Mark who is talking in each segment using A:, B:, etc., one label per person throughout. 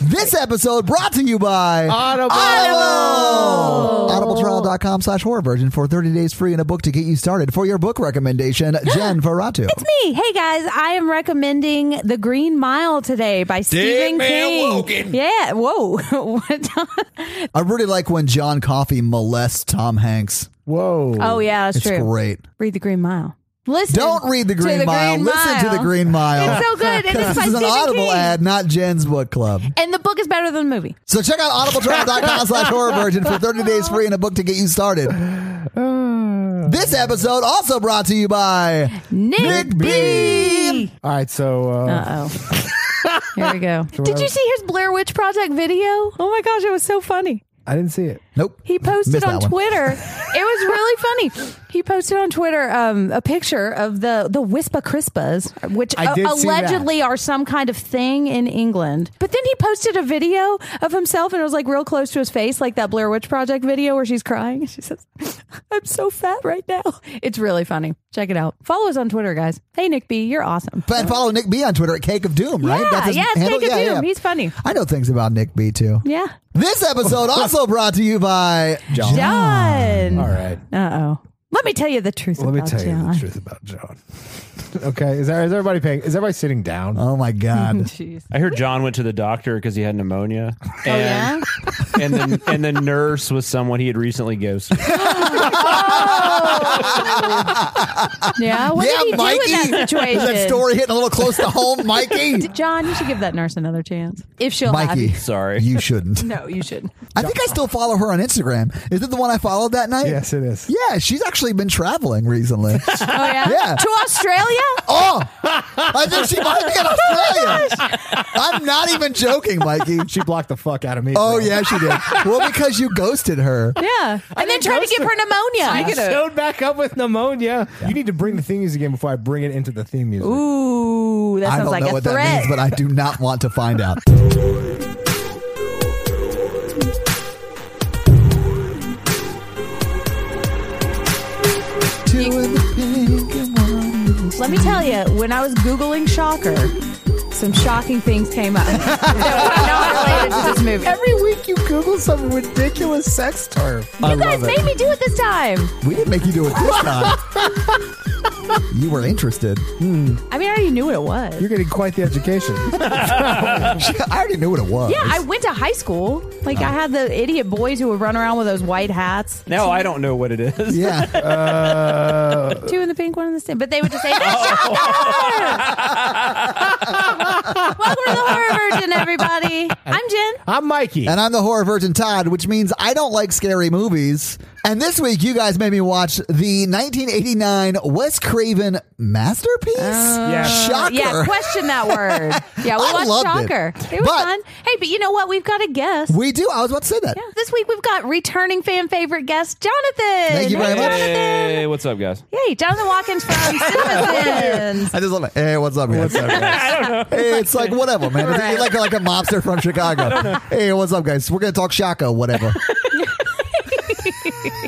A: This episode brought to you by
B: Audible.
A: Audible. Audibletrial.com slash horror virgin for 30 days free and a book to get you started. For your book recommendation, Jen Ferratu.
C: It's me. Hey guys, I am recommending The Green Mile today by Stephen
B: man
C: King.
B: walking.
C: Yeah, whoa. What?
A: I really like when John Coffey molests Tom Hanks.
B: Whoa.
C: oh yeah, that's
A: It's
C: true.
A: great.
C: Read The Green Mile. Listen.
A: Don't read The
C: to
A: Green Mile.
C: Green
A: Listen to
C: Mile.
A: The Green Mile.
C: It's so good. And it's
A: this
C: by
A: is an
C: Stephen
A: Audible
C: King.
A: ad, not Jen's book club.
C: And the book is better than the movie.
A: So check out audibletrial.com slash horror virgin for 30 days free and a book to get you started. This episode also brought to you by
C: Nick,
A: Nick
C: B.
A: B.
B: All right, so uh,
C: Uh oh. Here we go. Did you see his Blair Witch Project video? Oh my gosh, it was so funny.
B: I didn't see it.
A: Nope.
C: He posted
A: Missed
C: on
A: that one.
C: Twitter. it was really funny. He posted on Twitter um, a picture of the the Wispa Crispas, which
B: I
C: uh,
B: did see that.
C: allegedly are some kind of thing in England. But then he posted a video of himself, and it was like real close to his face, like that Blair Witch Project video where she's crying. She says, "I'm so fat right now." It's really funny. Check it out. Follow us on Twitter, guys. Hey, Nick B, you're awesome.
A: But follow Nick B on Twitter at Cake of Doom, right?
C: Yeah, yeah, it's Cake of Doom. He's funny.
A: I know things about Nick B too.
C: Yeah,
A: This episode also brought to you by
B: John.
C: John.
B: Ah. All right.
C: Uh oh. Let me tell you the truth.
B: Let me
C: about
B: tell you
C: John.
B: the truth about John. okay. Is, there, is everybody paying? Is everybody sitting down?
A: Oh my God.
C: Jeez.
D: I heard John went to the doctor because he had pneumonia.
C: Oh, yeah?
D: And, and the and the nurse was someone he had recently ghosted.
C: Yeah, what did he
A: yeah, Mikey.
C: do in that situation?
A: Is that story hitting a little close to home, Mikey?
C: John, you should give that nurse another chance if she'll have
A: Mikey.
C: you.
D: Sorry.
A: You shouldn't.
C: No, you should.
A: I think I still follow her on Instagram. Is it the one I followed that night?
B: Yes, it is.
A: Yeah, she's actually been traveling recently.
C: Oh yeah,
A: Yeah.
C: to Australia.
A: Oh, I think she might be in
C: Oh
A: Australia. I'm not even joking, Mikey.
B: She blocked the fuck out of me.
A: Oh
B: bro.
A: yeah, she did. Well, because you ghosted her.
C: Yeah, and then try to give her pneumonia.
B: I showed back up with pneumonia. You need to bring the theme music again before I bring it into the theme music.
C: Ooh, that
A: I
C: sounds
A: don't
C: like
A: know
C: a
A: what that
C: threat.
A: means, but I do not want to find out. Two in the pink and one in the-
C: Let me tell you, when I was googling shocker, some shocking things came up. that were not related to this movie.
B: Every week you Google some ridiculous sex term.
C: you guys made me do it this time.
A: We didn't make you do it this time. You were interested.
C: I mean, I already knew what it was.
B: You're getting quite the education.
A: I already knew what it was.
C: yeah, I went to high school. Like
A: Ah.
C: I had the idiot boys who would run around with those white hats.
D: Now I don't know what it is.
A: yeah.
C: Two in the pink, one in the same. But they would just say, "That's
D: Oh.
C: shocker!" Welcome to the horror virgin, everybody. I'm Jen.
B: I'm Mikey.
A: And I'm the horror virgin Todd, which means I don't like scary movies. And this week, you guys made me watch the 1989 Wes Craven masterpiece.
B: Yeah.
A: Shocker.
C: Yeah, question that word. Yeah, we
A: I
C: watched
A: loved it.
C: Shocker. It, was
A: But-
C: fun. Hey, but you know what? We've got a guest.
A: we do. I was about to say that.
C: Yeah, this week we've got returning fan favorite guest Jonathan.
A: Thank you very
C: hey,
A: much.
C: Jonathan.
D: Hey, what's up, guys?
C: Yay, Jonathan Watkins from Citizens.
A: I just love it. Hey, what's up, man? What's up, I don't know. Hey, it's like whatever, man. It's like like a mobster from Chicago. Hey, what's up, guys? We're gonna talk Shaka, whatever.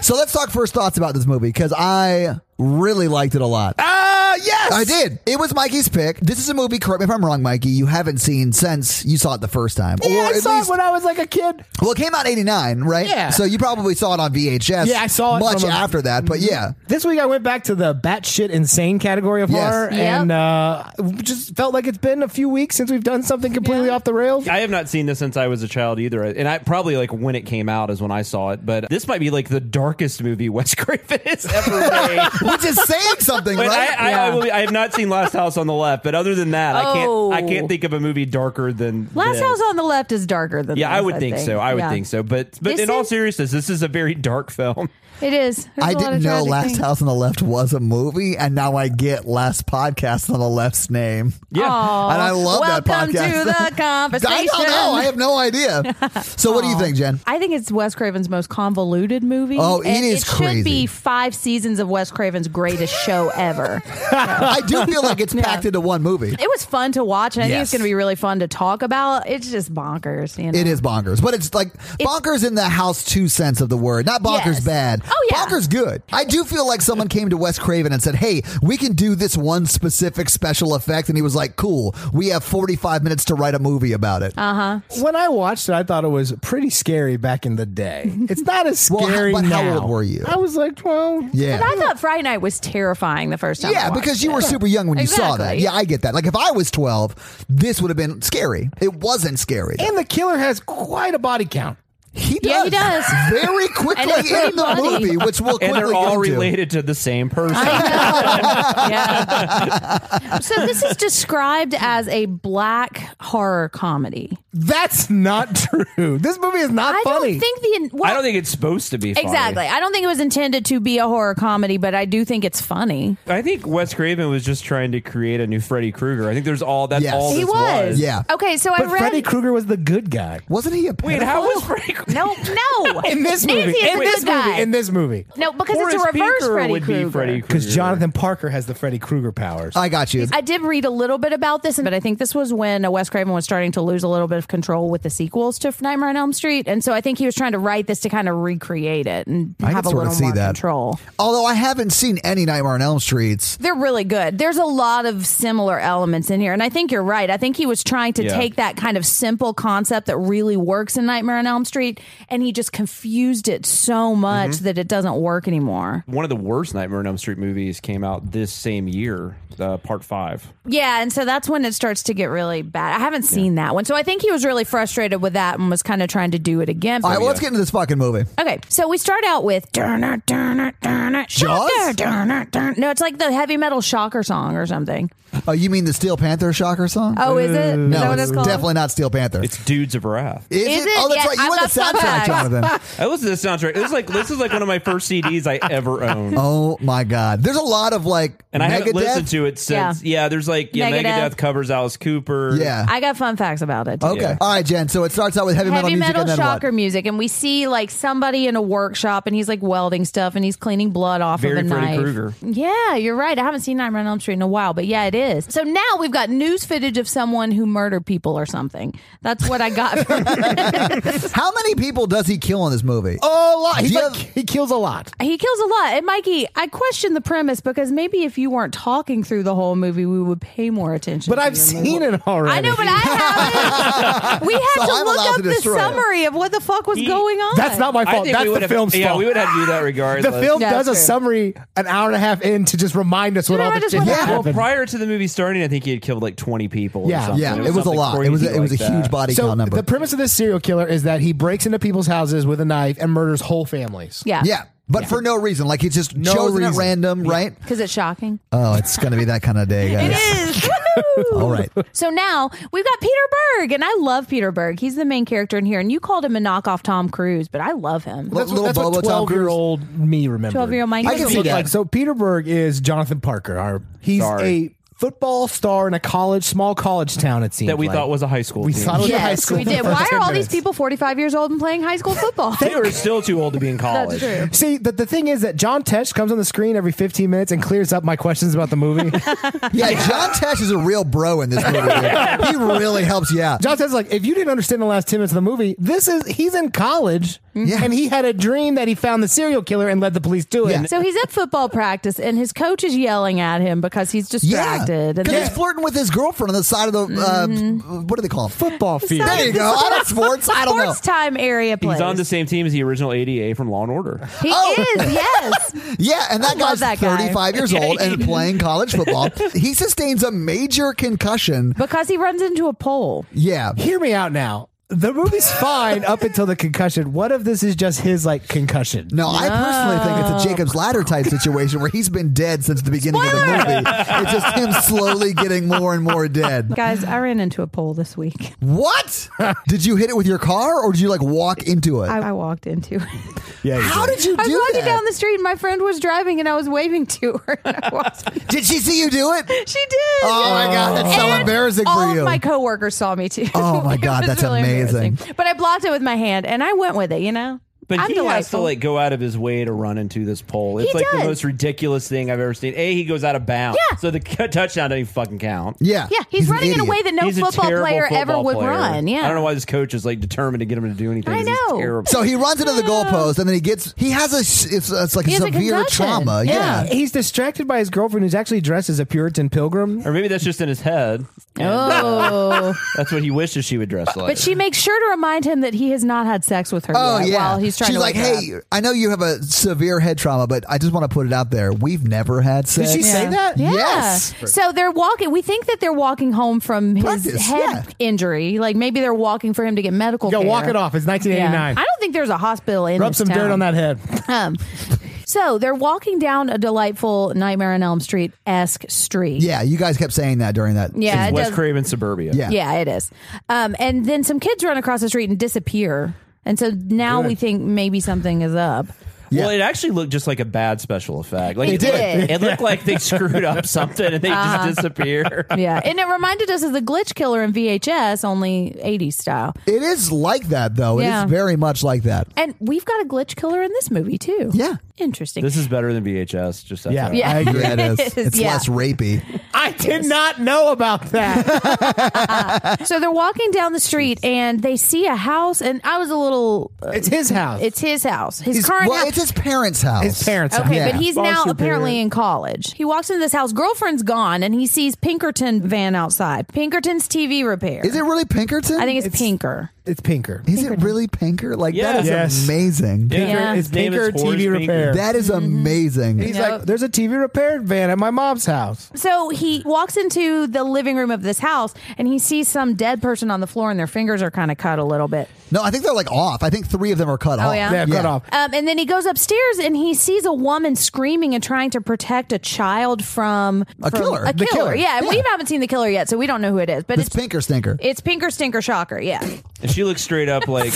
A: so let's talk first thoughts about this movie because I really liked it a lot.
B: Ah, yes!
A: I did. It was Mikey's pick. This is a movie. Correct me if I'm wrong, Mikey. You haven't seen since you saw it the first time,
B: Yeah,
A: or
B: I
A: at
B: saw
A: least
B: it when I was like a kid.
A: well, it came out '89, right?
B: Yeah.
A: So you probably saw it on VHS.
B: Yeah, I saw it
A: much
B: from a-
A: after that, but yeah,
B: This week I went back to the batshit insane category of
A: Yes.
B: horror
C: Yep.
B: and uh, just felt like it's been a few weeks since we've done something completely off the rails.
D: I have not seen this since I was a child either, and I probably like when it came out is when I saw it. But this might be like the darkest movie Wes Craven has ever made.
A: which is saying something,
D: But
A: right?
D: I, I, I, will, I have not seen Last House on the Left, but other than that,
C: Oh.
D: I can't. I can't think of a movie darker than
C: Last
D: this.
C: House on the Left is darker than
D: Yeah, I
C: this,
D: would think, so. I would
C: Yeah.
D: think so. But but
C: This
D: in all
C: is-
D: seriousness, this is a very dark film.
C: It is. There's
A: I
C: a lot
A: didn't
C: of
A: know
C: tragic
A: Last
C: things.
A: House on the Left was a movie, and now I get Last Podcast on the Left's name.
D: Yeah.
C: Aw.
A: And I love that
C: Welcome
A: podcast.
C: to the conversation.
A: I don't know. I have no idea. So, what do you think, Jen?
C: I think it's Wes Craven's most convoluted movie.
A: Oh, it
C: and
A: is
C: it
A: crazy.
C: should be five seasons of Wes Craven's greatest show ever.
A: I do feel like it's packed into one movie.
C: It was fun to watch, and I think
A: Yes.
C: it's going to be really fun to talk about. It's just bonkers, you know.
A: It is bonkers, but it's like bonkers in the house two sense of the word, not bonkers
C: Yes.
A: bad.
C: Oh, yeah.
A: bonkers good. I do feel like someone came to Wes Craven and said, "Hey, we can do this one specific special effect," and he was like, "Cool, we have forty five minutes to write a movie about it."
C: Uh,
B: When I watched it, I thought it was pretty scary back in the day. It's not as
A: Well, how-
B: scary
A: but how
B: now.
A: old were you?
B: I was like 12.
A: yeah,
C: And I thought Friday night was terrifying the first time. I
A: yeah,
C: watched
A: because you
C: it.
A: were super young when you saw that.
C: Exactly.
A: Yeah, I get that. Like if I was twelve, this would have been scary. It wasn't scary. though.
B: And the killer has quite a body count.
A: he does,
C: Yeah, he does.
A: very
C: And it's
A: quickly
C: pretty
A: in the
C: funny.
A: movie, which we'll
D: and
A: quickly
D: they're all
A: get into.
D: related to the same person.
C: yeah. So this is described as a black horror comedy.
B: That's not true. This movie is not
C: I
B: funny.
C: don't think the well,
D: I don't think it's supposed to be funny.
C: exactly. I don't think it was intended to be a horror comedy, but I do think it's funny.
D: I think Wes Craven was just trying to create a new Freddy Krueger. I think there's all that's
A: Yes.
D: all
A: He
D: this
A: Yeah.
C: Okay, so I
B: but
C: read.
B: Freddy Krueger was the good guy.
A: Wasn't he a
D: Wait,
A: pedophile?
D: how was Freddy? Krueger-
C: no, no.
B: In this
C: Nancy
B: movie.
C: is
B: In
C: a
B: this
C: good guy.
B: movie. In this movie.
C: no, because it's a
D: Horace
C: reverse
D: Beaker
C: Freddy
D: would be
C: Krueger.
D: Freddy Krueger.
B: Because Jonathan Parker has the Freddy Krueger powers.
A: I got you.
C: I did read a little bit about this, but I think this was when uh, Wes Craven was starting to lose a little bit of control with the sequels to Nightmare on Elm Street, and so I think he was trying to write this to kind of recreate it and
A: I can
C: have a
A: sorta
C: little
A: see
C: more
A: that.
C: control.
A: Although I haven't seen any Nightmare on Elm Streets.
C: They're really good. There's a lot of similar elements in here, and I think you're right. I think he was trying to
D: Yeah.
C: take that kind of simple concept that really works in Nightmare on Elm Street, and he just confused it so much that it doesn't work anymore.
D: One of the worst Nightmare on Elm Street movies came out this same year, uh, part five.
C: Yeah, and so that's when it starts to get really bad. I haven't seen that one. So I think he was really frustrated with that and was kind of trying to do it again.
D: Oh,
A: All right, well, let's get into this fucking movie.
C: okay, so we start out with Durner, Durner, Durner,
A: Jaws?
C: Shocker, Durner, Durner. No, it's like the heavy metal shocker song or something.
A: Oh, you mean the Steel Panther Shocker song?
C: Oh, is it? Is
A: Uh, no,
C: that what
A: it's
C: it's called?
A: definitely not Steel Panther.
D: It's Dudes of Wrath.
A: is,
C: Is it?
A: Oh, that's
C: Yeah,
A: right. You
C: I
A: want the
C: love
A: soundtrack,
C: soundtracks.
A: Jonathan.
D: I listened to the soundtrack. It was like this is like one of my first CDs I ever owned.
A: Oh my God. There's a lot of like
D: And I haven't listened
A: Megadeth.
D: to it since. Yeah, there's like yeah,
C: Megadeth.
D: Megadeth. covers Alice Cooper.
A: Yeah.
C: I got fun facts about it. too.
A: okay.
D: Yeah.
A: All right, Jen. So it starts out with heavy, metal
C: Heavy
A: music
C: metal
A: and then
C: shocker
A: what?
C: music, and we see like somebody in a workshop, and he's like welding stuff, and he's cleaning blood off
D: Very
C: of a
D: Freddy
C: knife.
D: Krueger.
C: Yeah, you're right. I haven't seen Nightmare on Elm Street in a while, but yeah, it is. So now we've got news footage of someone who murdered people or something. That's what I got. From
A: How many people does he kill in this movie? Oh,
B: a lot. He's
A: Do you
B: like,
A: have-
B: he kills a lot.
C: he kills a lot. And Mikey, I question the premise because maybe if you weren't talking through the whole movie, we would pay more attention.
B: But
C: to
B: I've
C: your
B: seen
C: movie.
B: it already.
C: I know, but I haven't. We had
A: So
C: to
A: I'm
C: look
A: allowed
C: up
A: to
C: the
A: destroy it.
C: summary of what the fuck was going on.
B: That's not my
D: I
B: fault.
D: think
B: That's
D: we would
B: the
D: have,
B: film's
D: yeah,
B: fault.
D: we would have to do that
B: the
D: regardless.
B: film
C: Yeah,
B: does a
C: that's true.
B: summary an hour and a half in to just remind us what all
C: remind
B: the
C: us
B: shit
C: what
A: happened.
D: Well,
B: happened.
D: prior to the movie starting, I think he had killed like 20 people.
B: Yeah.
D: or something.
A: yeah. It was a
D: something
A: lot. It was a,
D: crazy
A: it was a
D: like that.
A: huge body
B: So
A: count number.
B: the premise of this serial killer is that he breaks into people's houses with a knife and murders whole families.
C: yeah,
A: yeah. But for no reason. Like he's just
B: No
A: chosen at
B: reason.
A: random, right?
C: because it's shocking.
A: Oh, it's going to be that kind of day, guys.
C: It is. Woohoo!
A: All right.
C: So now we've got Peter Berg, and I love Peter Berg. He's the main character in here, and you called him a knockoff Tom Cruise, but I love him.
A: Little-
B: That's what,
A: little
B: that's
A: Bobo
B: what
A: Tom
B: twelve
A: Cruise.
B: year old me remembered.
C: 12-year-old Mike.
A: I
C: He
A: can
C: doesn't
A: see
C: look
A: that.
B: Like so, Peterberg is Jonathan Parker. Our he's
D: Sorry.
B: a football star in a college, small college town. It seems
D: That we
B: like.
D: thought was a high school.
B: We
D: team.
B: thought it was a high
C: Yes,
B: school.
C: we
B: for the
C: did.
B: first
C: Why
B: 10
C: are all these
B: minutes.
C: people 45 years old and playing high school football?
D: they were still too old to be in college.
C: That's true.
B: See, the, the thing is that John Tesh comes on the screen every 15 minutes and clears up my questions about the movie.
A: Yeah, John Tesh is a real bro in this movie. dude. he really helps you out.
B: John Tesh is like, if you didn't understand the last 10 minutes of the movie, this is, he's in college
C: Mm-hmm.
A: Yeah.
B: and he had a dream that he found the serial killer and led the police to it.
A: Yeah.
C: So he's at football practice, and his coach is yelling at him because he's distracted. And
A: because he's
C: then- Mm-hmm.
A: flirting with his girlfriend on the side of the uh, what do they call it?
B: Football field.
A: There you go. I don't sports. I don't know.
C: Sports time area place.
D: He's on the same team as the original ADA from Law and Order.
C: He
A: Oh.
C: is, yes.
A: Yeah, and that
C: I
A: guy's
C: love that guy.
A: 35 years old and playing college football. He sustains a major concussion.
C: Because he runs into a pole.
A: Yeah.
B: Hear me out now. The movie's fine up until the concussion. What if this is just his like concussion?
A: No, I personally think it's a Jacob's Ladder type situation where he's been dead since the beginning of the movie. It's just him slowly getting more and more dead.
C: Guys, I ran into a pole this week.
A: What? Did you hit it with your car or did you like walk into it?
C: I, I walked into it.
B: Yeah.
A: How did you do
C: I was walking
A: that?
C: down the street, and my friend was driving, and I was waving to her. And I walked-
A: Did she see you do it?
C: she did.
A: Oh my God, that's so
C: And
A: embarrassing for
C: all
A: you.
C: Of my coworkers saw me too.
A: Oh my
C: It
A: God,
C: was
A: that's amazing.
C: embarrassing. But I blocked it with my hand, and I went with it. You know,
D: But
C: I'm
D: he has to
C: delightful.
D: like go out of his way to run into this pole. It's
C: He
D: like
C: does.
D: the most ridiculous thing I've ever seen. A, he goes out of bounds.
C: Yeah.
D: So the c- touchdown doesn't even fucking count.
A: Yeah.
C: Yeah, he's,
A: an
C: running in a
A: idiot.
C: way that no
D: He's a
C: football
D: terrible
C: player
D: football
C: ever would
D: player.
C: run. Yeah.
D: I don't know why this coach is like determined to get him to do anything.
C: I
D: This is
C: know.
D: terrible.
A: So he runs into the goalpost and then he gets he has a s- it's, it's like a
C: He has a
A: severe
C: concussion.
A: trauma. Yeah.
C: Yeah.
B: He's distracted by his girlfriend, who's actually dressed as a Puritan pilgrim.
D: or maybe that's just in his head.
C: Oh,
D: That's what he wishes she would dress like.
C: but she makes sure to remind him that he has not had sex with her
A: Oh
C: yet
A: yeah.
C: while he's trying
A: She's
C: to
A: like,
C: wake
A: hey, I know you have a severe head trauma, but I just want to put it out there. We've never had sex.
B: she say
C: up.
B: that?
C: Yeah.
A: Yes.
C: So they're walking. We think that they're walking home from his
A: Practice,
C: head
A: yeah.
C: injury. Like maybe they're walking for him to get medical.
B: Yo,
C: care.
B: walk it off. It's
C: Yeah.
B: 1989.
C: I don't think there's a hospital in
B: Rub
C: this
B: some
C: town.
B: dirt on that head.
C: Um, so they're walking down a delightful Nightmare on Elm Street esque street.
A: Yeah, you guys kept saying that during that.
C: Yeah, it
D: West
C: does-
D: Craven suburbia.
A: Yeah.
C: Yeah, it is. Um, and then some kids run across the street and disappear. And so now we think maybe something is up.
A: Yeah.
D: Well, it actually looked just like a bad special effect. Like
C: It
D: looked-
C: did.
D: It looked like they screwed up something and they just disappear.
C: Uh-huh. Yeah. and it reminded us of the glitch killer in VHS, only 80s style.
A: It is like that though. It
C: Yeah.
A: is very much like that.
C: And we've got a glitch killer in this movie, too.
A: Yeah.
C: Interesting.
D: This is better than VHS. Just
B: Yeah.
D: yeah.
B: Yeah.
A: I agree. it is.
C: It is,
A: It's
C: yeah.
A: less rapey.
B: I did not know about that.
C: so they're walking down the street and they see a house. And I was a little, uh,
B: it's his house.
C: it's his house, his
A: He's-
C: current
A: well,
C: house.
A: it's his parents' house.
B: his parents' house.
C: Okay,
A: Yeah.
C: but he's
B: Foster
C: now
B: parent.
C: apparently in college. He walks into this house, girlfriend's gone, and he sees Pinkerton van outside. Pinkerton's TV repair.
A: Is it really Pinkerton?
C: I think it's, Pinker.
B: It's Pinker.
A: Is it really Pinker? Like
D: Yeah.
A: that is
B: Yes.
A: amazing.
D: Yeah.
C: Yeah.
B: It's
D: His name
B: Pinker
D: is Horace
B: TV repair.
D: Pinker.
A: That is
C: Mm-hmm.
A: amazing.
B: He's
C: Nope.
B: like, there's a TV repair van at my mom's house.
C: So he walks into the living room of this house and he sees some dead person on the floor and their fingers are kind of cut a little bit.
A: No, I think they're like off. I think three of them are cut off.
C: Oh, yeah?
B: Yeah, cut off.
C: Um, and then he goes upstairs and he sees a woman screaming and trying to protect a child from
A: A
C: from-
A: killer.
C: A
A: The
C: killer.
A: killer.
C: Yeah, and
A: Yeah.
C: we haven't seen the killer yet, so we don't know who it is. But
A: It's
C: it's
A: Pinker Stinker.
C: it's Pinker Stinker Shocker. Yeah.
D: And she looks straight up like,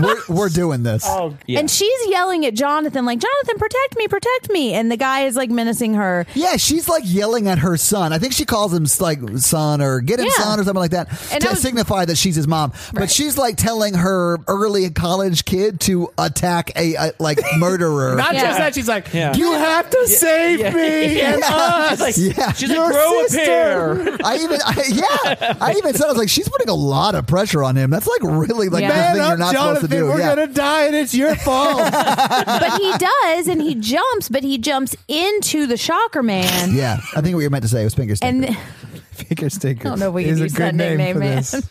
A: we're, we're doing this.
B: Oh.
D: yeah.
C: And she's yelling at Jonathan, like, Jonathan, protect me, protect me. And the guy is like menacing her.
A: Yeah, she's like yelling at her son. I think she calls him like son or get him
C: Yeah.
A: son or something like that
C: And
A: to
C: I was-
A: signify that she's his mom. But
C: Right.
A: she's like telling her early college kid to attack a, a like murderer.
B: Not
C: Yeah.
B: just that, she's like,
D: Yeah.
B: you have to save me and us.
D: She's like,
A: Yeah.
D: she's like
B: Your
D: grow
B: sister."
D: a pair.
A: I even I, yeah, I even said I was like she's putting a lot of pressure on him. That's like really like
C: Yeah.
A: the
B: Man
A: thing you're
B: up,
A: not
B: Jonathan.
A: supposed to do.
B: We're
A: yeah.
B: gonna die, and it's your fault.
C: But he does, and he jumps, but he jumps into the Shocker Man.
A: yeah, I think what you're meant to say was finger stinker.
C: And th-
B: Pinker Stinker.
C: I don't know if we can
B: is a
C: use
B: good
C: that nickname,
B: for
C: man.
B: this.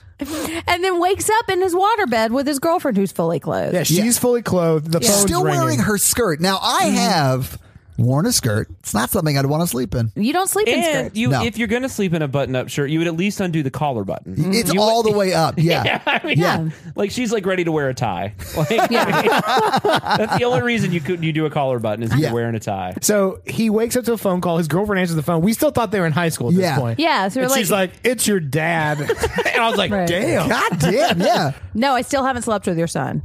C: and then wakes up in his waterbed with his girlfriend who's fully clothed.
B: Yeah, she's fully clothed. The phone's
A: Still
B: ringing.
A: wearing her skirt. Now I
D: Mm-hmm.
A: have worn a skirt. It's not something I'd want to sleep
D: Mm-hmm.
A: in.
C: You don't sleep in
D: And
C: skirts.
D: you,
A: No.
D: if you're gonna sleep in a button-up shirt, you would at least undo the collar button.
A: Mm-hmm. It's all the way up. Yeah.
D: I mean,
A: Yeah.
D: like she's like ready to wear a tie. Like, that's the only reason you could you do a collar button is if
A: Yeah.
D: you're wearing a tie.
B: So he wakes up to a phone call. His girlfriend answers the phone. We still thought they were in high school at
A: Yeah.
B: this point.
C: Yeah, so we're
B: and
C: like-
B: she's like, "It's your dad," and I was like,
C: Right.
B: "Damn."
A: God damn. Yeah.
C: no, I still haven't slept with your son.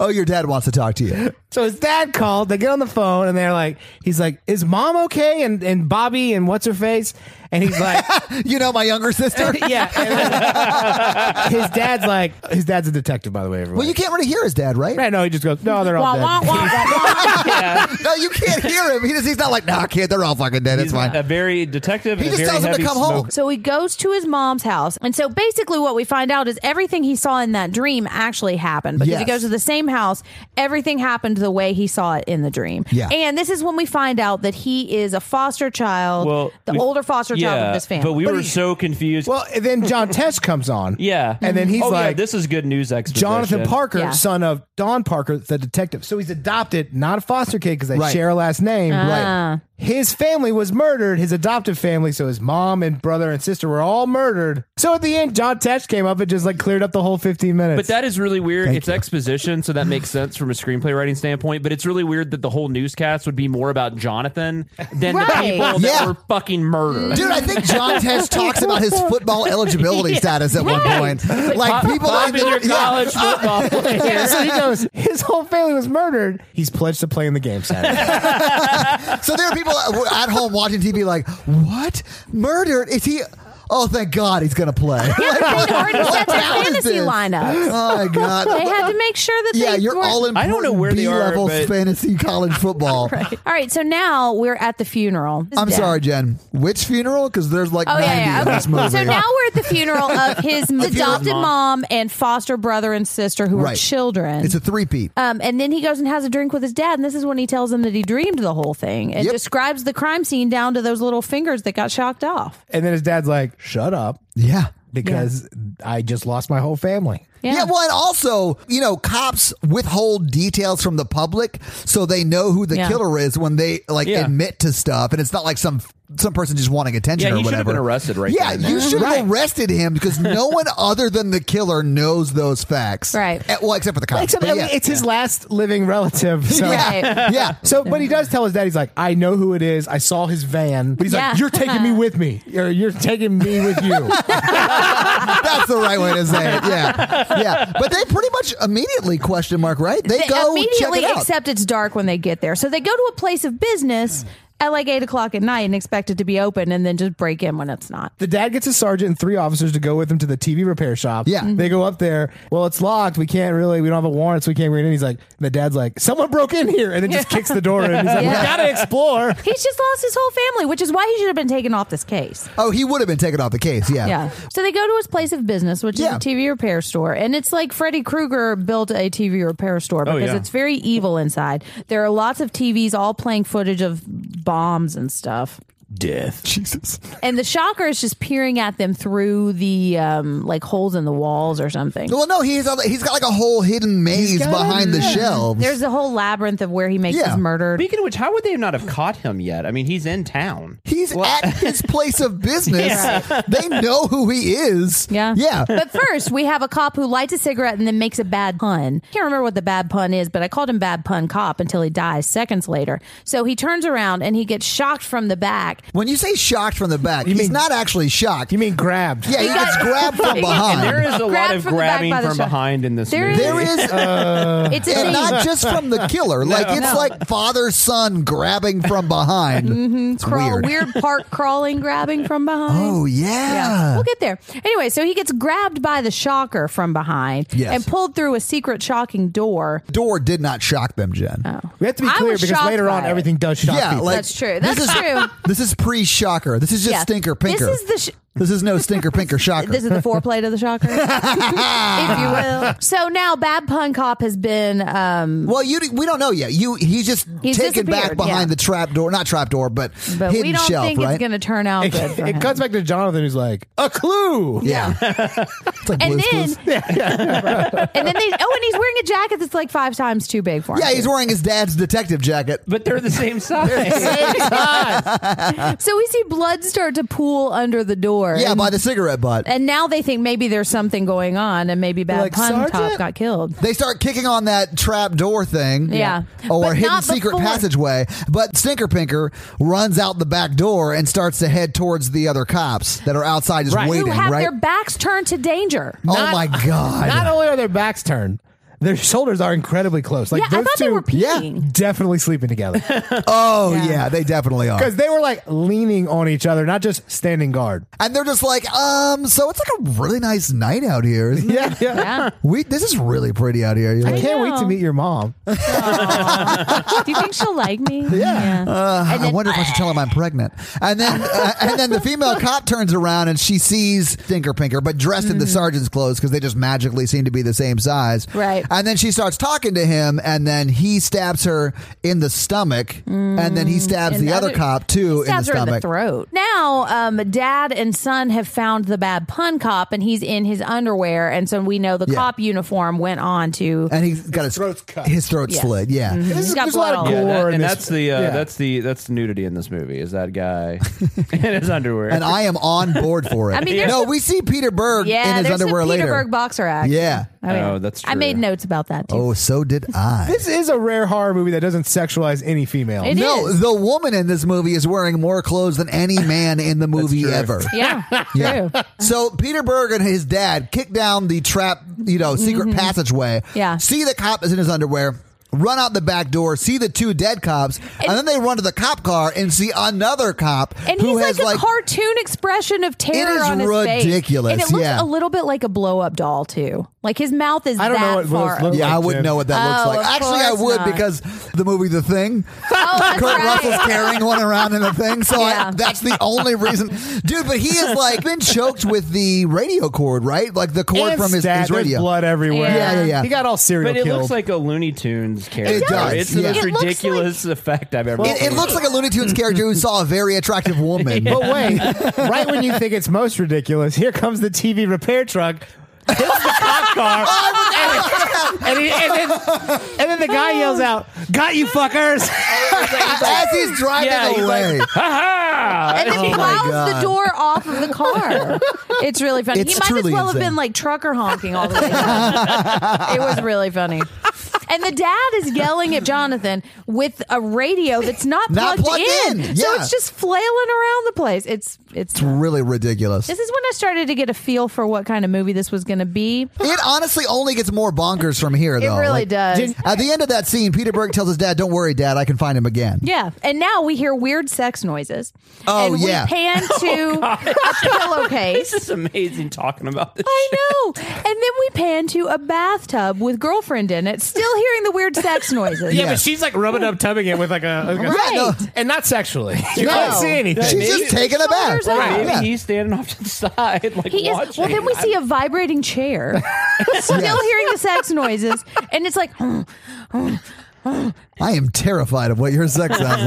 A: Oh, your dad wants to talk to you.
B: So his dad called. They get on the phone and they're like, "He's like, is mom okay?" And and Bobby and what's her face? And he's like,
A: You know my younger sister.
B: "Yeah." And then his dad's like, his dad's a detective, by the way. Everyone.
A: Well, you can't really hear his dad, right?
B: I know. He just goes, "No, they're all dead."
C: Wah, wah, wah, wah, wah.
A: No, you can't hear him. He just, he's not like, nah, kid, they're all fucking dead. It's
D: He's
A: fine.
D: a very detective.
A: He
D: and a
A: just
D: very
A: tells him to
D: heavy
A: come home.
D: smoker.
C: So he goes to his mom's house. And so basically, what we find out is everything he saw in that dream actually happened because he
A: Yes.
C: goes to the same house. Everything happened the way he saw it in the dream.
A: Yeah.
C: And this is when we find out that he is a foster child,
D: Well,
C: the
D: we-
C: older foster child
D: Yeah,
C: of this family.
D: But we were
B: he-
D: so confused.
B: Well, and then John Tesh comes on.
D: yeah,
B: And then he's
D: oh, yeah,
B: like,
D: "This is good news." Exposition.
B: Jonathan Parker,
C: Yeah.
B: son of Don Parker, the detective. So he's adopted, not a foster kid because they
A: Right.
B: share a last name.
C: Ah.
A: Right.
B: His family was murdered, his adoptive family. So his mom and brother and sister were all murdered. So at the end, John Tesh came up and just like cleared up the whole 15 minutes.
D: But that is really weird. it's exposition, so that makes sense from a screenplay writing standpoint. But it's really weird that the whole newscast would be more about Jonathan than
C: Right.
D: the people that
A: Yeah.
D: were fucking murdered.
A: Dude, I think John Tesh talks about his football eligibility status at one
C: Right.
A: point. Like
D: Pop-
A: people
D: pop
A: like
D: in your
A: yeah.
D: college football player.
B: yeah, so he goes, his whole family was murdered. He's pledged to play in the game Saturday.
A: So there are people at at home watching TV like, what? Murdered? Is he? oh, thank God he's going to play.
C: They'd already set their
A: How is
C: fantasy
A: this?
C: lineups.
A: Oh, my God.
C: They had to make sure that
A: Yeah,
C: they
A: you're
C: were-
A: all in.
D: I don't know where they are,
A: B-level
D: but-
A: fantasy college football.
C: All right, so now we're at the funeral.
A: I'm
C: Yeah.
A: sorry, Jen. Which funeral? Because there's like
C: Oh
A: 90
C: yeah,
A: in
C: yeah.
A: this movie.
C: Okay. So now we're at the funeral of his adopted
D: mom.
C: mom and foster brother and sister who are
A: Right.
C: children.
A: it's a three-peat.
C: Um, and then he goes and has a drink with his dad, and this is when he tells him that he dreamed the whole thing and
A: Yep.
C: describes the crime scene down to those little fingers that got shocked off.
B: And then his dad's like, shut up
A: yeah.
B: because I just lost my whole family.
A: Yeah. well, and also, you know, cops withhold details from the public so they know who the
C: Yeah.
A: killer is when they like
D: Yeah.
A: admit to stuff, and it's not like some some person just wanting attention
D: Yeah,
A: or
D: he should have
A: whatever.
D: been arrested right
A: yeah,
D: then and there.
A: you should
B: Right.
A: have arrested him because no one other than the killer knows those facts.
C: Right.
A: Eh, well, except for the cops.
B: Except
A: but
B: I mean,
A: yeah.
B: it's his last living relative. So.
A: yeah,
C: Right.
A: yeah.
B: So, but he does tell his dad, he's like, I know who it is. I saw his van. But he's
C: Yeah.
B: like, you're taking me with me. Or you're taking me with you.
A: That's the right way to say it. Yeah, yeah. But they pretty much immediately question mark, right? They, go check
C: immediately,
A: it out.
C: except it's dark when they get there. So they go to a place of business at like eight o'clock at night and expect it to be open, and then just break in when it's not.
B: The dad gets a sergeant and three officers to go with him to the TV repair shop.
A: Yeah. Mhm.
B: They go up there. Well, it's locked. We can't really, we don't have a warrant, so we can't get in. He's like, the dad's like, someone broke in here. And then just kicks the door in. He's like,
C: Yeah.
B: we gotta explore.
C: He's just lost his whole family, which is why he should have been taken off this case.
A: oh, he would have been taken off the case. Yeah,
C: Yeah. So they go to his place of business, which
A: Yeah.
C: is a TV repair store. And it's like Freddy Krueger built a TV repair store
A: Oh,
C: because
D: yeah.
C: it's very evil inside. There are lots of TVs all playing footage of bombs and stuff.
D: Death.
A: Jesus.
C: And the shocker is just peering at them through the um, like holes in the walls or something.
A: Well, no, he's other- he's got like a whole hidden maze
B: got
A: behind the shelves.
C: There's a whole labyrinth of where he makes
A: Yeah.
C: his murder.
D: Speaking of which, how would they not have caught him yet? I mean, he's in town.
A: He's at his place of business. They know who he is.
C: Yeah.
A: yeah.
C: But first, we have a cop who lights a cigarette and then makes a bad pun. Can't remember what the bad pun is, but I called him bad pun cop until he dies seconds later. So he turns around and he gets shocked from the back.
A: When you say shocked from the back, he's
B: mean-
A: not actually shocked.
B: You mean grabbed?
A: yeah, he gets grabbed from
D: There
A: behind.
D: is a lot
C: Grabbed
D: of
C: from the back
D: grabbing
C: by the
D: from
C: shirt.
D: behind in this
C: There
D: movie.
A: There is,
C: It's a
A: and
C: thing.
A: not just from the killer. Like it's
C: No.
A: like father son grabbing from behind. It's
C: Mm-hmm. Crawl-
A: weird.
C: part crawling, grabbing from behind.
A: Oh
C: Yeah.
A: yeah.
C: We'll get there. Anyway, so he gets grabbed by the shocker from behind
A: Yes.
C: and pulled through a secret shocking door.
A: Door did not shock them, Jen.
B: We have to be
C: I
B: clear
C: was
B: because
C: shocked
B: later on,
C: by it.
B: everything does shock
A: Yeah,
B: people.
A: like
C: Oh. That's true.
A: this
C: That's
A: is-
C: true.
A: This is pre shocker. This is just
C: Yeah.
A: stinker pinker.
C: This is the sh-
A: This is no stinker pinker shocker.
C: This is the foreplay to the shocker, if you will. So now, Bad Pun Cop has been um,
A: Well, you we don't know yet. You he's just
C: He's
A: taken back
C: disappeared,
A: behind
C: yeah.
A: the trap door, not trap door, but,
C: but
A: hidden
C: we don't
A: shelf,
C: think
A: right?
C: it's going to turn out good for him.
B: it cuts back to Jonathan, who's like, a clue.
A: yeah. it's like
C: and
A: Blue's
C: then,
A: Clues.
C: and then they. Oh, and he's wearing a jacket that's like five times too big for him.
A: yeah, he's wearing his dad's detective jacket.
D: but they're the same size.
C: so we see blood start to pool under the door.
A: Yeah,
C: and,
A: by the cigarette butt.
C: and now they think maybe there's something going on, and maybe Bad
B: Like,
C: Pun Cop
B: "Sergeant?"
C: got killed.
A: They start kicking on that trap door thing. Oh,
C: Yeah.
A: Or
C: But
A: hidden
C: not
A: secret
C: before-
A: passageway. But Stinker Pinker runs out the back door and starts to head towards the other cops that are outside just
B: Right. Who
A: waiting,
C: Who have
A: right?
C: their backs turned to danger.
A: oh
B: Not-
A: my God.
B: Not only are their backs turned, their shoulders are incredibly close. Like
C: yeah, I
B: those
C: thought
B: two
C: they were
A: yeah.
C: peeing.
B: definitely sleeping together.
A: oh, yeah.
C: Yeah.
A: they definitely are.
B: Because they were like leaning on each other, not just standing guard.
A: And they're just like, um, so it's like a really nice night out here. isn't it?
B: Yeah.
C: Yeah.
A: We, this is really pretty out here. You're like,
B: I can't wait
C: know.
B: to meet your mom.
C: Do you think she'll like me? Yeah.
A: "Uh-huh, I wonder if I should tell him I'm pregnant. And then, uh, and then the female cop turns around and she sees Stinker Pinker, but dressed in the
C: Mm.
A: sergeant's clothes because they just magically seem to be the same size.
C: Right.
A: And then she starts talking to him, and then he stabs her in the stomach, and then he stabs
C: Mm. And
A: the other,
C: other-
A: cop too in the
C: stabs her in
A: stomach.
C: the throat. Now, um, dad and son have found the bad pun cop, and he's in his underwear, and so we know the
A: Yeah.
C: cop uniform went on to.
A: and he's got his,
B: throat's cut.
A: His throat
C: Yeah. Mm-hmm.
A: slit. Yeah.
B: This is,
C: got
B: there's a lot
C: blood
B: of gore
C: all
D: Yeah, that-
B: in
D: and
B: this.
D: that's the uh,
B: Yeah.
D: that's the that's the nudity in this movie is that guy in his underwear.
A: And I am on board for it.
C: I mean, there's
A: no,
C: some-
A: we see Peter Berg
C: yeah,
A: in his
C: there's
A: underwear
C: some
A: later.
C: Peterburg boxer act.
A: yeah.
D: Oh, that's
C: I
D: true.
C: made notes about that too.
A: Oh, so did I.
B: This is a rare horror movie that doesn't sexualize any female.
C: It
A: Oh, no,
C: is.
A: the woman in this movie is wearing more clothes than any man in the movie
D: true.
A: ever.
C: Yeah,
A: Yeah.
C: true.
A: So Peter Berg and his dad kick down the trap, you know, secret passageway.
C: Mm-hmm. Yeah.
A: See the cop is in his underwear. run out the back door, see the two dead cops, and, then they run to the cop car and see another cop
C: And
A: who
C: he's
A: has
C: like a cartoon expression of terror
A: is
C: on his face.
A: ridiculous,
C: And it looks
A: yeah.
C: a little bit like a blow up doll too. Like his mouth is
B: I don't know
C: that
B: what Will's
C: far.
B: look-
C: up.
A: yeah, I
B: like
A: wouldn't
B: Jim.
A: know what that
C: Oh,
A: looks like.
C: of
A: Actually, I
C: course
A: would
C: not.
A: because the movie The Thing,
C: Oh, that's
A: Kurt
C: right.
A: Russell's carrying one around in a thing. So I,
C: Yeah.
A: that's the only reason, dude. But he is like been choked with the radio cord, right? Like the cord
B: And
A: from his,
B: stat,
A: his
B: there's
A: radio.
B: blood everywhere.
C: Yeah, yeah,
A: yeah.
B: He got all serial
D: But it
B: killed.
D: looks like a Looney Tunes character.
A: does,
D: It's the
A: yeah.
D: most
C: It looks
D: ridiculous effect I've ever.
A: It, it
D: seen.
A: looks like a Looney Tunes character who saw a very attractive woman.
B: but wait, right when you think it's most ridiculous, here comes the TV repair truck. Hits the cop car, and, and, he- and then, and then the guy yells out, "Got you, fuckers!"
A: As he's driving
D: Yeah, he's like-
A: away,
C: and then
A: Oh my
C: plows
A: God.
C: the door off of the car. it's really funny.
A: It's
C: he might as
A: truly
C: well have
A: insane.
C: been like trucker honking all the way. down. it was really funny. And the dad is yelling at Jonathan with a radio that's not,
A: Not plugged in,
C: so
A: yeah.
C: it's just flailing around the place. It's it's.
A: really ridiculous.
C: This is when I started to get a feel for what kind of movie this was going to be.
A: It honestly only gets more bonkers from here,
C: It
A: though.
C: really
A: Like,
C: does.
B: did-
A: At the end of that scene, Peter Berg tells his dad, "Don't worry, Dad, I can find him again."
C: Yeah, and now we hear weird sex noises.
A: Oh,
C: and
A: yeah.
C: we pan to a pillowcase.
D: This is amazing talking about this.
C: I know. And then we pan to a bathtub with girlfriend in it, still hearing the weird sex noises.
A: Yeah, but
B: she's like rubbing up, tubbing it with like a,
A: Yeah, no.
C: Right.
B: and not sexually. You
A: No.
B: can't see anything.
A: She's just taking a bath.
C: Shoulders up.
D: Maybe
A: Yeah.
D: he's standing off to the side, like
C: He
D: watching.
C: is. Well, then we see a vibrating chair, still
A: Yes.
C: hearing the sex noises, and it's like, "Hmm,
A: I am terrified of what your sex sounds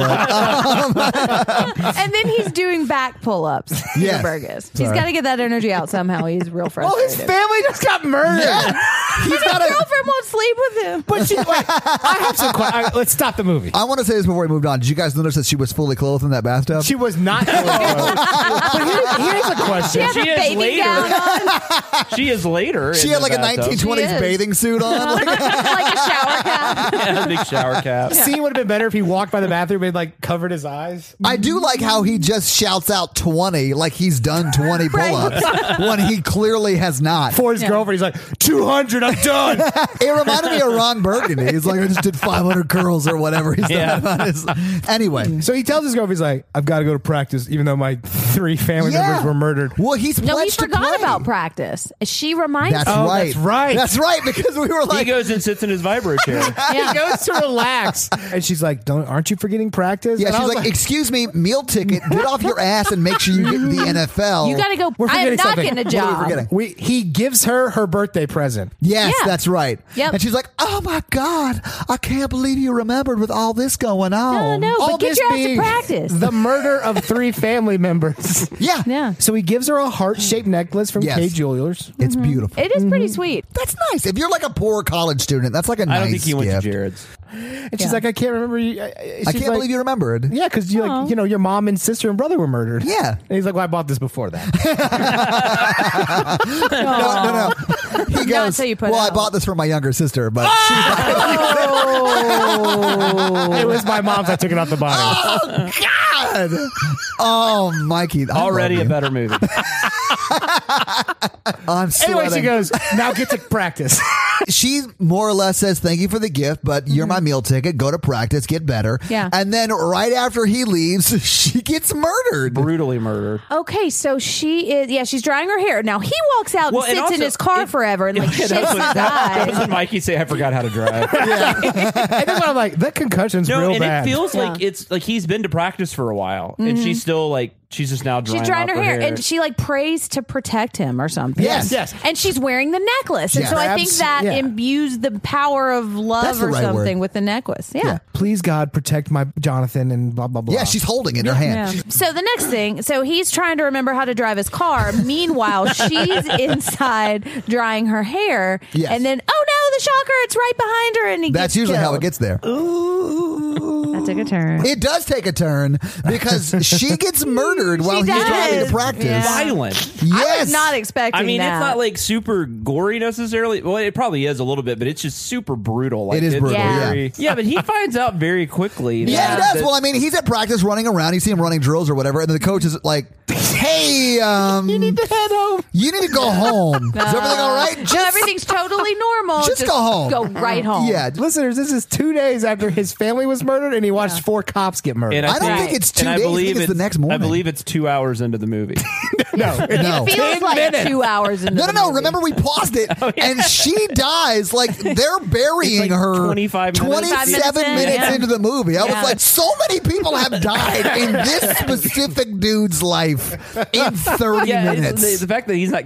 A: like.
C: and then he's doing back pull-ups.
A: Yes.
C: Peter Berg is. He's got to get that energy out somehow. He's real frustrated.
B: Oh, his family just got murdered.
A: He's got a.
C: girlfriend won't sleep with him.
B: But she, wait, I have some questions. Let's stop the movie.
A: I want to say this before we moved on. Did you guys notice that she was fully clothed in that bathtub?
B: She was not. but here- here's a
C: She
B: question.
C: had
D: She
C: a
D: is
C: baby
D: later.
C: gown on,
D: she is later.
A: She
D: in
A: had
D: the
A: like a
D: bathtub.
A: 1920s
C: She is.
A: bathing suit on. Like,
C: like a shower cap.
D: Yeah, big shower cap.
B: Scene would have been better if he walked by the bathroom and like covered his eyes.
A: I do like how he just shouts out 20 like he's done 20 pull ups when he clearly has not.
B: For his girlfriend, he's like, 200, I'm done.
A: It reminded me of Ron Burgundy. He's like, I just did 500 curls or whatever he's
D: Yeah.
A: done. on his- Anyway.
B: so he tells his girlfriend, he's like, I've got to go to practice, even though my three family members were murdered.
A: Well, he's
C: No, he
A: pledged to play.
C: forgot about practice. She reminds
A: That's
B: Oh,
A: right.
B: that's right.
A: That's right. Because we were
D: He
A: like,
D: goes and sits in his vibro chair.
C: him. Yeah.
B: He goes to relax. And she's like, Don't aren't you forgetting practice?
A: yeah,
B: And I
A: she's
B: was
A: like, excuse me, meal ticket. Get off your ass and make sure you get in the NFL.
C: You got to go.
B: We're
C: I am
B: forgetting
C: not
B: something.
C: getting a
A: What are we
C: job.
A: forgetting?
B: we he gives her her birthday present.
A: Yes,
C: Yeah.
A: that's right.
C: Yep.
A: And she's like, "Oh my god, I can't believe you remembered with all this going
C: No,
A: on." Oh,
C: no,
B: All
C: but Oh, get
B: this
C: your ass to
B: being
C: practice.
B: the murder of three family members.
A: Yeah,
C: yeah.
B: So he gives her a heart shaped necklace from
A: Yes.
B: K Jewelers.
A: it's
C: Mm-hmm.
A: beautiful.
C: It is pretty sweet.
A: that's nice. If you're like a poor college student, that's like a nice.
D: I don't think he went to
A: gift.
D: Jared's.
B: And she's
C: Yeah.
B: like, I can't remember you. I- I she's
A: I can't
B: like,
A: believe you remembered.
B: Yeah, because you
C: Aw.
B: like you know your mom and sister and brother were murdered.
A: Yeah.
B: and he's like, "Well, I bought this before that."
A: No, no, no. He
C: Not
A: goes.
C: until you put
A: well, I
C: out." Ah!
A: bought this for my younger sister, but
B: it was my mom's. I took it out the body.
A: she's like, God. Oh, Mikey, I
D: Already a
A: love
D: better movie.
A: you. I'm sweating.
B: anyway, she goes, "Now get to practice."
A: she more or less says thank you for the gift, but you're my meal ticket. Go to practice, get better.
C: Mm-hmm. Yeah.
A: And then right after he leaves, she gets murdered.
D: Brutally murdered.
C: Okay, so she is. Yeah, she's drying her hair. Now he walks out
D: Well,
C: and
D: and
C: sits in
D: also-
C: his car
D: it-
C: forever and like
D: Yeah,
C: shits
D: that's
C: his
D: what- that-
C: eyes.
D: Doesn't Mikey say I forgot how to drive?
B: and then when I'm like, "That concussion's
D: No,
B: real
D: and
B: bad."
D: it feels
C: Yeah. Mm-hmm.
D: like it's like he's been to practice for a while, and she's still like she's just now drying,
C: She's drying
D: off
C: her hair, and she like prays to protect him or something.
A: Yes.
B: Yes.
C: And she's wearing the necklace, and
A: Yeah.
C: so I think
B: Grabs-
C: that
B: yeah.
C: imbues the power of
A: That's
C: love
A: the
C: or
A: right
C: something
A: word.
C: with the necklace. Yeah.
A: Yeah.
B: Please God protect my Jonathan and blah blah blah.
A: Yeah, she's holding it in her hand.
C: Yeah. So the next thing, so he's trying to remember how to drive his car. Meanwhile, she's inside drying her hair,
A: Yes.
C: and then oh no, the shocker! It's right behind her, and he
A: That's
C: gets
A: usually how it
C: killed.
A: gets there.
C: That took a turn.
A: It does take a turn because she gets murdered while he's
C: does.
A: driving to practice.
C: Yeah.
D: violent.
A: Yes.
C: I was not expecting.
D: I mean,
C: that.
D: it's not like super gory necessarily. Well, it probably is a little bit, but it's just super brutal. Like,
A: It is
D: it's
A: brutal,
C: yeah.
D: very- yeah, but he finds out very quickly.
A: yeah,
D: that-
A: he does.
D: that-
A: Well, I mean, he's at practice running around. You see him running drills or whatever, and then the coach is like, "Hey, um, you need to go home. Is everything all right?
C: No, everything's totally normal.
A: just, go home.
C: Go right home.
A: Yeah.
B: Listeners, this is two days after his family was murdered, and he watched four cops get murdered.
D: And
A: I don't think it's two
D: and I
A: days. I think
D: believe
A: it's the next morning.
D: I believe it's two hours into the movie.
B: no, it's
A: No.
C: It feels like two hours. Into
A: No, no,
C: the
A: no.
C: movie.
A: Remember, we paused it, and she dies. Like they're burying
D: like
A: her
D: 25 minutes.
A: 27 minutes,
C: 25 minutes in, yeah.
A: into the movie. I
C: Yeah.
A: was like, so many people have died in this specific dude's life in 30
D: yeah, it's-
A: minutes.
D: the, the fact that he's not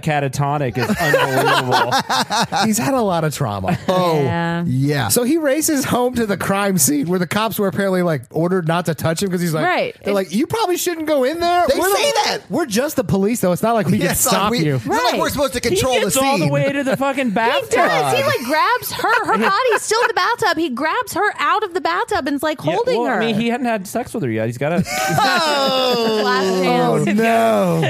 D: catatonic is unbelievable.
B: he's had a lot of trauma.
A: oh,
C: Yeah.
A: yeah.
B: So he races home to the crime scene where the cops were apparently like ordered not to touch him because he's like,
C: Right.
B: They're like, you probably shouldn't go in there.
A: They
B: the-
A: say that.
B: we're just the police, though. It's not like we
A: Yeah,
B: can
A: it's like
B: stop
A: we-
B: you.
A: It's not like
C: Right.
A: we're supposed to
D: he
A: control
D: gets
A: the scene.
D: all the way to the fucking
C: He does.
D: bathtub.
C: He like grabs her. Her body's still in the bathtub. He grabs her out of the bathtub and is like
D: Yeah,
C: holding
D: well,
C: her.
D: I mean, he hadn't had sex with her yet. He's got to.
C: Last
A: Oh,
C: dance.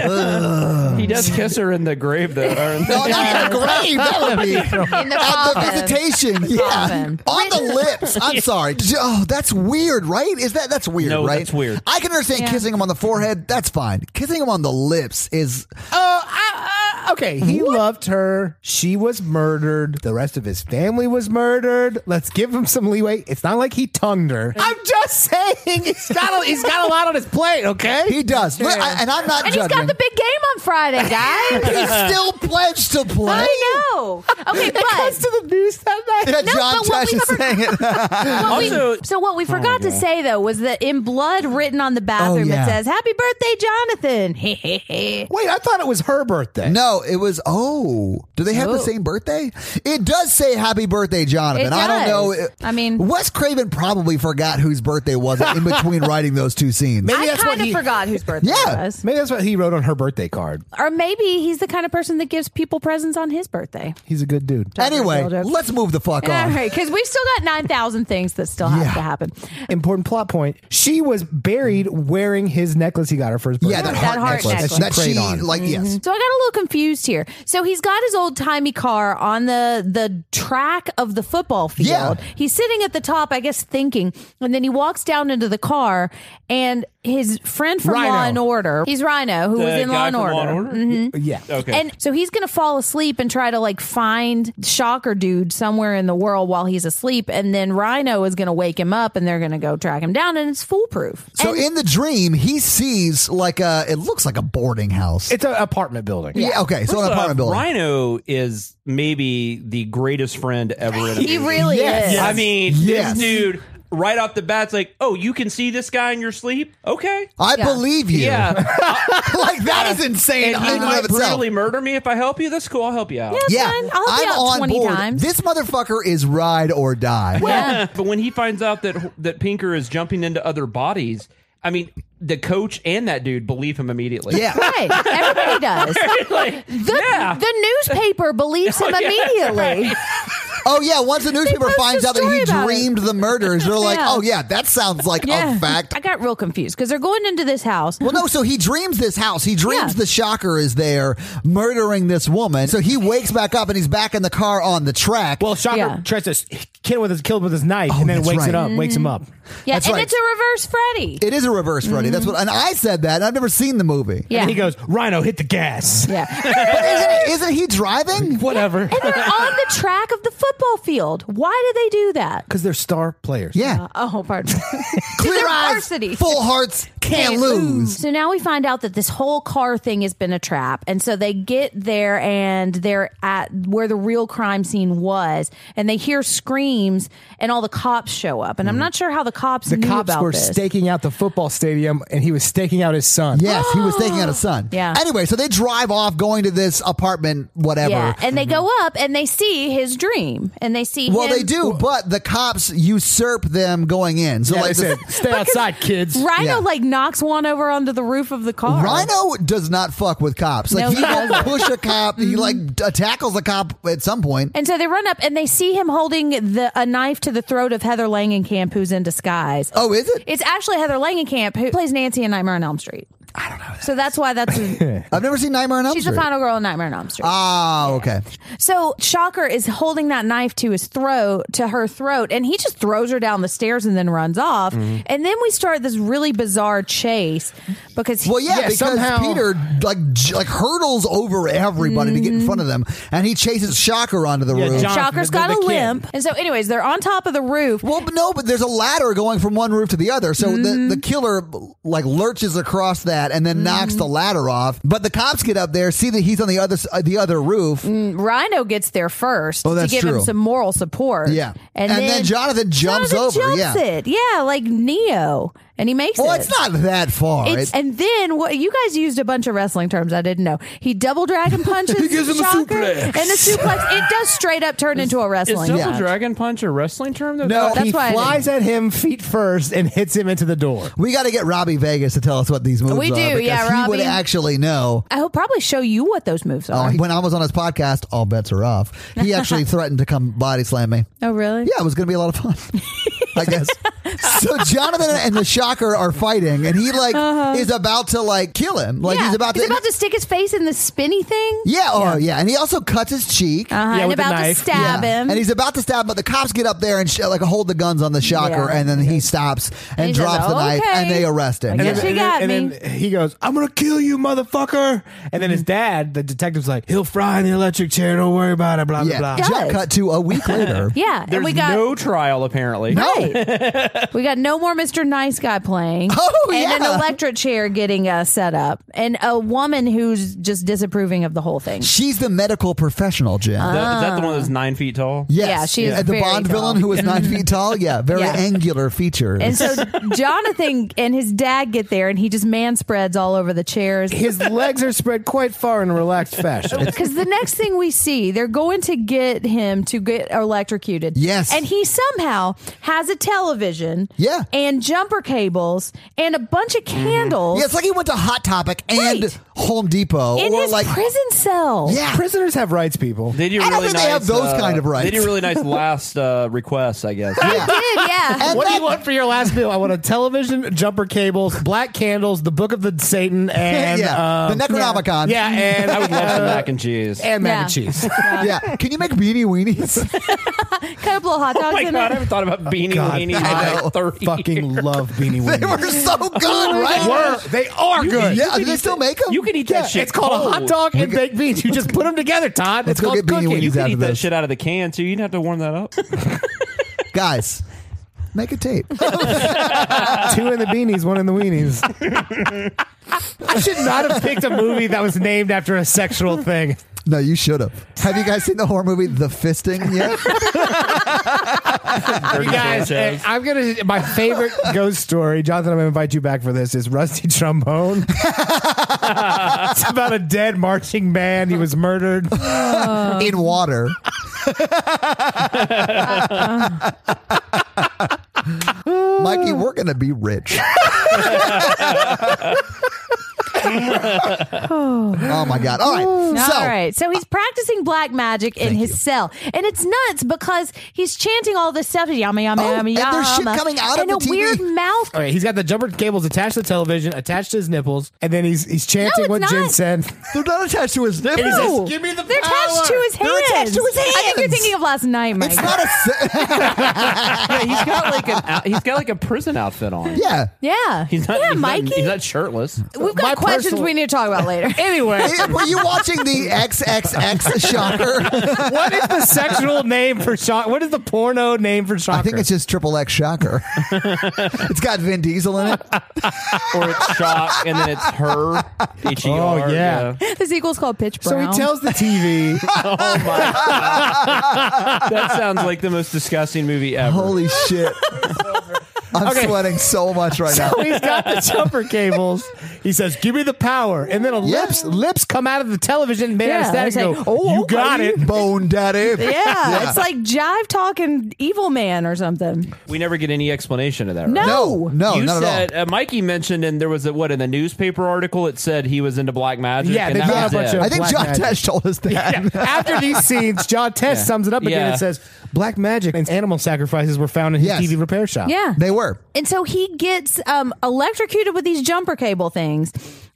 B: no.
D: he does kiss her in the grave though. or in the-
A: no, not in the grave. That would be
C: in the
A: at the
C: coffin.
A: visitation. Yeah,
C: Coffin.
A: on the lips. I'm sorry. J- Oh, that's weird, right? Is that that's weird,
D: No,
A: right?
D: that's weird.
A: I can understand
C: Yeah.
A: kissing him on the forehead. That's fine. Kissing him on the lips is
B: Uh, I, uh, okay. He loved her. She was murdered. The rest of his family was murdered. Let's give him some leeway. It's not like he tongued her. I'm just saying he's got a, he's got a lot on his plate. Okay.
A: he does, Look, I- and I'm not
C: and he's
A: judging.
C: got the big game on Friday, guys.
A: He's still pledged to play.
C: I know. Okay,
B: Comes
C: but
B: to the news that night.
A: Yeah,
C: No,
A: John
C: but what
A: Tesh
C: we
A: is saying Oh, it.
C: what we-
D: Also-
C: so what we forgot to say though was that in blood written on the bathroom
A: Oh, yeah.
C: it says "Happy birthday, Jonathan."
B: Wait, I thought it was her birthday.
A: no, it was. Oh, do they have the
C: Oh.
A: same birthday? It does say "Happy Birthday, Jonathan."
C: It
A: I don't
C: does.
A: know.
C: I mean-
A: Wes Craven probably forgot whose birthday was it in between writing those two scenes.
B: Maybe
C: I
B: that's what
C: kind of
B: he-
C: forgot whose birthday
A: Yeah.
C: it was,
B: Maybe that's what he wrote on her birthday card.
C: or maybe he's the kind of person that gives people presents on his birthday.
B: He's a good dude.
A: Anyway,
C: Joke, joke, joke.
A: let's move the fuck
C: All
A: on.
C: right, because we've still got nine thousand things that still have
A: Yeah.
C: to happen.
B: Important plot point. She was buried wearing his necklace he got her first.
A: Yeah, that,
C: That Mm-hmm.
A: heart,
C: heart
A: necklace,
C: necklace.
A: that she,
B: Prayed on.
A: like yes.
C: So I got a little confused here. So he's got his old timey car on the the track of the football field.
A: Yeah.
C: He's sitting at the top, I guess, thinking, and then he walks down into the car, and his friend from
B: Rhino.
C: Law and Order, he's Rhino, who was
D: The
C: in Law
D: guy
C: and
D: from
C: Order. Mm-hmm.
D: Law and Order?
B: yeah.
D: Okay.
C: And so he's going to fall asleep and try to like find Shocker Dude somewhere in the world while he's asleep. And then Rhino is going to wake him up and they're going to go track him down. And it's foolproof.
A: So
C: And-
A: in the dream, he sees like a. It looks like a boarding house.
B: It's an apartment building.
A: yeah. Okay. So an
D: First
A: apartment
D: off,
A: building.
D: Rhino is maybe the greatest friend ever in a
C: he
D: movie.
C: really
A: Yes.
C: is.
A: Yes.
D: I mean,
A: Yes.
D: this dude right off the bat's like, "Oh, you can see this guy in your sleep? Okay,
A: I
C: Yeah.
A: believe you.
D: yeah."
A: like that is insane.
D: and
A: in
D: he
A: and of
D: might
A: itself.
D: brutally murder me if I help you. That's cool. I'll help you out.
C: Yeah.
A: yeah,
C: Son, I'll help you
A: I'm
C: out
A: on
C: 20
A: board.
C: times.
A: This motherfucker is ride or die.
C: Yeah.
D: But when he finds out that that Pinker is jumping into other bodies, I mean, the coach and that dude believe him immediately.
A: Yeah.
C: Right. Everybody does.
D: like,
C: The,
D: yeah.
C: the newspaper believes him immediately.
A: Oh yeah. Once the newspaper
C: post
A: finds
C: a
A: out that
C: story
A: he
C: about it.
A: dreamed the murders, they're like,
C: Yeah.
A: "Oh yeah, that sounds like a fact."
C: I got real confused because they're going into this house.
A: Well, no, so he dreams this house. He dreams
C: Yeah.
A: the shocker is there murdering this woman. So he wakes back up and he's back in the car on the track.
B: Well, Shocker
C: Yeah.
B: tries to s- kill with his killed with his knife, and then
A: that's
B: wakes
A: right.
B: it up, wakes him up.
C: Mm-hmm. yeah,
A: that's
C: and
A: right.
C: it's a reverse Freddy.
A: It is a reverse Freddy. That's what, and I said that. And I've never seen the movie.
C: yeah.
B: And he goes, Rhino, hit the gas.
C: yeah.
A: But isn't, isn't he driving?
B: Whatever.
C: and they're on the track of the football field. Why do they do that?
B: Because they're star players.
A: Yeah.
C: Oh, pardon.
A: Clear
C: they're
A: eyes,
C: varsity.
A: full hearts, can't,
C: Can't
A: lose.
C: So now we find out that this whole car thing has been a trap. And so they get there and they're at where the real crime scene was and they hear screams and all the cops show up.
A: Mm.
C: And I'm not sure how the cops
B: The
C: knew
B: cops
C: about
B: were
C: this.
B: staking out the football stadium, and he was staking out his son.
A: Yes, he was taking out a son.
C: Oh. Yeah.
A: Anyway, so they drive off going to this apartment, whatever.
C: Yeah, and they go up and they see his dream and they see
A: well,
C: him-
A: they do, but the cops usurp them going in. So,
B: Yeah, they
A: like,
B: said,
A: the,
B: stay outside, kids.
C: Rhino
A: Yeah.
C: like knocks one over onto the roof of the car.
A: Rhino does not fuck with cops. Like
C: No,
A: he
C: he
A: will
C: doesn't. Mm-hmm.
A: push a cop. He like t- tackles a cop at some point.
C: And so they run up and they see him holding the a knife to the throat of Heather Langenkamp who's in disguise.
A: Oh, is it?
C: It's actually Heather Langenkamp who plays Nancy in Nightmare on Elm Street.
A: I don't know.
C: So that's why that's
A: I've never seen Nightmare on Elm
C: she's the
A: Street.
C: final girl in Nightmare on Elm Street.
A: Ah, okay.
C: So Shocker is holding that knife to his throat, to her throat, and he just throws her down the stairs and then runs off.
A: Mm-hmm.
C: And then we start this really bizarre chase because he,
A: Well, yeah,
B: Yeah,
A: because
B: somehow-
A: Peter like j- like hurdles over everybody to get in front of them, and he chases Shocker onto the
B: Yeah,
A: roof.
B: John-
C: Shocker's
B: the-
C: got
B: the
C: a
B: kid.
C: limp. And so, anyways, they're on top of the roof.
A: well, but no, but there's a ladder going from one roof to the other, so
C: Mm-hmm.
A: the, the killer like lurches across that and then knocks
C: Mm-hmm.
A: the ladder off. But the cops get up there, see that he's on the other s- uh, the other roof.
C: Mm. Rhino gets there first
A: Oh,
C: to
A: that's
C: give him
A: true.
C: some moral support.
A: Yeah,
C: and, then,
A: Jonathan jumps
C: Jonathan
A: over.
C: jumps
A: yeah,
C: it. Yeah, like Neo, and he makes
A: well,
C: it.
A: it's not that far.
C: It's-
A: It's-
C: and then what you guys used a bunch of wrestling terms I didn't know. He double dragon punches.
A: He gives him a
C: Shocker,
A: suplex.
C: and a suplex. It does straight up turn into a
D: Is
C: wrestling.
D: double
C: match.
D: dragon punch a wrestling term? though?
A: No,
D: Fuck.
C: That's
B: he
C: why I
B: flies at him feet first and hits him into the door.
A: we got to get Robbie Vegas to tell us what these moves
C: We
A: are.
C: do,
A: because
C: yeah,
A: he would
C: Robbie.
A: actually know.
C: I will probably show you what those moves
A: Oh,
C: are.
A: he- when I was on his podcast, all bets are off. He actually threatened to come body slam me.
C: Oh, really?
A: Yeah, it was going to be a lot of fun. I guess. So Jonathan and the Shocker are fighting, and he like is about to like kill him. Like
C: Uh-huh. Yeah.
A: he's about to.
C: stick his face in the spinny thing.
A: yeah, oh yeah, and he also cuts his cheek.
C: Uh-huh,
B: Yeah,
C: and
B: with the
C: about to
B: knife.
C: stab
A: Yeah.
C: him.
A: And he's about to stab, but the cops get up there and sh- like hold the guns on the shocker,
C: Yeah.
A: and then he stops and
C: he says,
A: drops the knife,
C: "Okay."
A: and they arrest him.
C: I guess
A: Yeah.
C: he got
B: and
C: me. Mm-hmm.
B: then he goes, "I'm gonna kill you, motherfucker!" And then his dad, the detective's like, "He'll fry in the electric chair. Don't worry about it." Blah blah
A: Yeah,
B: blah.
C: Yeah.
A: jump
C: Does.
A: cut to a week later.
C: yeah, and
D: There's
C: we got
D: no trial apparently.
C: Right. we got no more Mr. Nice Guy playing.
A: Oh,
C: and an
A: yeah.
C: electric chair getting uh, set up, and a woman who's just disapproving of the whole thing.
A: She's the medical professional, Jim.
D: Is that- is that the one that's nine feet tall?
A: Yes.
C: Uh, Yeah, she is
A: And the
C: very
A: Bond
C: tall.
A: villain who was nine feet tall. Yeah, very
C: Yeah.
A: angular features.
C: And so Jonathan and his dad get there, and he just man spreads all over the chairs.
B: His legs are spread quite far in a relaxed fashion.
C: Because the next thing we see, they're going to get him to get electrocuted.
A: Yes.
C: And he somehow has a television.
A: Yeah. Mm-hmm.
C: And jumper cables and a bunch of candles
A: yeah, it's like he went to Hot Topic and
C: Right.
A: Home Depot,
C: in
A: or
C: his
A: like
C: prison cell.
A: yeah,
B: Prisoners have rights, people.
D: They do
A: I don't
D: really
A: think
D: nice,
A: they have those
D: uh,
A: kind of rights.
D: They do really nice last uh, requests, I guess.
A: yeah.
C: Did, yeah.
A: And
B: What do you
A: that-
B: want for your last meal? I want a television, jumper cables, black candles, the Book of the Satan, and
A: yeah,
B: um,
A: the Necronomicon.
B: yeah, and
D: I would love some
B: uh,
D: mac and cheese.
B: and mac
C: Yeah.
B: and cheese.
A: yeah. Can you make beanie weenies?
C: Cut a blow hot dogs
D: Oh my
C: in
D: god, I
C: it.
D: haven't thought about beanie
B: God,
D: weenie in
A: I
D: like
A: know.
D: 30
B: Fucking love beanie
A: they
B: weenies.
A: were so
C: Oh
A: good, right?
B: Were- they are good.
A: Yeah, do they still make them?
D: You can eat
B: Yeah, oh.
D: that shit.
B: it's called a hot
D: cold.
B: dog and baked beans. You just put them together, Todd.
A: Let's
B: It's
A: go get
B: called
A: beanie
B: cooking.
A: weenies
D: You could
A: out
D: eat
A: of
D: that
A: this.
D: shit out of the can too. You'd have to warm that up.
A: guys. Make a tape.
B: Two in the beanies, one in the weenies. I should not have picked a movie that was named after a sexual thing.
A: no, you should have. Have you guys seen the horror movie The Fisting yet?
D: Dirty
B: You guys,
D: Sanchez.
B: I'm gonna. My favorite ghost story, Jonathan. I'm gonna invite you back for this. Is Rusty Trombone? it's about a dead marching man. He was murdered.
A: In water. Mikey, we're gonna be rich. oh my god! All right, so
C: all right. So he's practicing black magic in his cell. And it's nuts because he's chanting all this stuff. Yama, yama,
A: Oh,
C: yama,
A: and
C: yama.
A: there's shit coming out of
C: and
A: the
C: a
A: TV.
C: weird mouth.
B: All right, he's got the jumper cables attached to the television, attached to his nipples, and then he's he's chanting
C: it's
B: what Jin
C: not.
B: said.
A: they're not attached to his nipple.
B: is
C: No.
B: "Give me the
C: They're attached
B: power."
C: to his hands.
A: They're attached to his
C: I think you're
A: hands.
C: thinking of last night, Mike.
A: It's not a. se-
D: Yeah, he's got like an out, he's got like a prison outfit on.
A: yeah,
C: yeah.
D: He's not,
C: yeah,
D: he's
C: Mikey.
D: Not, he's not shirtless.
C: We've got
B: My
C: questions
B: personal-
C: we need to talk about later.
B: Anyway,
A: It- were you watching the XXX Shocker?
B: what is the sexual name for shock? What is the porno name for shocker?
A: I think it's just Triple X Shocker. it's got Vin Diesel in it.
D: Or it's shock and then it's her. E H-E-R,
B: Oh, yeah.
C: the sequel's called Pitch
B: so
C: Brown.
B: he tells the TV.
D: That sounds like the most disgusting movie ever.
A: Holy shit! I'm
B: Okay.
A: sweating so much right now.
B: So he's got the jumper cables. He says, "Give me the power," and then a
A: Yeah.
B: lips lips come out of the television. Man,
C: Yeah,
B: yeah, static
C: it's like,
B: and go,
C: "Oh,
B: you got
C: okay."
B: it."
A: Bone Daddy.
C: yeah, it's like jive talking evil man or something.
D: We never get any explanation of that. Right?
C: No.
A: No, no,
D: you
A: not
D: said
A: at
D: Uh, Mikey mentioned, and there was a, what in the newspaper article it said he was into black magic.
B: Yeah,
D: and
B: they brought
D: that was
B: a bunch
D: it.
A: all.
B: of-
A: I think
B: Black
A: John
B: Magic.
A: Tesh told us that.
B: After these scenes, John Tess sums it up again
D: Yeah.
B: and says, "Black magic and animal sacrifices were found in his
A: Yes.
B: TV repair shop."
C: Yeah.
A: They were.
C: And so he gets um, electrocuted with these jumper cable things.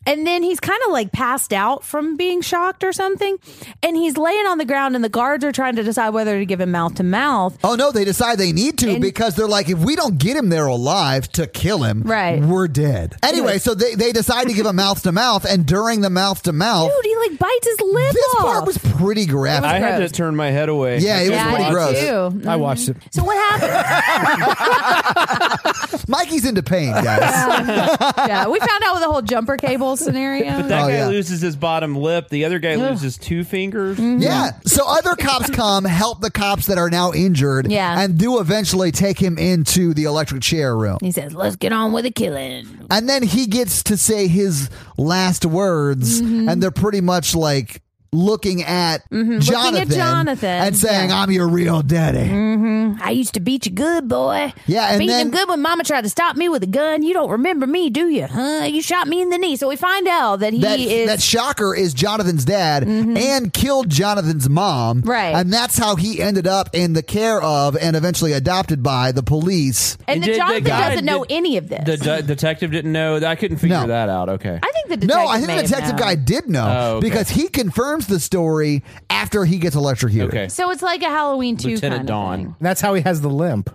C: And then he's kind of like passed out from being shocked or something. And he's laying on the ground, and the guards are trying to decide whether to give him mouth to mouth.
A: Oh no, they decide they need to
C: And-
A: because they're like, if we don't get him there alive to kill him,
C: Right.
A: we're dead. Anyway, so they, they decide to give him mouth to mouth, and during the mouth to mouth,
C: Dude, he like bites his lip
A: this
C: off.
A: part was pretty graphic.
D: I had to
C: gross.
D: turn my head away.
A: Yeah, it was
C: yeah,
A: pretty
C: I did
A: gross.
C: too.
B: I watched it.
C: So what happened?
A: Mikey's into pain, guys.
C: yeah, we found out with the whole jumper cable scenario.
D: But that
A: Oh,
D: guy
A: yeah.
D: loses his bottom lip. The other guy loses two fingers.
A: yeah. So other cops come, help the cops that are now injured,
C: Yeah.
A: and do eventually take him into the electric chair room.
C: he says, "Let's get on with the killing."
A: And then he gets to say his last words,
C: Mm-hmm.
A: and they're pretty much like looking at Jonathan,
C: Jonathan, Mm-hmm.
A: and saying, "I'm your real daddy."
C: I used to beat you good, boy.
A: Yeah, and
C: beat
A: then-
C: him good when Mama tried to stop me with a gun. You don't remember me, do you? Huh? You shot me in the knee. So we find out that he
A: That
C: is Mm-hmm.
A: that shocker is Jonathan's dad and killed Jonathan's mom,
C: Right.
A: And that's how he ended up in the care of and eventually adopted by the police.
C: and the
D: Did the
C: Jonathan
D: guy-
C: doesn't know
D: did-
C: any of this.
D: The de- detective didn't know. I couldn't figure
A: No.
D: that out. Okay.
C: I think the detective
A: No, I think
C: may
A: the
C: have
A: detective
C: known.
A: guy did know
D: Oh, okay.
A: because he confirms the story after he gets electrocuted.
D: okay.
C: So it's like a Halloween two
D: Lieutenant
C: kind
D: Dawn.
C: of thing.
B: That's how he has the limp.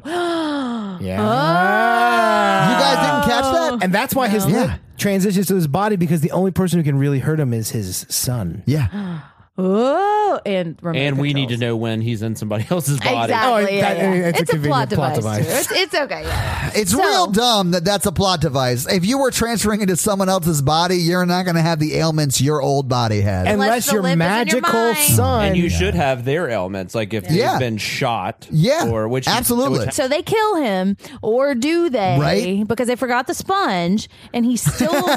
A: You
B: yeah.
A: guys didn't catch
C: Oh.
A: that?
B: And that's why his
A: Yeah.
B: lip transitions to his body because the only person who can really hurt him is his son.
A: yeah.
C: Oh, and remote
D: and we need to
C: controls.
D: know when he's in somebody else's body.
C: Exactly.
B: Oh,
C: yeah,
B: that-
C: yeah.
B: it's a
C: It's, a, plot
B: convenient plot
C: device.
B: device.
C: too. It's, it's okay. Yeah.
A: It's
C: So-
A: real dumb that that's a plot device. If you were transferring into someone else's body, you're not going to have the ailments your old body had.
B: Unless,
C: the
B: your
C: lip is in your
B: magical
C: mind.
B: son.
D: And you should have their elements, like if
A: Yeah.
D: they've been shot.
A: Yeah,
D: Or which
A: absolutely.
C: So they kill him, or do they?
A: Right.
C: Because they forgot the sponge, and he's still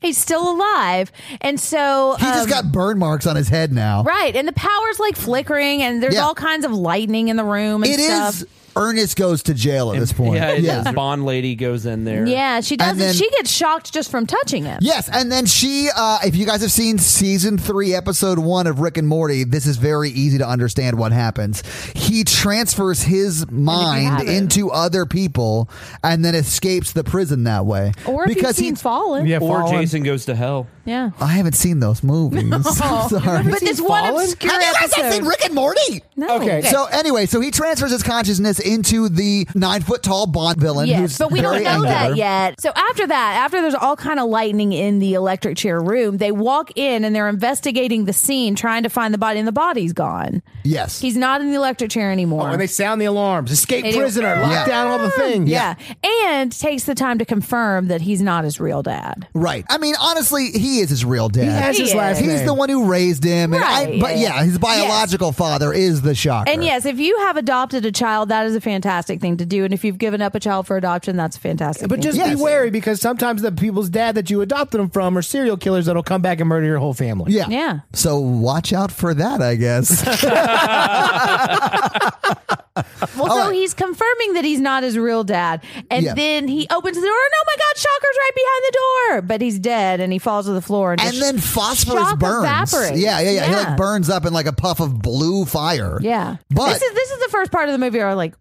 C: he's still alive. And so um,
A: he just got burn marks on his head now.
C: right, and the power's like flickering, and there's
A: Yeah.
C: all kinds of lightning in the room. And
A: It
C: stuff.
A: is Ernest goes to jail at this point.
D: Yeah,
A: yeah.
D: yeah. Bond lady goes in there.
C: Yeah, she doesn't.
A: And then-
C: she gets shocked just from touching him.
A: Yes, and then she, uh, if you guys have seen season three, episode one of Rick and Morty, this is very easy to understand what happens. He transfers his mind
C: haven't-
A: into other people and then escapes the prison that way.
C: Or if you've
A: he,
C: seen Fallen.
B: Yeah,
D: Or
B: fallen.
D: Jason goes to hell.
C: Yeah.
A: I haven't seen those movies. I'm sorry.
C: But this one
B: Fallen?
C: obscure
A: have you guys not
C: episode.
A: seen Rick and Morty?
C: No.
B: Okay,
A: So anyway, so he transfers his consciousness into the nine foot tall Bond villain. who's
C: Yes, but we don't
A: very
C: know
A: angular.
C: that yet. So after that, after there's all kind of lightning in the electric chair room, they walk in and they're investigating the scene, trying to find the body, and the body's gone.
A: Yes,
C: He's not in the electric chair anymore.
B: When Oh, they sound the alarms, escape
C: They do.
B: prisoner, lock
A: Yeah.
B: down all the things.
C: yeah. and takes the time to confirm that he's not his real dad.
A: right. I mean, honestly, he is his real dad.
B: He has
C: He
B: his last
A: He's
B: name.
A: the one who raised him. and I-
C: Right.
A: but yeah, his biological father is the shocker.
C: And yes, if you have adopted a child, that is a fantastic thing to do. And if you've given up a child for adoption, that's a fantastic.
B: But
C: thing
B: just
C: to do.
A: Yes.
B: be wary because sometimes the people's dad that you adopted them from are serial killers that'll come back and murder your whole family.
A: Yeah.
C: Yeah.
A: So watch out for that, I guess.
C: Well, so he's confirming that he's not his real dad. And
A: Yeah.
C: then he opens the door, and oh my God, Shocker's right behind the door. But he's dead, and he falls to the floor. And,
A: and
C: just-
A: then phosphorus
C: Shock
A: burns.
C: evaporates.
A: Yeah, yeah, yeah. He
C: Yeah.
A: like burns up in like a puff of blue fire.
C: Yeah.
A: But-
C: this is, this is the first part of the movie where I'm like,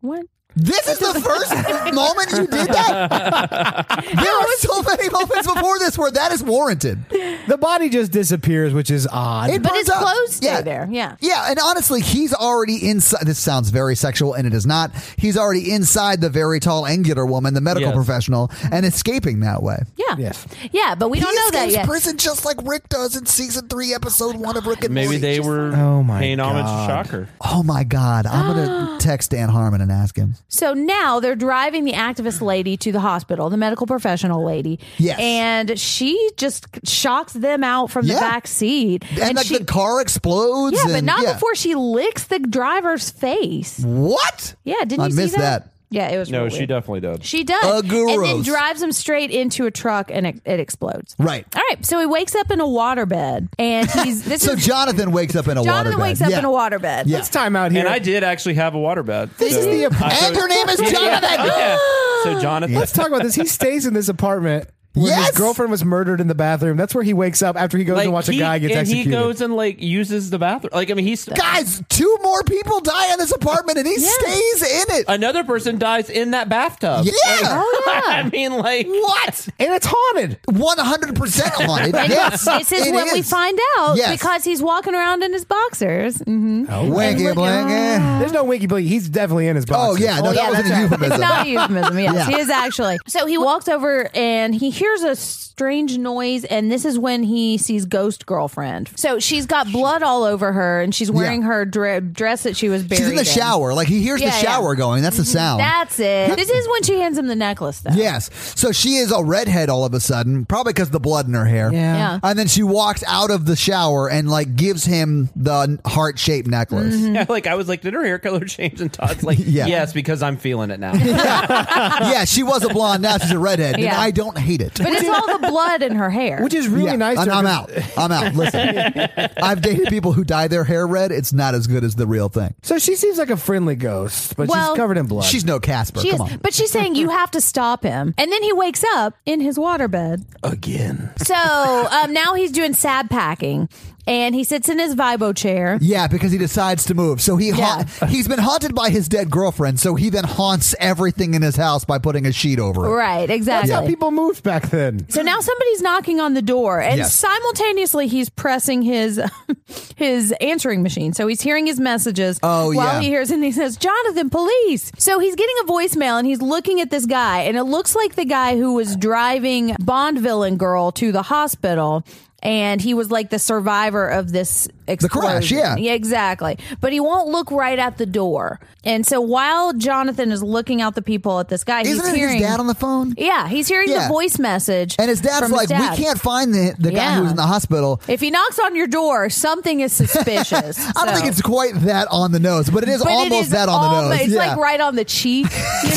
C: what?
A: This is the first moment you did that. There are so many moments before this where that is warranted.
B: The body just disappears, which is odd.
A: It
C: But
A: burns
C: his
A: up.
C: clothes stay
A: Yeah.
C: there. Yeah.
A: Yeah, and honestly, he's already inside. This sounds very sexual, and it is not. He's already inside the very tall, angular woman, the medical
D: Yes.
A: professional, and escaping that way.
C: Yeah.
B: Yes.
C: Yeah, but we
A: He
C: don't know that
A: escapes
C: yet.
A: prison just like Rick does in season three, episode one of Rick and
D: Maybe
A: Morty.
D: they
A: Just-
D: were
B: Oh my
D: paying homage
B: God.
D: to Shocker.
A: Oh my God! I'm gonna text Dan Harmon and ask him.
C: So now they're driving the activist lady to the hospital, the medical professional lady.
A: Yes.
C: And she just shocks them out from
A: Yeah.
C: the back seat.
A: And, like
C: she,
A: the car explodes.
C: yeah, but
A: and-
C: not
A: yeah.
C: before she licks the driver's face.
A: What?
C: Yeah, didn't
A: I
C: you
A: missed
C: see that?
A: that.
C: Yeah, it was.
D: No,
C: real
D: she
C: weird.
D: definitely did.
C: She does,
A: Uh,
C: and then
A: gross.
C: drives him straight into a truck, and it, it explodes.
A: Right.
C: All right, so he wakes up in a waterbed, and he's this
A: So
C: is
A: Jonathan wakes up in a
C: Jonathan
A: waterbed.
C: wakes up
A: Yeah.
C: in a waterbed.
A: Yeah.
B: It's time out here.
D: And I did actually have a waterbed.
B: This is the-
D: I-
A: And her name is Jonathan.
D: Yeah. So Jonathan.
B: Let's talk about this. He stays in this apartment When
A: Yes!
B: his girlfriend was murdered in the bathroom. That's where he wakes up after he goes and watch
D: he-
B: a guy gets
D: and
B: executed.
D: he goes and like uses the bathroom. Like I mean, he's
A: Guys, two more people die in this apartment and he stays in it.
D: another person dies in that bathtub.
A: Yeah.
C: Oh, yeah.
D: I mean, like
A: What?
B: and it's haunted.
A: 100% on it. yes.
C: This is
A: it
C: when we
A: is.
C: find out
A: Yes.
C: because he's walking around in his boxers. Mhm.
A: Wanky
C: look-
A: blanky.
B: There's no winky blinky. He's definitely in his
A: Oh,
B: box.
A: yeah. No, that
C: Oh, yeah,
A: wasn't a
C: that's right.
A: euphemism.
C: It's not a euphemism. Yes,
A: Yeah.
C: he is actually. So he walks over and he hears a strange noise, and this is when he sees Ghost Girlfriend. So she's got blood all over her, and she's wearing
A: Yeah.
C: her dre- dress that she was buried.
A: She's in the shower. Like he hears
C: Yeah,
A: the
C: yeah.
A: shower going. That's the sound.
C: That's it. This is when she hands him the necklace, though.
A: Yes. So she is a redhead all of a sudden, probably because the blood in her hair.
B: Yeah.
C: Yeah.
A: And then she walks out of the shower and like gives him the heart shaped necklace.
C: Mm-hmm.
D: Yeah, like I was like, did her hair color change? And Todd's like,
A: Yeah.
D: yes, because I'm feeling it now.
A: yeah, she was a blonde. Now she's a redhead, and
C: Yeah.
A: I don't hate it.
C: But it's all the blood in her hair.
B: Which is really
A: Yeah,
B: nice.
A: and
B: to
A: I'm out. I'm out. Listen, I've dated people who dye their hair red. It's not as good as the real thing.
B: So she seems like a friendly ghost, but
C: Well,
B: she's covered in blood.
A: She's no Casper.
C: she is,
A: Come on.
C: but she's saying you have to stop him, and then he wakes up in his waterbed.
D: Again.
C: So um, now he's doing sad packing, and he sits in his vibo chair.
A: Yeah, because he decides to move. So he
C: Yeah.
A: haunt, he's been haunted by his dead girlfriend. So he then haunts everything in his house by putting a sheet over it.
C: Right,
B: That's
C: exactly.
B: how people moved back then.
C: So now somebody's knocking on the door, and
A: Yes.
C: simultaneously he's pressing his his answering machine. So he's hearing his messages
A: Oh,
C: while
A: yeah.
C: he hears, and he says, "Jonathan, police!" So he's getting a voicemail, and he's looking at this guy, and it looks like the guy who was driving Bond villain girl to the hospital. And he was like the survivor of this explosion.
A: crash, yeah.
C: yeah, exactly. But he won't look right at the door. And so while Jonathan is looking out the people at this guy,
A: Isn't
C: he's
A: it
C: hearing
A: his dad on the phone?
C: yeah, he's hearing
A: Yeah.
C: the voice message.
A: And his dad's
C: from
A: like,
C: dad.
A: we can't find the, the guy
C: Yeah.
A: who was in the hospital.
C: If he knocks on your door, something is suspicious.
A: I don't
C: So-
A: think it's quite that on the nose, but it is
C: But it
A: almost
C: is
A: that on the
C: almost-
A: nose.
C: It's
A: yeah.
C: like right on the cheek, you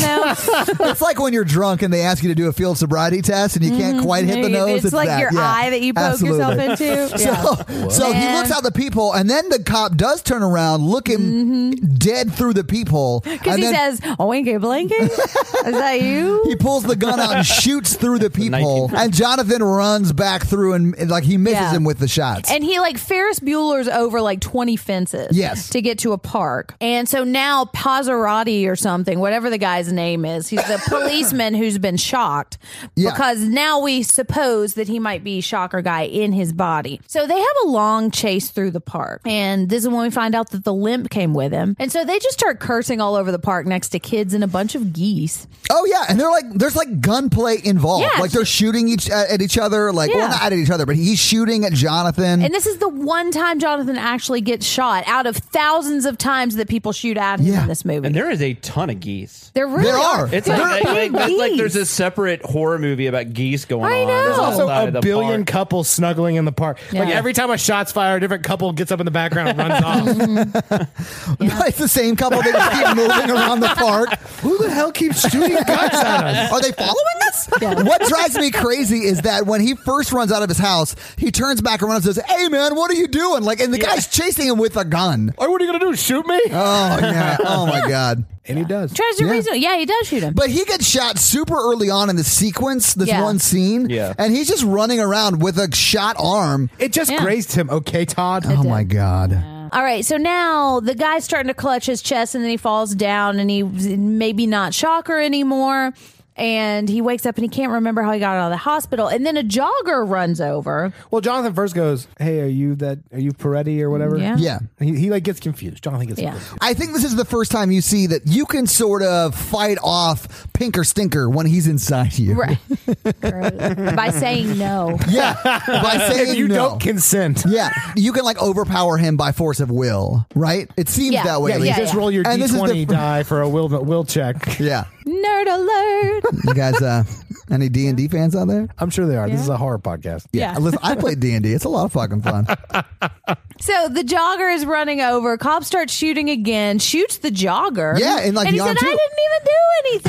C: know?
A: It's like when you're drunk and they ask you to do a field sobriety test and you can't quite hit the nose.
C: Mm-hmm. it's, like
A: that.
C: your
A: Yeah.
C: eye that you poke
A: Absolutely.
C: yourself into. Yeah.
A: So, so he
C: Yeah.
A: looks out the people, and then the cop does turn around, looking dead through the people,
C: Because
A: and
C: Mm-hmm. he
A: then
C: says, "Oh, ain't gay blanket? Is that you?"
A: he pulls the gun out and shoots through the people. And Jonathan runs back through, and and, like he misses
C: Yeah.
A: him with the shots.
C: And he like Ferris Bueller's over like twenty fences,
A: Yes.
C: to get to a park. And so now Pazzarotti or something, whatever the guy's name is, he's the policeman who's been shocked
A: Yeah.
C: because now we suppose that he might be Shocker Guy in his body. So they have a long chase through the park, and this is when we find out that the limp came with him. And so they just start cursing all over the park next to kids and a bunch of geese.
A: oh yeah, and they're like, there's like gunplay involved.
C: Yeah.
A: Like they're shooting each at, at each other. Like well,
C: Yeah.
A: not at each other, but he's shooting at Jonathan.
C: And this is the one time Jonathan actually gets shot out of thousands of times that people shoot at him
A: Yeah.
C: in this movie.
D: And there is a ton of geese.
C: There really
A: There are.
D: It's
C: There
D: like, like,
C: are big
D: like, that's like there's a
C: geese.
D: separate horror movie about geese going
C: I
D: on.
C: know.
D: outside
B: Also,
D: of
B: a
D: the
B: billion
D: park.
B: couples snuggling in the park. Like
C: Yeah.
B: every time a shot's fired, a different couple gets up in the background and runs off.
A: it's the same couple. They just keep moving around the park.
B: Who the hell keeps shooting guns at us?
A: Are they following us? What drives me crazy is that when he first runs out of his house, he turns back around and says, "Hey, man, what are you doing?" Like, and the guy's chasing him with a gun.
B: Oh, what are you gonna do? Shoot me?
A: Oh yeah. Oh my god.
B: and he does.
C: Tries to
A: Yeah.
C: reason. Yeah, he does shoot him.
A: But he gets shot super early on in the sequence, this
C: Yeah.
A: one scene.
D: Yeah.
A: And he's just running around with a shot arm.
B: It just
C: Yeah.
B: grazed him. Okay, Todd.
A: Oh my god.
C: All right, so now the guy's starting to clutch his chest, and then he falls down, and he maybe not shocker anymore. And he wakes up and he can't remember how he got out of the hospital. And then a jogger runs over.
B: Well, Jonathan first goes, "Hey, are you that? Are you Peretti or whatever?"
C: Yeah.
A: Yeah.
B: He, he like gets confused. Jonathan gets
C: Yeah.
B: confused.
A: I think this is the first time you see that you can sort of fight off Pink or Stinker when he's inside you.
C: Right. By saying no.
A: Yeah. By saying
B: If you
A: no.
B: don't consent,
A: Yeah, you can like overpower him by force of will, right? It seems
C: Yeah.
A: that way.
B: yeah,
A: at
B: you
A: least.
B: just roll your
A: And
B: d
A: this is the
B: twenty
A: fir-
B: die for a will will check.
A: yeah.
C: Nerd alert.
A: You guys, uh, any D and D fans out there?
B: I'm sure they are. This is a horror podcast.
C: Yeah.
A: Listen, I played D and D. It's a lot of fucking fun.
C: So the jogger is running over. Cop starts shooting again, shoots the jogger.
A: Yeah, and, like,
C: and he
A: the arm
C: said,
A: too.
C: I didn't even do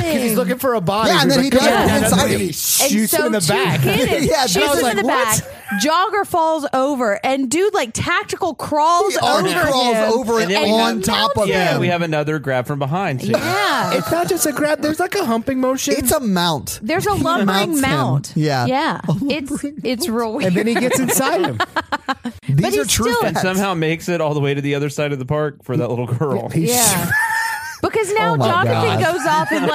C: anything.
B: He's looking for a body.
A: Yeah, and
B: He's
A: then he
B: like,
A: does
B: "Yeah,
A: it
B: that's
A: inside
B: it."
A: him.
B: He shoots him in the
C: two
B: back.
C: Kids,
A: Yeah,
C: yeah,
A: I
C: shoots
A: was
C: him
A: like,
C: in the
A: what?
C: back. Jogger falls over, and dude like tactical crawls
A: He
C: over
A: arm crawls
C: him.
A: over and,
D: And then we
A: on
C: have-
A: top of
D: yeah,
A: him.
D: we have another grab from behind. too.
C: Yeah,
B: It's not just a grab. There's like a humping motion.
A: it's a mount.
C: there's a lumbering
A: mounts him.
C: mount.
A: Yeah.
C: yeah, it's it's real weird.
B: and then he gets inside him.
A: These
C: but
A: are
C: he's
A: true
C: still-
A: facts.
D: And somehow makes it all the way to the other side of the park for that little girl.
B: He
C: yeah. Because now
A: Oh my
C: Jonathan
A: God.
C: goes off and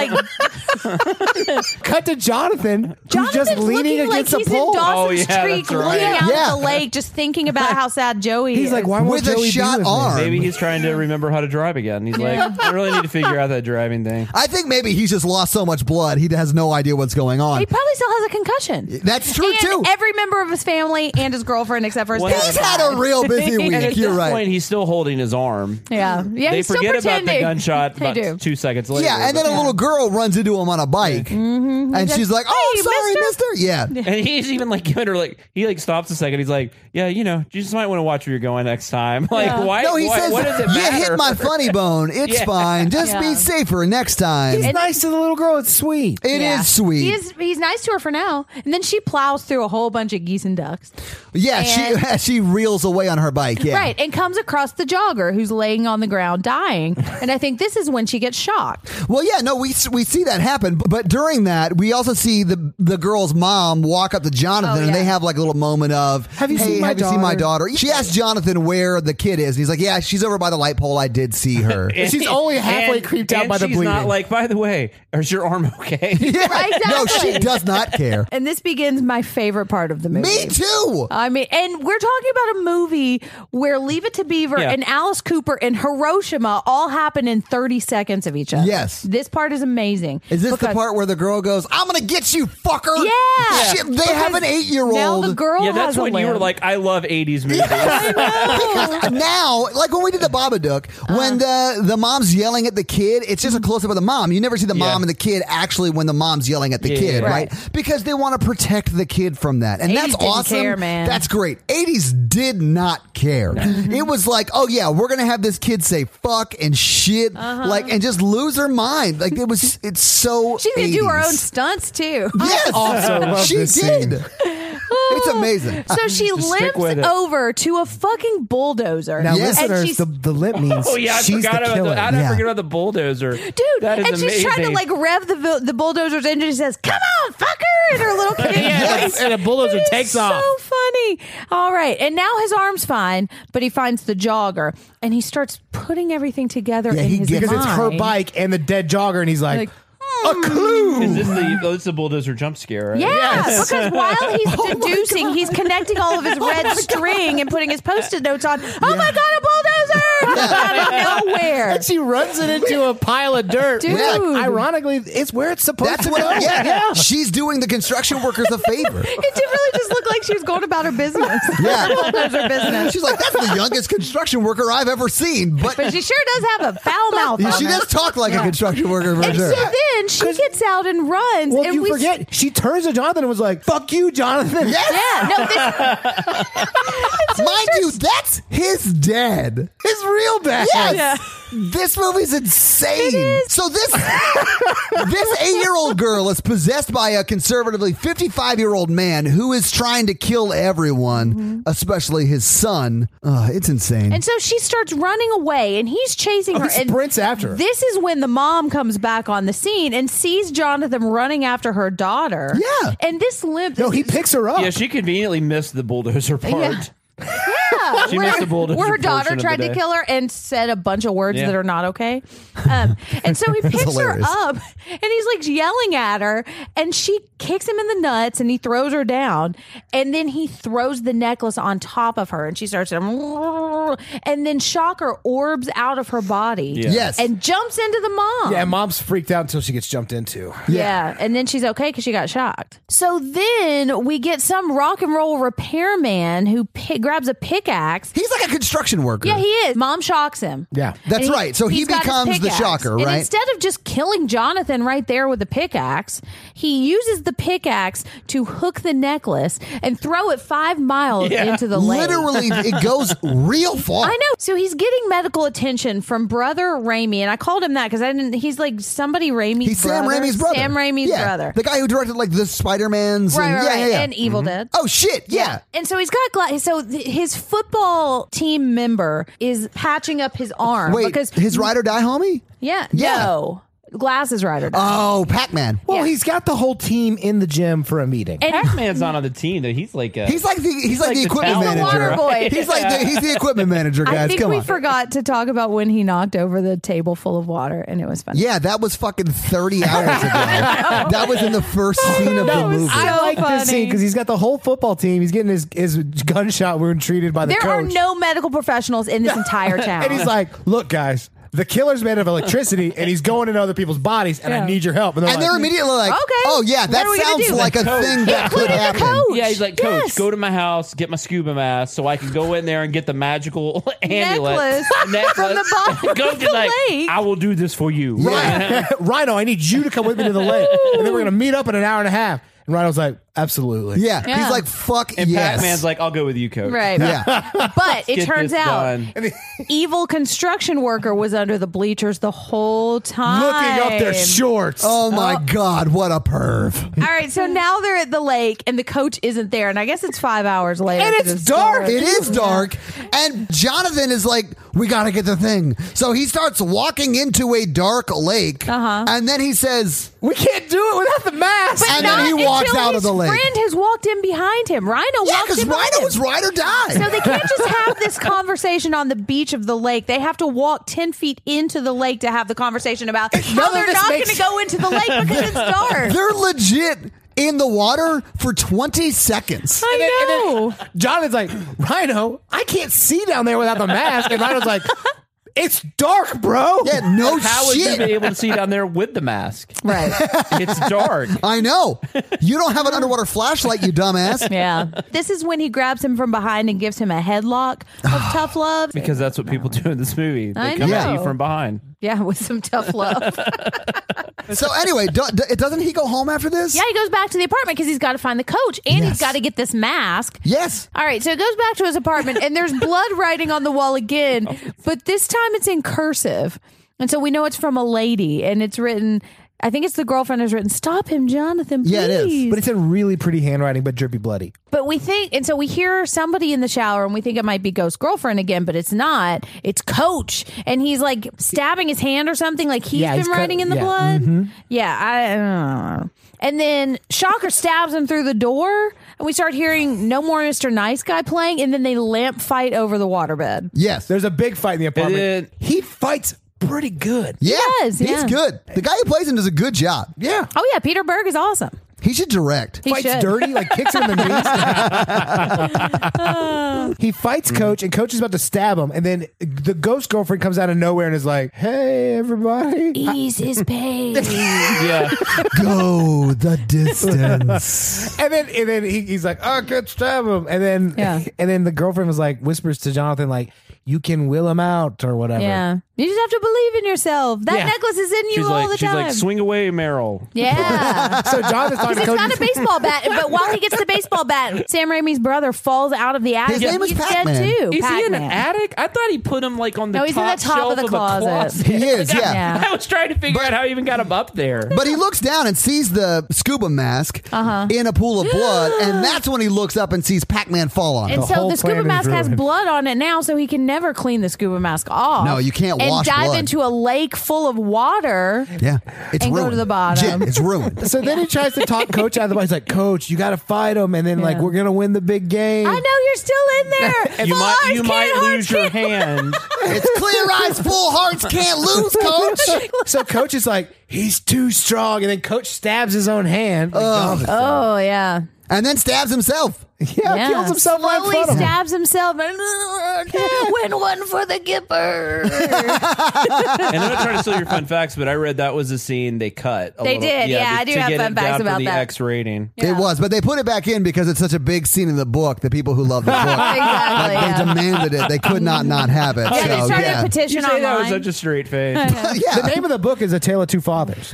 C: like
B: Cut to Jonathan, who's
C: Jonathan's
B: just leaning
C: looking like
B: against
C: he's
B: a
C: in
B: pole.
D: Oh,
C: Dawson's
D: yeah,
C: Creek,
D: that's right.
C: looking out
A: Yeah.
C: at the lake, just thinking about how sad Joey
B: he's
C: is.
B: like, why won't
A: With a
B: Joey be
A: shot
B: with me?
A: arm.
D: Maybe he's trying to remember how to drive again. He's like, I really need to figure out that driving thing.
A: I think maybe he's just lost so much blood he has no idea what's going on.
C: He probably still has a concussion.
A: That's true
C: and
A: too.
C: Every member of his family and his girlfriend, except for his
D: Well,
C: dad.
A: he's had a real busy
C: And
A: week.
D: At
A: You're
D: this
A: right.
D: point, he's still holding his arm.
C: Yeah, yeah.
D: they
C: he's still
D: forget about
C: pretending.
D: the gunshot
C: They
D: about
C: do.
D: two seconds later.
A: yeah, and then a little girl runs into him on a bike, and she's like, "Oh,
C: "Hey,
A: sorry,
C: mister."
A: mister." Yeah.
D: And he's even like giving her like he like stops a second. He's like, yeah, you know, you just might want to watch where you're going next time. Like,
C: Yeah.
D: why?
A: No, he
D: why-
A: says,
D: what does it
A: "You
D: matter?
A: hit my funny bone. It's
D: Yeah.
A: fine. Just
C: Yeah.
A: be safer next time."
B: He's
A: It is
B: nice to the little girl. It's sweet.
C: Yeah.
A: sweet.
C: He is, he's nice to her for now, and then she plows through a whole bunch of geese and ducks.
A: yeah, she
C: and-
A: she reels away on her bike. Yeah.
C: Right, and comes across the jogger who's laying on the ground dying. And I think this is when she gets shocked.
A: Well, yeah, no, we we see that happen, but during that, we also see the the girl's mom walk up to Jonathan,
C: Oh, yeah.
A: and they have like a little moment of,
B: Have you
A: "Hey,
B: seen my
A: have you seen my
B: daughter?"
A: daughter?" She asks Jonathan where the kid is, and he's like, "Yeah, she's over by the light pole. I did see her."
B: She's only halfway creeped out
D: and
B: by the
D: she's Not
B: bleeding.
D: like, by the way, is your arm okay?
A: Yeah. No, she
C: exactly.
A: does not care.
C: And this begins my favorite part of the movie.
A: Me too.
C: I mean, and we're talking about a movie where Leave It to Beaver
D: Yeah.
C: and Alice Cooper and Hiroshima all happen in 30 seconds of each other.
A: Yes.
C: This part is amazing.
A: Is this the
C: Because-
A: part where the girl goes, "I'm gonna get you, fucker"?
C: Yeah.
A: Shit, they have an
C: Because Now
A: eight-year-old.
C: the girl
D: yeah,
C: has
D: that's
C: a
D: when you were
C: limb.
D: like, I love '80s movies.
A: Because now, like when we did the Babadook,
C: Uh-huh.
A: when the the mom's yelling at the kid, it's
C: Mm-hmm.
A: just a close up of the mom. You never see the
D: Yeah.
A: mom and the kid actually when the mom's yelling at the
D: Yeah,
A: kid,
D: yeah,
A: right. Because they want to protect the kid from that, and
C: 80s
A: that's
C: didn't
A: awesome.
C: care, man. Mm-hmm.
A: That's great. 80s did not care. It was like, oh yeah, we're gonna have this kid say fuck and shit,
C: Uh-huh.
A: like and just lose her mind. Like it was, it's so.
C: She's going to do her own
A: 80s.
C: stunts too.
A: Yes,
B: also love
A: she
B: this
A: did.
B: scene.
A: It's amazing.
C: So she
D: stick with
C: limps
D: it.
C: over to a fucking bulldozer.
B: Now,
A: Yes.
C: and
B: listeners,
C: she's
B: the, the lip means
D: Oh yeah, I
B: she's
D: forgot
B: the
D: about
B: killer.
D: the. How did I
A: Yeah.
D: forget about the bulldozer,
C: dude,
D: That is
C: and
D: amazing.
C: she's trying to like rev the vo- the bulldozer's engine. She says, "Come on, fucker!" in her little kid.
B: Yes. and a bulldozer
C: It is
B: takes off.
C: So funny. All right, and now his arm's fine, but he finds the jogger and he starts putting everything together
A: Yeah,
C: in
A: he
C: his
A: gets-
B: because it's her
C: mind.
B: bike and the dead jogger, and he's like,
C: Like,
B: a clue.
D: Is this the? Oh, it's the bulldozer jump scare. Right?
C: Yeah, because while he's
B: Oh
C: deducing, he's connecting all of his red string and putting his post-it notes on. Oh my god, a bulldozer! Out of nowhere.
B: And she runs it into a pile of dirt.
C: Dude.
B: which, ironically, it's where it's supposed
A: That's
B: to
A: what.
B: go.
A: Yeah, she's doing the construction workers a favor.
C: It did really just look like she was going about her business.
A: Yeah.
C: bulldozer business.
A: She's like, that's the youngest construction worker I've ever seen. But,
C: But she sure does have a foul mouth.
A: Yeah,
C: on
A: she
C: her.
A: does talk like a construction worker for
C: And
A: sure.
C: so then she gets out and runs.
B: Well,
C: and
B: you
C: we
B: forget. She turns to Jonathan and was like, fuck you, Jonathan.
C: Yeah, no, this,
A: Mind you, that's his dad.
B: His real dad.
A: Yes.
C: Yeah.
A: This movie's insane. So this this eight year old girl is possessed by a conservatively fifty five year old man who is trying to kill everyone, especially his son. Ugh, it's insane.
C: Mm-hmm. and so she starts running away, and he's chasing her.
B: Oh, he
C: and
B: sprints after her.
C: This is when the mom comes back on the scene and sees Jonathan running after her daughter.
A: Yeah.
C: and this limp.
B: No, he picks her up.
D: Yeah, she conveniently missed the bulldozer part.
C: Yeah. Yeah,
D: She missed the bulldozer
C: where her
D: portion
C: daughter
D: of
C: tried
D: the
C: to
D: day.
C: kill her and said a bunch of words
D: Yeah.
C: that are not okay. Um, and so he picks her
A: hilarious.
C: up and he's like yelling at her, and she kicks him in the nuts and he throws her down. And then he throws the necklace on top of her and she starts to. And then Shocker orbs out of her body
D: Yeah.
A: Yes.
C: and jumps into the mom.
B: Yeah, mom's freaked out until she gets jumped into.
C: Yeah. And then she's okay because she got shocked. So then we get some rock and roll repairman who pi- grabs a pickaxe axe.
A: He's like a construction worker.
C: Yeah, he is. Mom shocks him.
B: Yeah.
A: That's
C: And
A: right. So he
C: he's got his
A: becomes the
C: pickaxe.
A: shocker,
C: And
A: right?
C: instead of just killing Jonathan right there with the pickaxe, he uses the pickaxe to hook the necklace and throw it five miles into the lake.
A: Literally, it goes real far.
C: I know. So he's getting medical attention from brother Raimi, and I called him that because I didn't. He's like somebody Raimi's
A: He's Sam
C: brother.
A: Raimi's brother.
C: Sam Raimi's
A: Yeah.
C: brother.
A: The guy who directed like the Spider Man's.
C: right,
A: and,
C: right,
A: yeah,
C: right.
A: yeah, yeah.
C: And Evil Dead.
A: oh shit! Yeah.
C: And so he's got gla- so th- his football team member is patching up his arm
A: Wait,
C: because
A: his ride or die homie?
C: yeah,
A: Yeah.
C: no glasses right or die.
A: Oh, Pac Man.
B: Well,
C: Yeah.
B: he's got the whole team in the gym for a meeting.
C: And-
D: Pac-Man's not on the team. Though he's like a,
A: He's like the he's, like,
D: like
A: the
D: the
A: equipment
D: talent.
A: manager.
C: Water boy.
A: He's like the, he's the equipment manager, guys.
C: I think
A: Come
C: we
A: on.
C: forgot to talk about when he knocked over the table full of water, and it was funny.
A: yeah, that was fucking thirty hours ago. that was in the first scene of the
C: That was
A: movie.
C: so
B: I like this
C: funny.
B: scene because he's got the whole football team. He's getting his, his gunshot wound treated by the
C: There are
B: coach.
C: no medical professionals in this entire town.
B: and he's like, "Look, guys, the killer's made of electricity, and he's going into other people's bodies, and
C: Yeah.
B: I need your help."
A: and they're immediately like,
C: Okay.
A: "Oh yeah,
C: What
A: that
C: are we gonna
A: sounds
C: do?"
A: like a thing that could
C: Including the
A: happen."
C: coach.
D: yeah, he's like coach.
C: Yes.
D: Go to my house, get my scuba mask, so I can go in there and get the magical amulet
C: Necklace from the bottom
D: Go
C: of the lake.
D: I will do this for you.
B: Rhino, Rhino, I need you to come with me to the lake, and then we're gonna meet up in an hour and a half." And Rhino's like, "Absolutely,
A: Yeah.
C: Yeah.
A: he's like, "Fuck
D: And
A: yes."
D: Pac-Man's like, I'll go with you, coach.
C: right.
A: yeah,
C: But it
D: Get
C: turns
D: this
C: out
D: done.
C: evil construction worker was under the bleachers the whole time.
B: looking up their shorts."
A: oh my god, what a perv!
C: All right, so now they're at the lake and the coach isn't there, and I guess it's five hours later.
B: And
C: to
B: it's
C: this
B: dark.
C: story.
A: It is dark, and Jonathan is like, "We gotta get the thing." So he starts walking into a dark lake,
C: Uh-huh.
A: and then he says,
B: We can't do it without the mask.
A: And then
C: Not
A: he walks
C: until
A: out of
C: his
A: the lake.
C: Friend has walked in behind him. Rhino
A: "Yeah,
C: walked
A: because
C: in behind
A: Rhino
C: him.
A: is ride or die."
C: So they can't just have this conversation on the beach of the lake. They have to walk ten feet into the lake to have the conversation about.
B: none
C: No,
B: of
C: they're
B: this
C: not going
B: makes-
C: to go into the lake because it's dark.
A: They're legit in the water for 20 seconds.
C: I know.
B: Jonathan's like, Rhino, I can't see down there without the mask. And Rhino's like, it's dark, bro.
A: Yeah, no
D: How would you
A: Oh, shit.
D: be able to see down there with the mask?
C: right.
D: It's dark.
A: I know. You don't have an underwater flashlight, you dumbass.
C: Yeah. This is when he grabs him from behind and gives him a headlock of tough love.
D: Because that's what people do in this movie. They
C: I
D: come at
C: know.
D: you from behind.
C: yeah, with some tough love.
A: So anyway, do, do, doesn't he go home after this?
C: yeah, he goes back to the apartment because he's got to find the coach and
A: Yes.
C: he's got to get this mask.
A: Yes.
C: All right, so he goes back to his apartment and there's blood writing on the wall
A: Oh.
C: again, but this time it's in cursive. And so we know it's from a lady and it's written, I think it's the girlfriend has written, Stop him, Jonathan, please.
A: Yeah, it is.
B: But it's in really pretty handwriting, but drippy bloody.
C: But we think, and so we hear somebody in the shower, and we think it might be Ghost Girlfriend again, but it's not. It's Coach, and he's like stabbing his hand or something. Like he's
B: Yeah,
C: been
B: he's cut-
C: writing in the
B: yeah. mm-hmm.
C: blood. Yeah, I. I don't know. And then Shocker stabs him through the door, and we start hearing "No More Mister Nice Guy" playing, and then they lamp fight over the waterbed.
A: Yes.
B: There's a big fight in the apartment.
D: And then-
B: he fights pretty good.
A: yeah.
C: does,
A: he's
C: yeah.
A: good. The guy who plays him does a good job.
B: Yeah.
C: Oh yeah, Peter Berg is awesome.
A: He should direct.
C: He
B: fights
C: should.
B: dirty, like kicks him in the
C: Ah.
B: knees. he fights Coach, and Coach is about to stab him. And then the ghost girlfriend comes out of nowhere and is like, hey, everybody.
C: Ease his pain.
D: Yeah.
A: go the distance.
B: And then and then he, he's like, "Oh, good stab him." And then
C: Yeah.
B: and then the girlfriend was like, whispers to Jonathan, like, "You can will him out or whatever."
C: yeah, you just have to believe in yourself. That
B: Yeah.
C: necklace is in you
D: She's
C: all
D: like,
C: the
D: she's
C: time.
D: like, swing away, Meryl.
C: yeah.
B: So Jonathan's talking to
C: Because
B: Coach.
C: it's not a baseball bat, but while he gets the baseball bat, Sam Raimi's brother falls out of the attic.
A: His
C: and
A: name is
C: he's dead
A: Pac-Man.
C: too.
D: Is he in an
C: Pac-Man.
D: attic? I thought he put him like on the
C: No,
D: top
C: he's in the top
D: shelf
C: of the closet.
A: He is,
D: Like, I-
A: yeah.
D: I, was trying to figure out how he even got him up there.
A: But he looks down and sees the scuba mask
C: Uh-huh.
A: in a pool of blood, and that's when he looks up and sees Pac Man fall on him.
C: And
B: The
C: so
B: whole
C: the scuba
B: plan is
C: mask has
B: ruined.
C: blood on it now, so he can never clean the scuba mask off.
A: No, you can't
C: and
A: wash
C: dive
A: blood.
C: into a lake full of water.
A: Yeah. It's
C: And go
A: ruined.
C: to the bottom.
A: Jim, it's ruined.
B: So then he tries to talk Coach out of the He's like, "Coach, you got to fight him." And then like,
C: Yeah.
B: "We're gonna win the big game."
C: I know you're still in there.
D: You
C: Full
D: might
C: arms,
D: you
C: can't
D: might
C: hurt
D: lose your
C: you.
D: hand.
A: It's clear eyes, full hearts can't lose, coach.
B: So Coach is like, "He's too strong," and then Coach stabs his own hand. Like, Jonathan-
C: Oh yeah.
A: And then stabs himself.
B: Yeah,
C: Yeah.
B: kills himself right in
C: Slowly
B: front of him.
C: stabs himself. Win one for the Gipper.
D: And I'm not trying to steal your fun facts, but I read that was a scene they cut. A
C: They
D: little-
C: did, yeah,
D: to-
C: I do
D: to
C: have
D: get
C: fun
D: it
C: facts
D: down
C: about
D: to the
C: that.
D: X rating.
A: It was, but they put it back in because it's such a big scene in the book. The people who love the book,
C: Exactly, yeah.
A: they demanded it. They could not not have it.
C: Yeah,
A: so,
C: they started
A: yeah.
C: a petition
D: You say that
C: online.
D: was such a straight face.
B: The name of the book is A Tale of Two Fathers.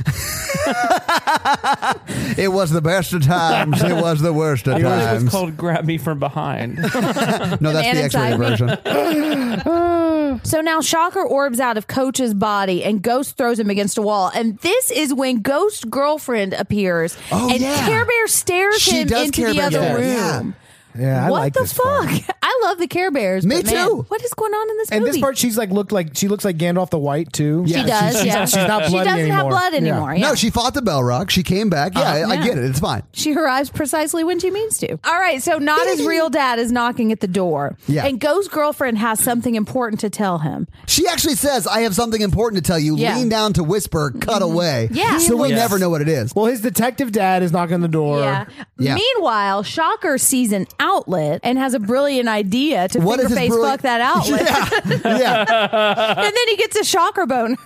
A: It was the best of times. It was the worst of
D: I thought it was
A: times.
D: called "Grab Me from Behind."
A: No, that's
C: man
A: the X-rated
C: inside me.
A: version.
C: So now Shocker orbs out of Coach's body and Ghost throws him against a wall. And this is when Ghost girlfriend appears.
A: Oh,
C: and
A: yeah.
C: Care Bear stares
A: She
C: him
A: does
C: into
A: Care
C: the
A: Bear
C: other
A: stare, yeah.
C: room.
B: Yeah, I
C: what
B: like
C: the
B: this
C: fuck?
B: part.
C: I love the Care Bears.
A: Me
C: but man,
A: too.
C: what is going on in this
B: And
C: movie?
B: this part, she's like looked like she looks like Gandalf the White too.
C: she does.
B: she's,
C: yeah.
B: she's not
C: she
B: bloody
C: doesn't
B: anymore.
C: have blood
B: Yeah.
C: anymore. Yeah.
A: No, she fought the Bell Rock. She came back. Yeah, I, I
C: Oh, yeah.
A: get it. It's fine.
C: She arrives precisely when she means to. All right, so not his real dad is knocking at the door.
A: Yeah.
C: And Ghost girlfriend has something important to tell him.
A: She actually says, "I have something important to tell you."
C: Yeah. Mm-hmm.
A: Lean down to whisper. Cut away.
C: Yeah.
A: So we
D: Yes.
A: never know what it is.
B: Well, his detective dad is knocking on the door.
C: Yeah.
A: Yeah.
C: Meanwhile, Shocker sees an outlet and has a brilliant idea to
A: What is
C: finger
A: his
C: face
A: brilliant-
C: fuck that outlet.
A: yeah,
C: And then he gets a shocker boner.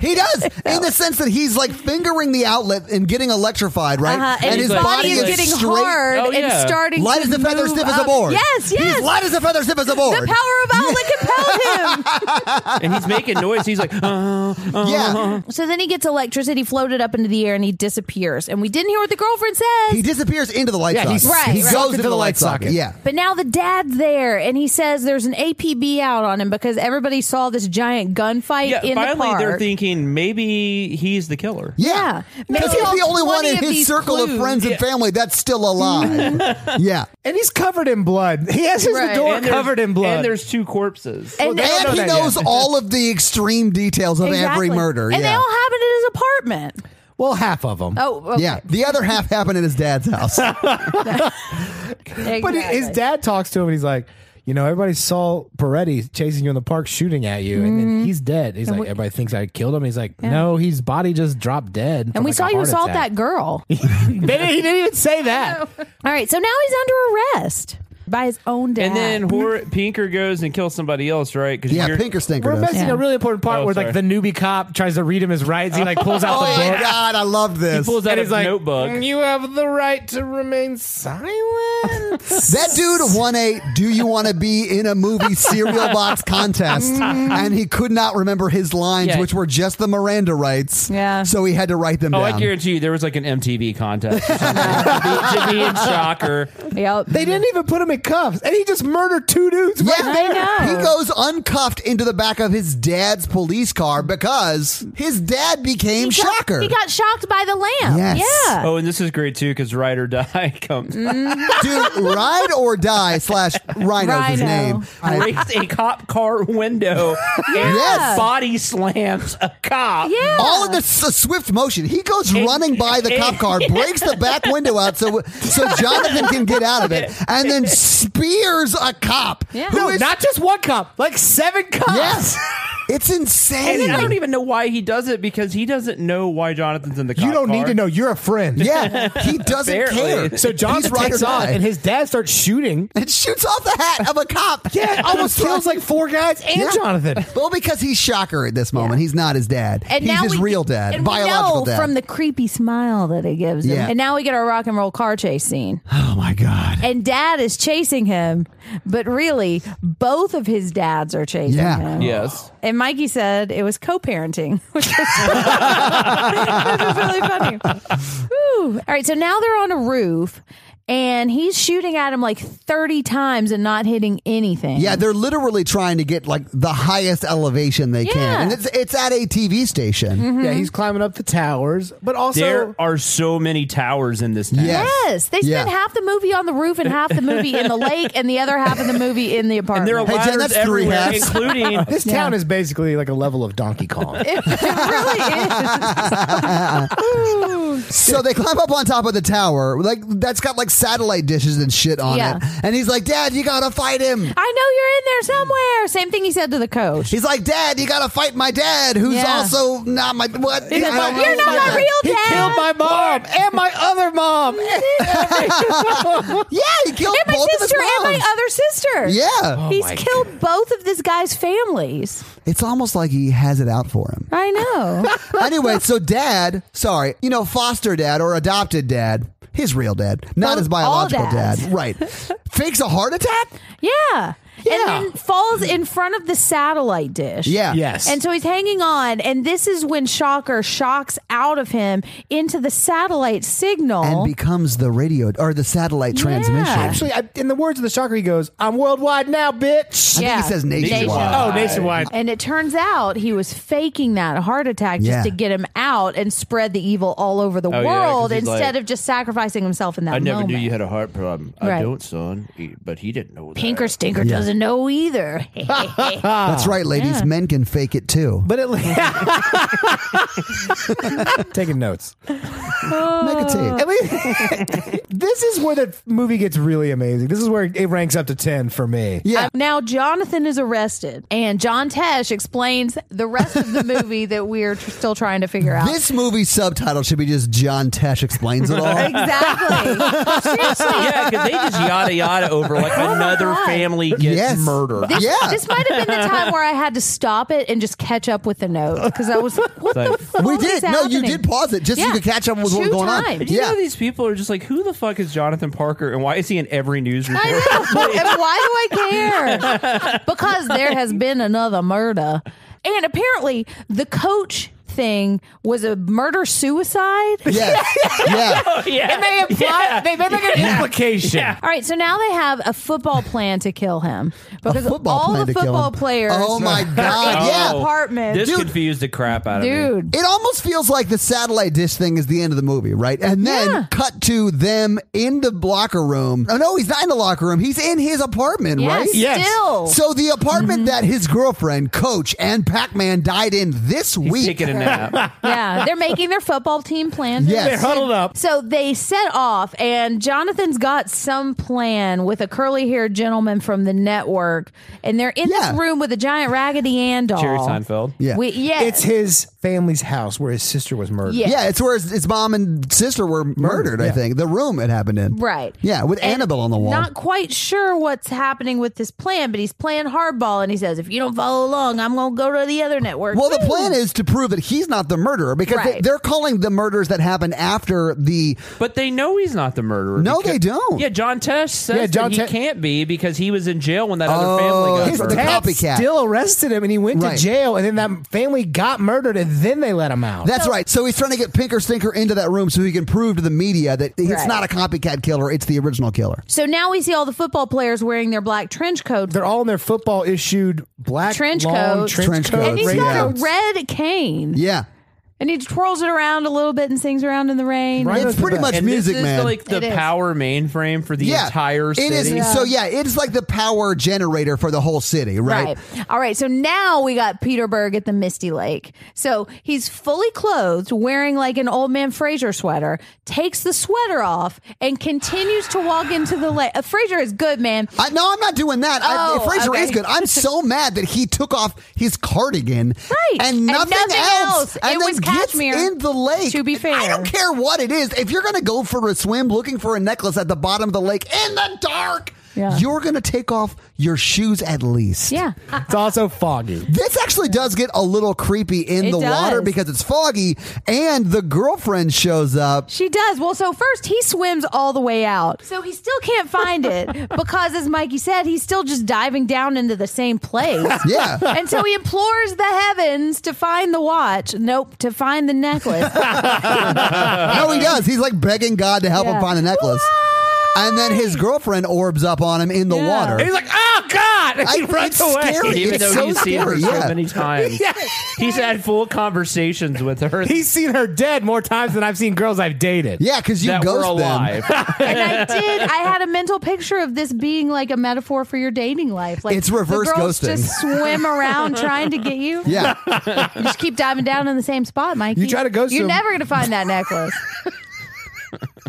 A: he does. In the sense that he's like fingering the outlet and getting electrified, right?
C: Uh-huh. And, his
D: his
C: body,
D: body
C: is
D: is
C: getting
A: straight-
C: hard
D: Oh, yeah.
C: and starting
A: Light
C: to
A: as a feather,
C: move
A: stiff as a
C: up.
A: board.
C: Yes, yes.
A: He's light as a feather, stiff as a
C: the
A: board.
C: power of outlet compelled him.
D: and he's making noise. He's like, uh, uh.
A: yeah.
C: So then he gets electricity floated up into the air and he disappears. And we didn't hear what the girlfriend says.
A: He disappears into the light
B: Yeah,
A: socket.
B: he's-
C: Right,
A: he
C: right.
A: goes
B: sucked
A: into the light socket. Yeah.
C: But now the dad's there, and he says there's an APB out on him because everybody saw this giant gunfight
D: yeah.
C: in the
D: Finally,
C: park.
D: they're thinking maybe he's the killer.
A: Yeah.
C: Yeah.
A: Because
C: Maybe
A: he's the only one
C: 20
A: in
C: of
A: his
C: these
A: circle of
C: clues.
A: friends and family that's still alive. yeah.
B: And he's covered in blood. He has his
C: Right.
B: door
D: And there's-
B: covered in blood.
D: And there's two corpses.
C: And-
B: They don't
A: And
B: know
A: he
B: that yet.
A: knows all of the extreme details of every
C: Exactly.
A: murder.
C: and
A: yeah.
C: they all happened in his apartment.
B: well, half of them.
C: Oh, okay.
A: yeah. The other half happened in his dad's house.
B: But
C: Exactly.
B: his dad talks to him and he's like, you know, everybody saw Peretti chasing you in the park, shooting at you, and
C: Mm-hmm.
B: then he's dead. He's like, everybody thinks I killed him. He's like, no, his body just dropped dead.
C: and we saw you assault that girl.
B: that. he didn't even say that.
C: All right, so now he's under arrest by his own dad.
D: And then Hor- Pinker goes and kills somebody else, right? 'Cause
A: yeah.
D: you're-
A: Pinker Stinker
B: We're
A: does.
B: missing
C: Yeah.
B: a really important part
D: Oh,
B: where like the
D: sorry.
B: newbie cop tries to read him his rights. He like pulls out
A: Oh
B: the
A: my
B: book.
A: God. I love this.
D: pulls out
B: And
D: his
B: he's like,
D: notebook.
B: "Mm, you have the right to remain silent.
A: That dude won a "Do you want to be in a movie?" cereal box contest,
C: Mm-hmm.
A: and he could not remember his lines,
D: Yeah.
A: which were just the Miranda rights.
C: Yeah.
A: So he had to write them
D: Oh, I
A: down.
D: guarantee you, there was like an MTV contest. or something. to, be, to be in shocker.
C: Yep.
B: they didn't even put him in cuffs, and he just murdered two dudes.
A: Yeah,
B: right there.
C: I know.
A: he goes uncuffed into the back of his dad's police car because his dad became
C: he
A: Shocker.
C: Got, he got shocked by the lamp.
A: Yes.
C: Yeah. Mm-hmm.
D: Oh, and this is great too because Ride or Die comes.
A: Dude, ride or die slash Rhino's his
C: Rhino.
A: name. I-
D: Breaks a cop car window.
A: Yes.
D: And body slams a cop.
C: Yeah.
A: all in this s- swift motion. He goes running by the cop car, breaks the back window out so so Jonathan can get out of it, and then spears a cop.
C: Yeah.
B: No,
A: Who is-
B: not just one cop, like seven cops.
A: yes, it's
D: And I don't
A: insane.
D: even know why he does it because he doesn't know why Jonathan's in the cop
B: You don't
D: car.
B: need to know. You're a friend.
A: Yeah, he doesn't
D: Barely.
A: care.
B: So John
A: He's ride or
B: takes off,
A: die.
B: and his dad starts shooting.
A: and shoots off the hat of a cop.
B: Yeah, almost kills like four guys and
A: Yeah.
B: Jonathan.
A: Well, because he's Shocker at this moment. He's not his dad.
C: And
A: he's
C: now
A: his
C: we,
A: real dad,
C: and we
A: biological
C: know
A: dad.
C: From the creepy smile that he gives him.
A: Yeah.
C: And now we get our rock and roll car chase scene.
A: oh my god.
C: And dad is chasing him, but really, both of his dads are chasing
A: Yeah.
C: him.
D: Yes.
C: And Mikey said it was co parenting, which is, which is really funny. Whew. All right, so now they're on a roof and he's shooting at him like 30 times and not hitting anything.
A: Yeah, they're literally trying to get like the highest elevation they
C: Yeah. Mm-hmm.
A: can, and it's it's at a TV station.
B: Yeah, he's climbing up the towers, but also
D: there are so many towers in this town.
A: Yeah.
C: Yes, they spent
A: Yeah.
C: half the movie on the roof and half the movie in the lake and the other half of the movie in the
D: And
C: apartment.
D: there are
A: Hey, Jen,
D: ladders
A: that's three
D: everywhere,
A: hats.
D: including
B: this town is basically like a level of Donkey Kong.
C: it really is.
A: So they climb up on top of the tower, like that's got like satellite dishes and shit on
C: Yeah.
A: it. And he's like, "Dad, you gotta fight him."
C: I know you're in there somewhere. Same thing he said to the coach.
A: He's like, "Dad, you gotta fight my dad, who's
C: Yeah.
A: also not my what."
C: He's like,
A: I don't
C: "You're
A: know
C: not
A: what
C: my
A: the-
C: real
B: He
C: dad.
B: killed my mom and my other mom.
A: Yeah, he killed
C: and my
A: Oh, both of his
C: sister and
A: moms.
C: my other sister.
A: yeah,
C: He's
B: my
C: killed both of this guy's families.
A: it's almost like he has it out for him.
C: I know.
A: anyway, so dad, sorry, you know, foster dad or adopted dad, his real dad, not
C: Both-
A: his
C: all
A: biological
C: dads.
A: dad, right? Fakes a heart attack?
C: yeah.
A: Yeah.
C: And then falls in front of the satellite dish.
A: Yeah.
B: Yes.
C: And so he's hanging on, and this is when Shocker shocks out of him into the satellite signal.
A: And becomes the radio or the satellite transmission.
B: Actually, I, in the words of the shocker, he goes, "I'm worldwide now, bitch."
A: I think he says nationwide.
C: Nationwide.
B: Oh, nationwide.
C: And it turns out he was faking that heart attack just
A: Yeah.
C: to get him out and spread the evil all over the
D: Oh, yeah, 'cause
C: world
D: he's
C: instead
D: like,
C: of just sacrificing himself in that
D: I never
C: moment.
D: knew you had a heart problem.
C: Right.
D: I don't, son. He- But he didn't know that.
C: Pinker Stinker doesn't know either.
A: That's right, ladies. Men can fake it too.
B: But at least taking notes.
A: Negative.
B: At least this is where the movie gets really amazing. This is where it ranks up to ten for me.
A: Yeah.
C: Uh, Now Jonathan is arrested, and John Tesh explains the rest of the movie that we're tr- still trying to figure out.
A: This movie subtitle should be just John Tesh explains it all.
C: exactly. Seriously.
D: yeah, because they just yada yada over like another
C: God.
D: family gets
A: Yes.
D: murdered.
C: This,
A: Yeah.
C: this might have been the time where I had to stop it and just catch up with the notes because I was like, "What the
D: Like,
C: fuck
A: we
C: is
A: did. No, you
C: happening?
A: did pause it just so
C: Yeah.
A: you could catch up with what
C: Two
A: was going on.
C: times.
D: Do you
A: Yeah.
D: know these people are just like, who the fuck is Jonathan Parker and why is he in every news
C: I
D: report?
C: know. And why do I care? Because there has been another murder. And apparently, the coach thing was a murder suicide.
A: Yes. yeah.
D: yeah.
B: And they imply they, they make an implication.
C: All right, so now they have a football plan to kill him because
A: football
C: all
A: plan to
C: the
A: kill
C: football
A: him.
C: players.
A: Oh my God.
C: in
A: Yeah.
C: the apartment,
D: Oh. This
C: dude.
D: confused the crap out of me.
C: dude.
A: It almost feels like the satellite dish thing is the end of the movie, right? And then
C: Yeah.
A: cut to them in the locker room. Oh, no, he's not in the locker room. He's in his apartment,
C: Yeah,
A: right?
B: Yes.
C: still.
A: So the
C: Mm-hmm.
A: apartment that his girlfriend, Coach, and Pac Man died in this
D: He's
A: week.
D: taking a nap.
C: yeah, they're making their football team plan.
A: Yes.
B: They're huddled up.
C: So they set off, and Jonathan's got some plan with a curly haired gentleman from the network, and they're in
A: Yeah.
C: this room with a giant Raggedy Ann doll.
D: Jerry Seinfeld.
A: Yeah.
C: We, yes.
B: It's his family's house where his sister was murdered.
C: Yeah.
A: yeah, it's where his, his mom and sister were murdered, I
B: yeah.
A: think. The room it happened in.
C: Right.
A: Yeah, with
C: And
A: Annabelle on the wall.
C: Not quite sure what's happening with this plan, but he's playing hardball and he says, if you don't follow along, I'm going to go to the other network.
A: well, the
C: Woo!
A: plan is to prove that he's not the murderer because they,
C: Right.
A: they're calling the murders that happened after the.
D: But they know he's not the murderer.
A: No, they don't.
D: Yeah, John Tesh says
B: Yeah, John
D: that he
B: Tesh-
D: can't be because he was in jail when that
A: Oh,
D: other family
A: his
D: got murdered.
A: dad-
B: Dad
A: copycat.
B: still arrested him and he went
A: Right.
B: to jail and then that family got murdered and then they let him out.
A: That's right. So he's trying to get Pinker Stinker into that room so he can prove to the media that it's
C: Right.
A: not a copycat killer, it's the original killer.
C: So now we see all the football players wearing their black trench coats.
B: They're all in their football issued black
C: Trench
B: long
C: coats.
B: trench,
A: Trench
B: coats.
A: coats,
C: and he's
A: Ray
C: got
A: Downs.
C: a red cane.
A: Yeah.
C: And he twirls it around a little bit and sings around in the rain.
B: Right.
A: It's pretty much
D: And
A: Music
D: this is
A: Man.
D: like the
C: It is.
D: power mainframe for the entire city.
A: It is so yeah, it is like the power generator for the whole city, right?
C: Right. All right. So now we got Peter Berg at the Misty Lake. So he's fully clothed, wearing like an old man Fraser sweater, takes the sweater off, and continues to walk into the lake. Uh, Fraser is good, man.
A: I, no, I'm not doing that. I,
C: Oh,
A: Fraser
C: okay.
A: is good. I'm so mad that he took off his cardigan,
C: Right.
A: and
C: And
A: nothing,
C: nothing else.
A: and then
C: It was
A: gets
C: cashmere,
A: in the lake.
C: to be
A: And I
C: fair.
A: don't care what it is. If you're gonna go for a swim, looking for a necklace at the bottom of the lake in the dark,
C: Yeah.
A: you're gonna take off your shoes at least.
C: Yeah.
B: It's also foggy.
A: This actually does get a little creepy in
C: It
A: the
C: does.
A: water because it's foggy and the girlfriend shows up.
C: She does. Well, so first he swims all the way out. So he still can't find it because, as Mikey said, he's still just diving down into the same place.
A: Yeah.
C: And so he implores the heavens to find the watch. Nope, to find the necklace.
A: no, he does. He's like begging God to help
C: Yeah.
A: him find the necklace. and then his girlfriend orbs up on him in the
C: Yeah.
A: water.
B: And he's like, oh God! And he
A: I- it's
B: runs away.
A: scary.
D: Even
A: It's
D: though
A: so
D: he's seen her
A: scary,
D: so
A: yeah.
D: many times,
B: Yeah.
D: he's had full conversations with her.
B: He's seen her dead more times than I've seen girls I've dated.
A: yeah, because you
D: that were
A: ghost them.
D: alive.
C: and I did. I had a mental picture of this being like a metaphor for your dating life. Like
A: It's reverse
C: the girls
A: ghosting.
C: Just swim around trying to get you.
A: Yeah,
C: You just keep diving down in the same spot, Mikey.
B: You try to ghost
C: You're
B: them.
C: never going to find that necklace.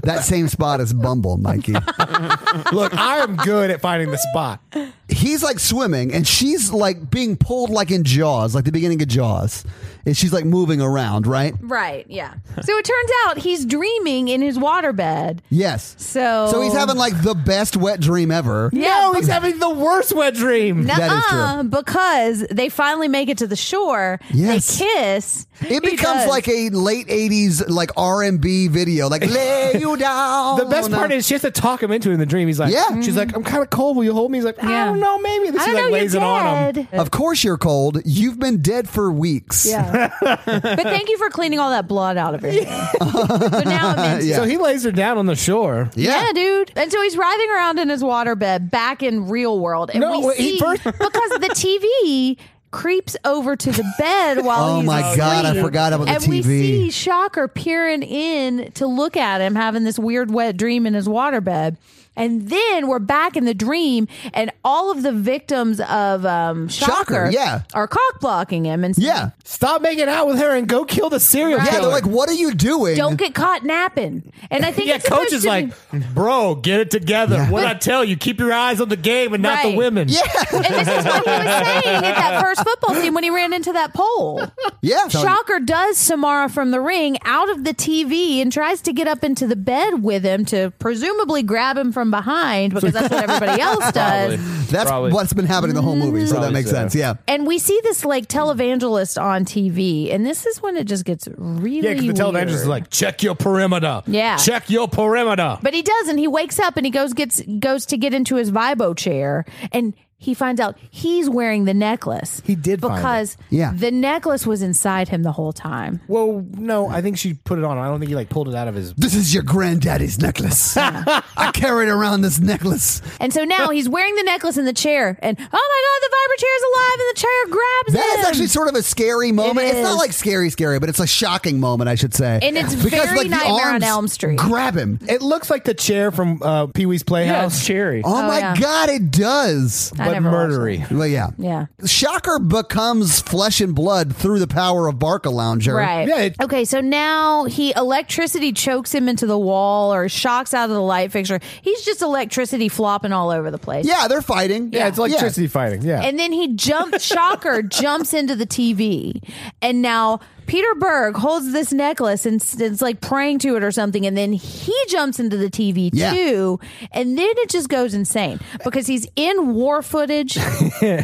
A: that same spot as Bumble, Mikey.
B: Look, I am good at finding the spot.
A: He's like swimming, and she's like being pulled like in Jaws, like the beginning of Jaws, and she's like moving around, right?
C: right. Yeah. So it turns out he's dreaming in his waterbed.
A: Yes.
C: So
A: So he's having like the best wet dream ever.
C: Yeah,
B: no, he's having the worst wet dream.
A: That is true.
C: Nuh-uh, because they finally make it to the shore.
A: Yes.
C: They kiss.
A: It becomes like a late '80s like R&B video, like "Lay You Down."
B: The best part is she has to talk him into it in the dream. He's like,
A: Yeah.
B: She's like, I'm kind of cold. Will you hold me? He's like, I
C: Yeah.
B: don't know, maybe. And
C: I
B: then she
C: don't
B: like
C: know.
B: lays
C: you're
B: it on him.
C: dead.
A: of course, you're cold. You've been dead for weeks.
C: Yeah. but thank you for cleaning all that blood out of your hair. so now it means
A: Yeah.
B: So he lays her down on the shore.
A: Yeah.
C: yeah. dude. And so he's writhing around in his waterbed back in real world. And
B: No,
C: we
B: wait, he
C: see
B: first-
C: because the TV creeps over to the bed while
A: Oh
C: he's
A: my God, I
C: asleep.
A: forgot about the
C: and we
A: TV.
C: see Shocker peering in to look at him having this weird wet dream in his waterbed. And then we're back in the dream, and all of the victims of um, Shocker,
A: Shocker, yeah.
C: are cock blocking him and saying,
A: Yeah.
B: Stop making out with her and go kill the serial
C: Right.
A: Yeah,
B: killer.
A: they're like, what are you doing?
C: don't get caught napping. And I think
B: yeah,
C: it's
B: coach
C: supposed
B: is
C: to
B: like,
C: be-
B: bro, get it together. What I
C: But-
B: tell you, keep your eyes on the game and not the
C: Right.
B: women.
A: yeah,
C: and this is what he was saying at that first football team when he ran into that pole.
A: yeah.
C: Shocker does Samara from the ring out of the TV and tries to get up into the bed with him to presumably grab him from behind because that's what everybody else does.
A: That's
D: Probably.
A: what's been happening the whole movie, so that
D: Probably
A: makes
D: so.
A: sense. Yeah.
C: And we see this like televangelist on TV, and this is when it just gets really
B: Yeah, because the
C: weird.
B: televangelist is like, check your perimeter.
C: Yeah.
B: Check your perimeter.
C: But he doesn't. He wakes up and he goes gets goes to get into his vibo chair and he finds out he's wearing the necklace.
B: He did find it.
C: because
A: Yeah.
C: the necklace was inside him the whole time.
B: Well, no, I think she put it on. I don't think he like pulled it out of his.
A: This is your granddaddy's necklace. I carried around this necklace.
C: And so now he's wearing the necklace in the chair and oh my god, the vibro chair is alive and the chair grabs
A: That
C: him.
A: is actually sort of a scary moment.
C: It
A: it's not
C: is.
A: like scary, scary, but it's a shocking moment, I should say.
C: And it's very
A: the
C: Nightmare on
A: arms
C: Elm Street.
A: Grab him.
B: It looks like the chair from uh, Pee Wee's
D: yeah,
B: Playhouse,
D: it's cherry.
A: Oh,
C: Oh,
A: my
C: yeah.
A: God, it does.
C: I
B: but
C: never watched
B: murdery.
A: Well, yeah.
C: Yeah.
A: Shocker becomes flesh and blood through the power of Barca Lounger.
C: Right.
B: Yeah, it-
C: okay, so now he electricity chokes him into the wall or shocks out of the light fixture. He's just electricity flopping all over the place.
A: Yeah, they're fighting.
B: Yeah, it's electricity fighting. Yeah.
C: And then he jumps, Shocker jumps into the TV. And now Peter Berg holds this necklace and s- it's like praying to it or something. And then he jumps into the TV
A: Yeah.
C: too. And then it just goes insane because he's in war footage.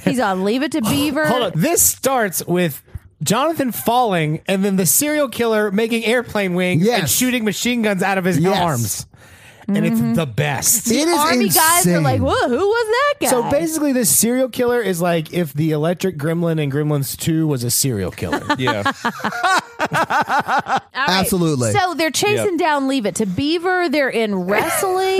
C: he's on Leave It to Beaver.
B: Hold on. This starts with Jonathan falling and then the serial killer making airplane wings and
A: Yes.
B: shooting machine guns out of his
A: Yes.
B: arms. And it's the best.
A: It is
C: Army guys are
A: insane.
C: like, whoa, who was that guy?
B: So basically, this serial killer is like if the electric gremlin in Gremlins 2 was a serial killer.
D: Yeah,
C: All right.
A: Absolutely.
C: So they're chasing
D: Yep.
C: down Leave It to Beaver. They're in wrestling.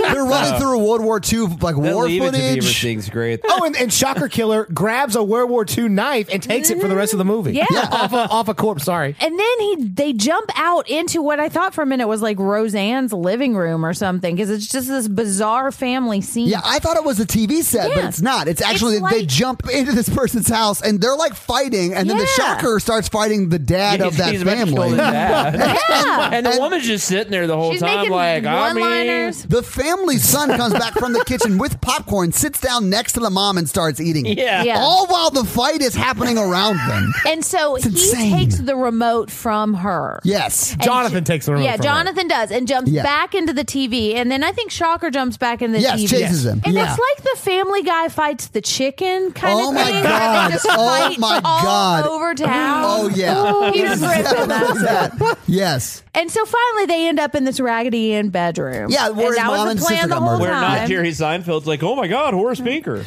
A: They're running through World War II like
D: that
A: war
D: Uh, leave it to Beaver
A: footage.
D: thing's great.
B: oh, and, and Shocker Killer grabs a World War II knife and takes it for the rest of the movie.
C: Yeah. Yeah.
B: Off, a, off a corpse, sorry.
C: And then he they jump out into what I thought for a minute was like Roseanne's living room or something because it's just this bizarre family scene.
A: Yeah, I thought it was a TV set, but
C: Yeah.
A: it's not. It's actually
C: It's
A: they
C: like-
A: jump into this person's house and they're like fighting, and then the
C: Yeah.
A: shocker starts fighting the dad
D: He's-
A: of that
D: he's about to kill
A: family.
D: his dad.
C: Yeah.
D: and the woman's just sitting there the whole
C: She's
D: time,
C: making
D: like I mean,
C: one-liners.
A: The family's son comes back from the kitchen with popcorn, sits down next to the mom, and starts eating it.
D: Yeah.
C: Yeah.
A: All while the fight is happening around them.
C: And so he
A: insane.
C: takes the remote from her.
A: Yes.
C: And
B: Jonathan
C: ju-
B: takes the remote
C: Yeah,
B: from
C: Jonathan does and jumps
A: Yeah.
C: back into the TV. And then I think Shocker jumps back in the
A: Yes,
C: TV.
A: chases him.
C: And
A: Yeah.
C: it's like the family guy fights the chicken kind
A: Oh
C: of
A: my
C: thing.
A: God.
C: having to
A: Oh
C: fight
A: my
C: all
A: God.
C: over town.
A: Oh yeah.
C: Peter
A: It's
C: Griffin.
A: definitely that. Yes.
C: And so finally they end up in this Raggedy Inn bedroom.
A: Yeah, where
C: and
A: his
C: that
A: mom
C: was the
A: and
C: plan
A: sister
C: the
A: got
C: whole
A: murdered.
D: Where not
C: time.
D: Jerry Seinfeld's like, oh my God, Horace Pinker.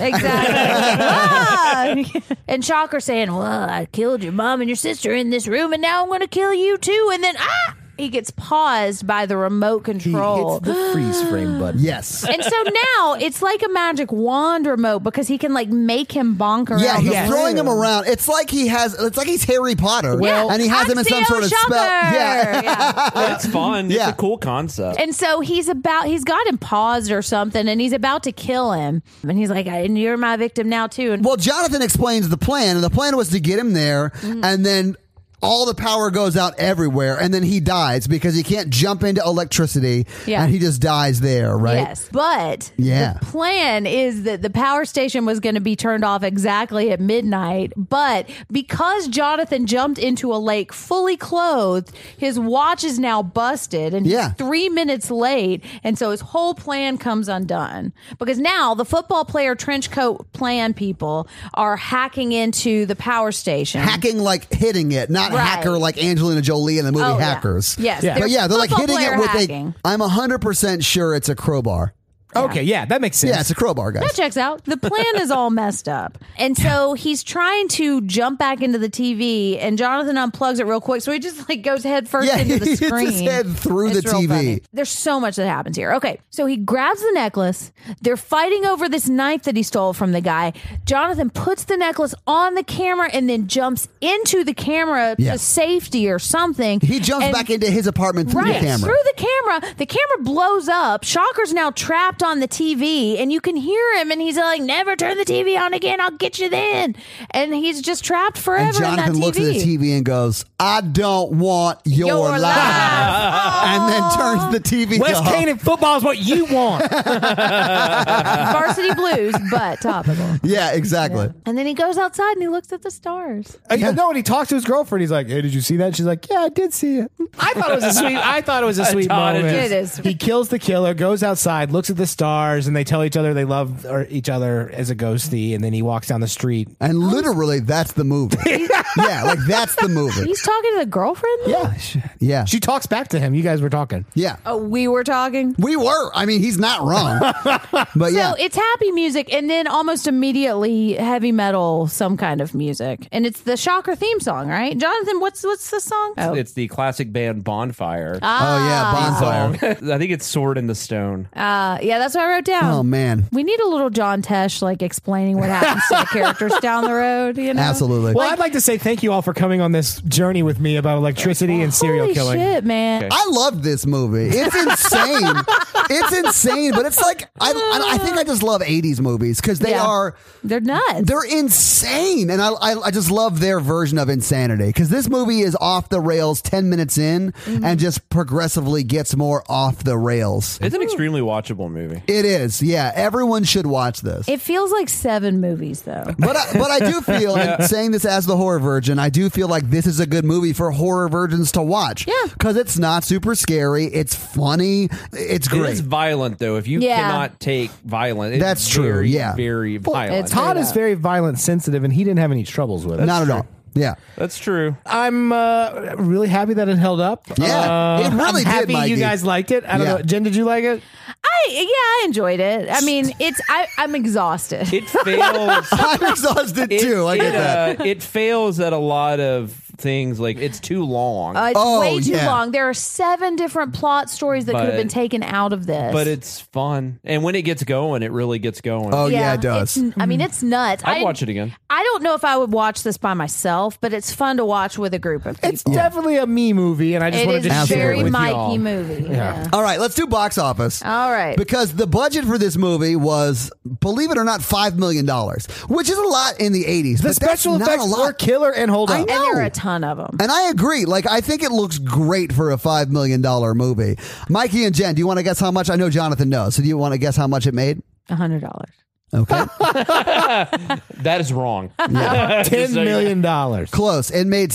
C: Exactly. Ah. and Shocker saying, Well, I killed your mom and your sister in this room, and now I'm going to kill you too. And then, ah! he gets paused by the remote control.
E: the freeze frame button.
A: Yes.
C: and so now it's like a magic wand remote because he can like make him bonk around.
A: Yeah,
C: the
A: he's
C: room.
A: throwing him around. It's like he has. It's like he's Harry Potter.
C: Yeah,
A: and he has
C: I'm
A: him in some
C: Theo
A: sort of
C: Shocker.
A: spell. Yeah.
C: yeah.
D: It's fun.
A: Yeah.
D: It's a cool concept.
C: And so he's about he's got him paused or something, and he's about to kill him. And he's like, "And you're my victim now too." And
A: Well, Jonathan explains the plan, and the plan was to get him there,
C: Mm-hmm.
A: and then all the power goes out everywhere, and then he dies because he can't jump into electricity,
C: Yeah.
A: and he just dies there, right?
C: Yes, but
A: Yeah.
C: the plan is that the power station was going to be turned off exactly at midnight. But because Jonathan jumped into a lake fully clothed, his watch is now busted and
A: Yeah.
C: he's three minutes late. And so his whole plan comes undone because now the football player trench coat plan people are hacking into the power station.
A: Hacking like hitting it, not
C: Right.
A: hacker like Angelina Jolie in the movie
C: Oh, yeah.
A: Hackers.
C: Yes, Yeah.
A: but yeah, they're like
C: football
A: hitting it
C: player
A: with
C: hacking.
A: a. I'm hundred percent sure it's a crowbar.
B: Okay, yeah, that makes sense.
A: Yeah, it's a crowbar, guys.
C: That checks out. The plan is all messed up. And so he's trying to jump back into the TV, and Jonathan unplugs it real quick. So he just like goes head first
A: Yeah,
C: into
A: he
C: the
A: hits his
C: screen.
A: head through
C: It's
A: the
C: real
A: TV.
C: funny. There's so much that happens here. Okay. So he grabs the necklace. They're fighting over this knife that he stole from the guy. Jonathan puts the necklace on the camera and then jumps into the camera
A: Yeah.
C: to safety or something.
A: He jumps
C: And-
A: back into his apartment through
C: Right
A: the camera.
C: through the camera, the camera blows up. Shocker's now trapped on the TV, and you can hear him, and he's like, "Never turn the TV on again. I'll get you then." And he's just trapped forever
A: And Jonathan
C: in that TV.
A: looks at the TV and goes, "I don't want your,
C: Your
A: life,"
C: life.
A: and then turns the TV
B: West
A: off.
B: Canaan football is what you want.
C: Varsity Blues, but topical.
A: Yeah, exactly.
C: And then he goes outside and he looks at the stars.
B: And No, and he talks to his girlfriend. He's like, "Hey, did you see that?" She's like, "Yeah, I did see it." I thought it was a sweet. I thought it was a sweet
D: thought it
B: moment.
C: is. It is.
B: He kills the killer, goes outside, looks at the stars, and they tell each other they love or each other as a ghosty. And then he walks down the street.
C: Oh,
A: And literally, that's the movie. yeah, like that's the movie.
C: He's talking to the girlfriend. then?
B: Oh, Yeah,
A: Yeah,
B: she talks back to him. You guys were talking.
A: yeah.
C: Oh, we were talking.
A: We were. I mean, he's not wrong. But yeah,
C: So it's happy music, and then almost immediately heavy metal, some kind of music, and it's the Shocker theme song, right? Jonathan, what's what's the song? Oh.
D: It's the classic band Bonfire.
A: oh yeah,
C: Um,
A: bonfire.
D: I think it's Sword in the Stone.
C: Uh, yeah, that's what I wrote down.
A: Oh man,
C: We need a little John Tesh like explaining what happens to the characters down the road. You know,
A: absolutely.
B: Well, I'd like to say thank you all for coming on this journey with me about electricity and serial
C: Holy
B: killing.
C: shit, man!
A: I love this movie. It's insane. it's insane, but it's like I, I, I think I just love '80s movies because they
C: Yeah.
A: are
C: They're nuts.
A: They're insane, and I, I, I just love their version of insanity because this movie is off the rails ten minutes in,
C: Mm-hmm.
A: and just progressively gets more off the rails.
D: It's an extremely watchable movie.
A: It is, yeah. Everyone should watch this.
C: it feels like seven movies though.
A: but I, but I do feel, and saying this as the horror virgin, I do feel like this is a good movie for horror virgins to watch.
C: Yeah.
A: because it's not super scary. It's funny. It's
D: It is
A: great.
D: violent though. If you
C: Yeah.
D: cannot take violent, it's
A: That's true,
D: very,
A: yeah.
D: very violent.
C: it's-
B: Todd is very violent sensitive, and he didn't have any troubles with it.
A: Not at all. Yeah.
D: That's true.
B: I'm uh, really happy that it held up.
A: Yeah,
B: Uh,
A: it really
B: I'm
A: did,
B: Happy
A: Mikey.
B: you guys liked it. I don't
A: Yeah.
B: know. Jen, did you like it?
C: I yeah, I enjoyed it. I mean, it's I, I'm exhausted.
D: It fails.
A: I'm exhausted
D: it,
A: too. I get
D: it,
A: that.
D: uh, it fails at a lot of things. Like it's too long,
C: Uh, it's
A: Oh,
C: way too
A: yeah.
C: long. There are seven different plot stories that could have
D: But-
C: been taken out of this.
D: but it's fun. And when it gets going, it really gets going.
A: Oh yeah, it does.
C: it's- I mean, it's nuts.
D: Mm-hmm. I'd
C: I-
D: watch it again.
C: I don't know if I would watch this by myself, but it's fun to watch with a group of people.
B: It's definitely a me movie, and I just
C: It
B: wanted
C: is
B: to share
A: Absolutely.
B: it
C: very
B: with
C: Mikey
B: y'all.
C: movie. Yeah.
A: All right, let's do box office.
C: All right.
A: Because the budget for this movie was, believe it or not, $5 million, which is a lot in the 80s.
B: The special effects
A: a lot.
B: were killer and hold
A: I
B: up.
A: know.
C: And there are a ton of them.
A: And I agree. Like, I think it looks great for a $5 million movie. Mikey and Jen, do you want to guess how much? I know Jonathan knows. So, do you want to guess how much it made?
C: A hundred dollars.
A: Okay.
D: That is wrong.
B: Ten million dollars.
A: Close. It made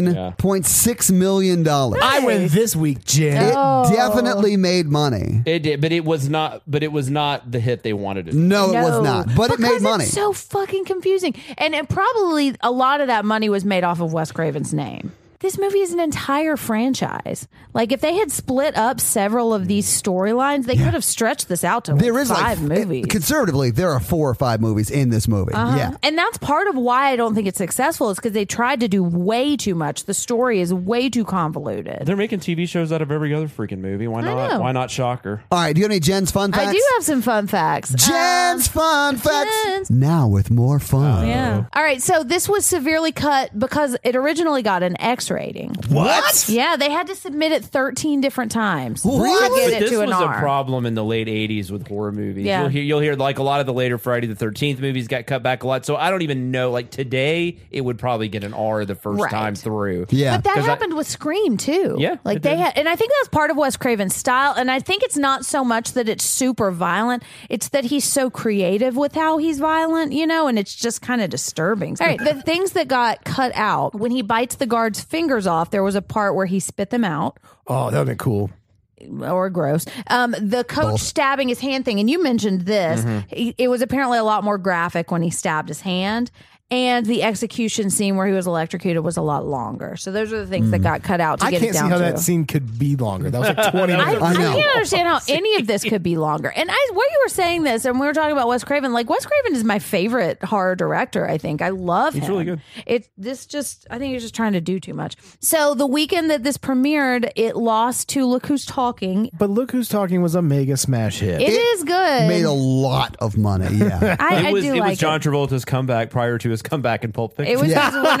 A: $16.6 million.
B: I win this week, Jen.
A: It
C: Oh.
A: definitely made money.
D: It did, but it was not. But it was not the hit they wanted it. to be.
A: No, it was not. But it made
C: Because
A: money.
C: It's so fucking confusing, and and probably a lot of that money was made off of Wes Craven's name. This movie is an entire franchise. Like if they had split up several of these storylines, they could have stretched this out to
A: There
C: like
A: is
C: five
A: like eh,
C: movies. Uh-huh.
A: Conservatively, there are four or five movies in this movie. Yeah.
C: And that's part of why I don't think it's successful is because they tried to do way too much. The story is way too convoluted.
D: They're making TV shows out of every other freaking movie. Why
C: know.
D: not? Why not Shocker?
A: All right. Do you have any Jen's fun facts?
C: I do have some fun facts.
A: Jen's fun facts.
C: Jen's-
A: Now with more fun.
C: Yeah. Um, All right. So this was severely cut because it originally got an X rating.
A: What?
C: Yeah, they had to submit it 13 different times
A: What?
C: to get
D: But
C: it
D: this
C: to an
D: was
C: R.
D: a problem in the late '80s with horror movies.
C: Yeah.
D: You'll, hear, you'll hear like a lot of the later Friday the Thirteenth movies got cut back a lot. So I don't even know. Like today, it would probably get an R the first
C: Right.
D: time through.
A: Yeah.
C: But that
D: 'Cause I-
C: happened with Scream too.
D: Yeah,
C: like
D: it
C: they
D: did.
C: had, and I think that's part of Wes Craven's style. And I think it's not so much that it's super violent; it's that he's so creative with how he's violent, you know. And it's just kind of disturbing. All right, the things that got cut out when he bites the guard's fingers off, there was a part where he spit them out
B: Oh, that would be cool.
C: or gross. Um, the coach stabbing his hand thing, and you mentioned this.
B: Mm-hmm.
C: It- It was apparently a lot more graphic when he stabbed his hand. And the execution scene where he was electrocuted was a lot longer. So those are the things that got cut out to
B: Mm. I
C: get
B: can't
C: it
B: see
C: down
B: how
C: to.
B: that scene could be longer. That was like 20
C: I,
B: minutes.
C: I,
A: know.
C: can't understand how any of this could be longer. And I, where you were saying this, and we were talking about Wes Craven, like Wes Craven is my favorite horror director. I think I love He's him.
D: really good.
C: It this just, I think you're just trying to do too much. So the weekend that this premiered, it lost to Look Who's Talking.
B: But look who's talking was a mega smash hit.
C: it is good.
A: Made a lot of money. Yeah.
C: I,
D: it was
C: I do
D: it
C: like
D: was John Travolta's comeback prior to his comeback in Pulp Fiction.
C: It was just one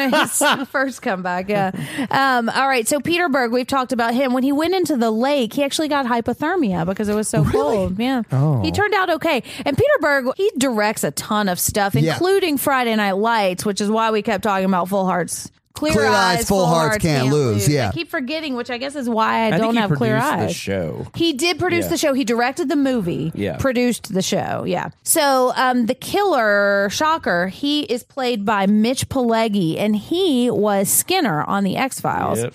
C: of his first comeback. Yeah. Um, all right. So Peter Berg, we've talked about him. When he went into the lake, he actually got hypothermia because it was so cold. Yeah. He
A: Oh.
C: turned out okay. And Peter Berg, he directs a ton of stuff,
A: Yeah.
C: including Friday Night Lights, which is why we kept talking about Full Hearts. Clear,
A: Clear eyes, full hearts can't lose. Yeah.
C: I keep forgetting, which I guess is why I,
D: I
C: don't
D: think he
C: have clear
D: produced
C: eyes.
D: the show.
C: He did produce
D: Yeah.
C: the show. He directed the movie.
D: Yeah.
C: Produced the show. Yeah. So um, the killer, Shocker, he is played by Mitch Pileggi, and he was Skinner on the X Files.
D: Yep.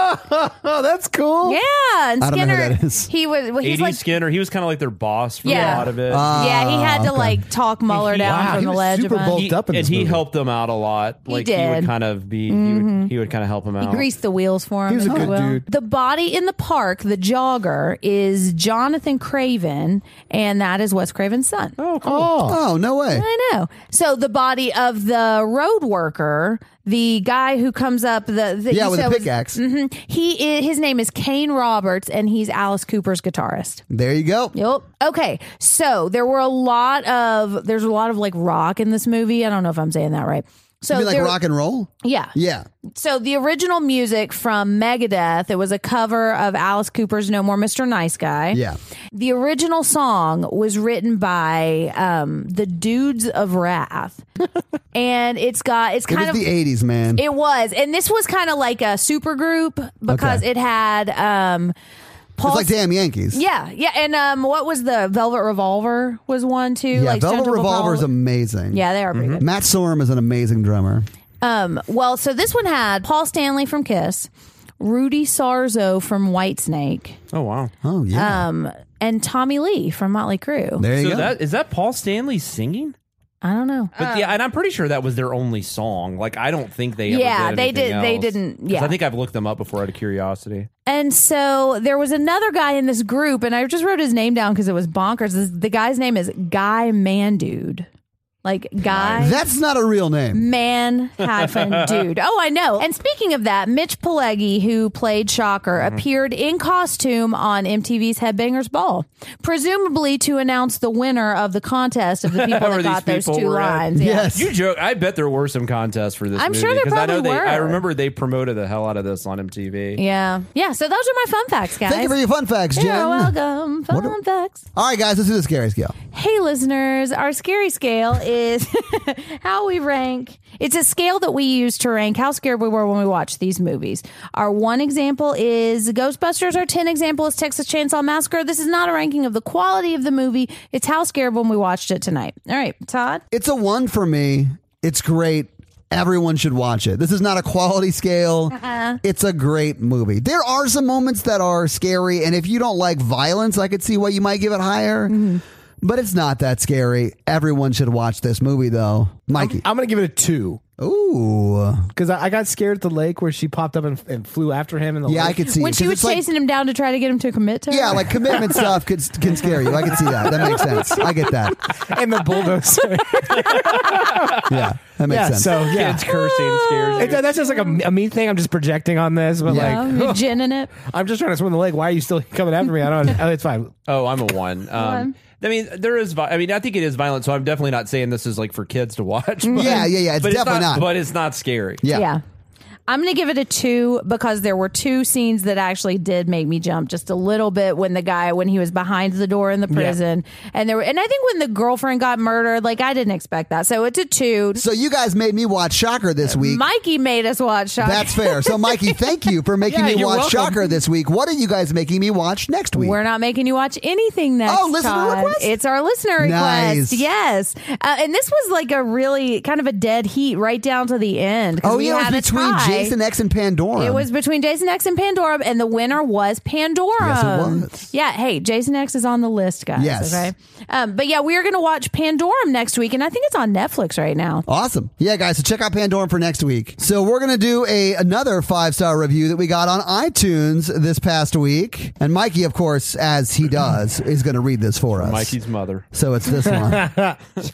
B: Oh, that's cool.
C: Yeah. And
A: I don't know
C: Skinner,
A: who that is.
C: he was, well, he's
D: 80s
C: like,
D: Skinner. He was kind of like their boss for
C: Yeah.
D: a lot of it.
C: yeah, he had to like talk Muller
D: He-
C: down
D: wow,
C: from
B: he
C: the
B: was
C: ledge. a
B: super
C: bunch.
B: bulked
D: He-
B: up in
D: and
B: this
D: he
B: movie.
D: helped them out a lot. Like he
C: did. Mm-hmm.
D: would kind of be, he, would, he would kind of help them
C: He
D: out.
C: greased the wheels for him.
B: He was a
C: if you
B: good
C: will.
B: dude.
C: The body in the park, the jogger, is Jonathan Craven, and that is Wes Craven's son.
A: oh, no way.
C: I know. So the body of the road worker, the guy who comes up, the, the
A: Yeah, with a
C: so it was- Mm-hmm.
A: pickaxe.
C: he is, his name is Kane Roberts, and he's Alice Cooper's guitarist.
A: There you go.
C: Yep. Okay. So there were a lot of there's a lot of like rock in this movie. I don't know if I'm saying that right. So
A: You mean like
C: there-
A: rock and roll?
C: yeah.
A: Yeah.
C: So the original music from Megadeth, it was a cover of Alice Cooper's "No More Mr. Nice Guy."
A: Yeah.
C: The original song was written by um, the Dudes of Wrath, and it's got it's
A: It
C: kind
A: was
C: of
A: the 80s, man.
C: it was, and this was kind of like a super group because
A: Okay.
C: it had um, Paul.
A: it's like damn Yankees.
C: yeah, yeah, and um, what was the Velvet Revolver was one too.
A: Yeah,
C: like
A: Velvet Revolver is Mm-hmm.
C: a
A: amazing.
C: yeah, they are pretty good.
A: Matt Sorum is an amazing drummer.
C: Um, well, so this one had Paul Stanley from Kiss, Rudy Sarzo from Whitesnake,
D: oh, wow.
A: Oh yeah.
C: um, and Tommy Lee from Motley Crue.
A: there you
D: So
A: go.
D: that is that Paul Stanley singing?
C: I don't know.
D: But yeah, and I'm pretty sure that was their only song. Like I don't think they. Ever
C: Yeah,
D: did
C: they
D: anything
C: did- they
D: else.
C: didn't-
D: 'Cause
C: yeah.
D: I think I've looked them up before out of curiosity.
C: And so there was another guy in this group, and I just wrote his name down because it was bonkers. This, the guy's name is Guy Mandude. Like Guy
A: That's not a real name.
C: Man hyphen Dude. Oh, I know. And speaking of that, Mitch Pileggi, who played Shocker,
A: Mm-hmm.
C: appeared in costume on MTV's Headbangers Ball, presumably to announce the winner of the contest of the people
D: Whoever
C: that got
D: these
C: those
D: people
C: two
D: were at.
C: lines. Yeah.
A: Yes.
D: You joke. I bet there were some contests for this.
C: I'm
D: movie,
C: sure there
D: 'cause I know
C: probably
D: they, I
C: were.
D: remember they promoted the hell out of this on MTV.
C: Yeah. Yeah. So those are my fun facts, guys.
A: Thank you for your fun facts, Jen.
C: You're welcome.
A: What
C: Fun
A: a-
C: facts.
A: All right, guys, let's do the scary scale.
C: Hey, listeners, our scary scale is how we rank. It's a scale that we use to rank how scared we were when we watched these movies. Our one example is Ghostbusters. Our 10 example is Texas Chainsaw Massacre. This is not a ranking of the quality of the movie, it's how scared when we watched it tonight. All right, Todd.
A: It's a one for me. It's great. Everyone should watch it. This is not a quality scale.
C: Uh-huh.
A: It's a great movie. There are some moments that are scary, and if you don't like violence, I could see why you might give it higher.
C: Mm-hmm.
A: But it's not that scary. Everyone should watch this movie, though. Mikey.
B: I'm going to give it a two.
A: Ooh.
B: because I, I got scared at the lake where she popped up and, and flew after him. In the
A: Yeah, I
B: lake.
A: could see.
C: when she
A: 'Cause
C: was
A: it's like-
C: chasing him down to try to get him to commit to her.
A: yeah, like commitment stuff could can scare you. I can see that. That makes sense. I get that.
B: and the bulldozer.
A: Yeah, that makes
B: yeah,
A: sense.
B: so yeah,
D: Kids cursing scares
B: It-
D: you.
B: that's just like a, a me thing. I'm just projecting on this, but
A: Yeah.
B: like,
C: Um, you're ginning it.
B: I'm just trying to swim the lake. Why are you still coming after me? I don't. oh, it's fine.
D: Oh, I'm a one. Um, I mean, there is. Vi- I mean, I think it is violent. So I'm definitely not saying this is like for kids to watch. But,
A: Mm, Yeah, yeah, yeah, it's
D: but
A: definitely
D: not,
A: not.
D: But it's not scary.
A: yeah.
C: Yeah. I'm going to give it a two because there were two scenes that actually did make me jump just a little bit when the guy, when he was behind the door in the prison. And there were, and I think when the girlfriend got murdered, like I didn't expect that. So it's a two.
A: So you guys made me watch Shocker this week.
C: Mikey made us watch Shock.
A: That's fair. So Mikey, thank you for making
B: Yeah,
A: me
B: you're
A: watch
B: welcome.
A: Shocker this week. What are you guys making me watch next week?
C: We're not making you watch anything next
A: Oh, listener
C: time.
A: request?
C: It's our listener request.
A: Nice.
C: Yes. Uh, and this was like a really kind of a dead heat right down to the end. 'cause
A: oh,
C: we
A: yeah, it
C: had a
A: was between
C: tie.
A: Jason X and Pandora.
C: It was between Jason X and Pandorum, and the winner was Pandorum.
A: Yes, it was.
C: Yeah, hey, Jason X is on the list, guys.
A: Yes.
C: Okay. Um, but yeah, we are going to watch Pandorum next week, and I think it's on Netflix right now.
A: Awesome. Yeah, guys. So check out Pandorum for next week. So we're going to do a another five star review that we got on iTunes this past week. And Mikey, of course, as he does, is going to read this for us.
D: Mikey's mother.
A: So it's this one.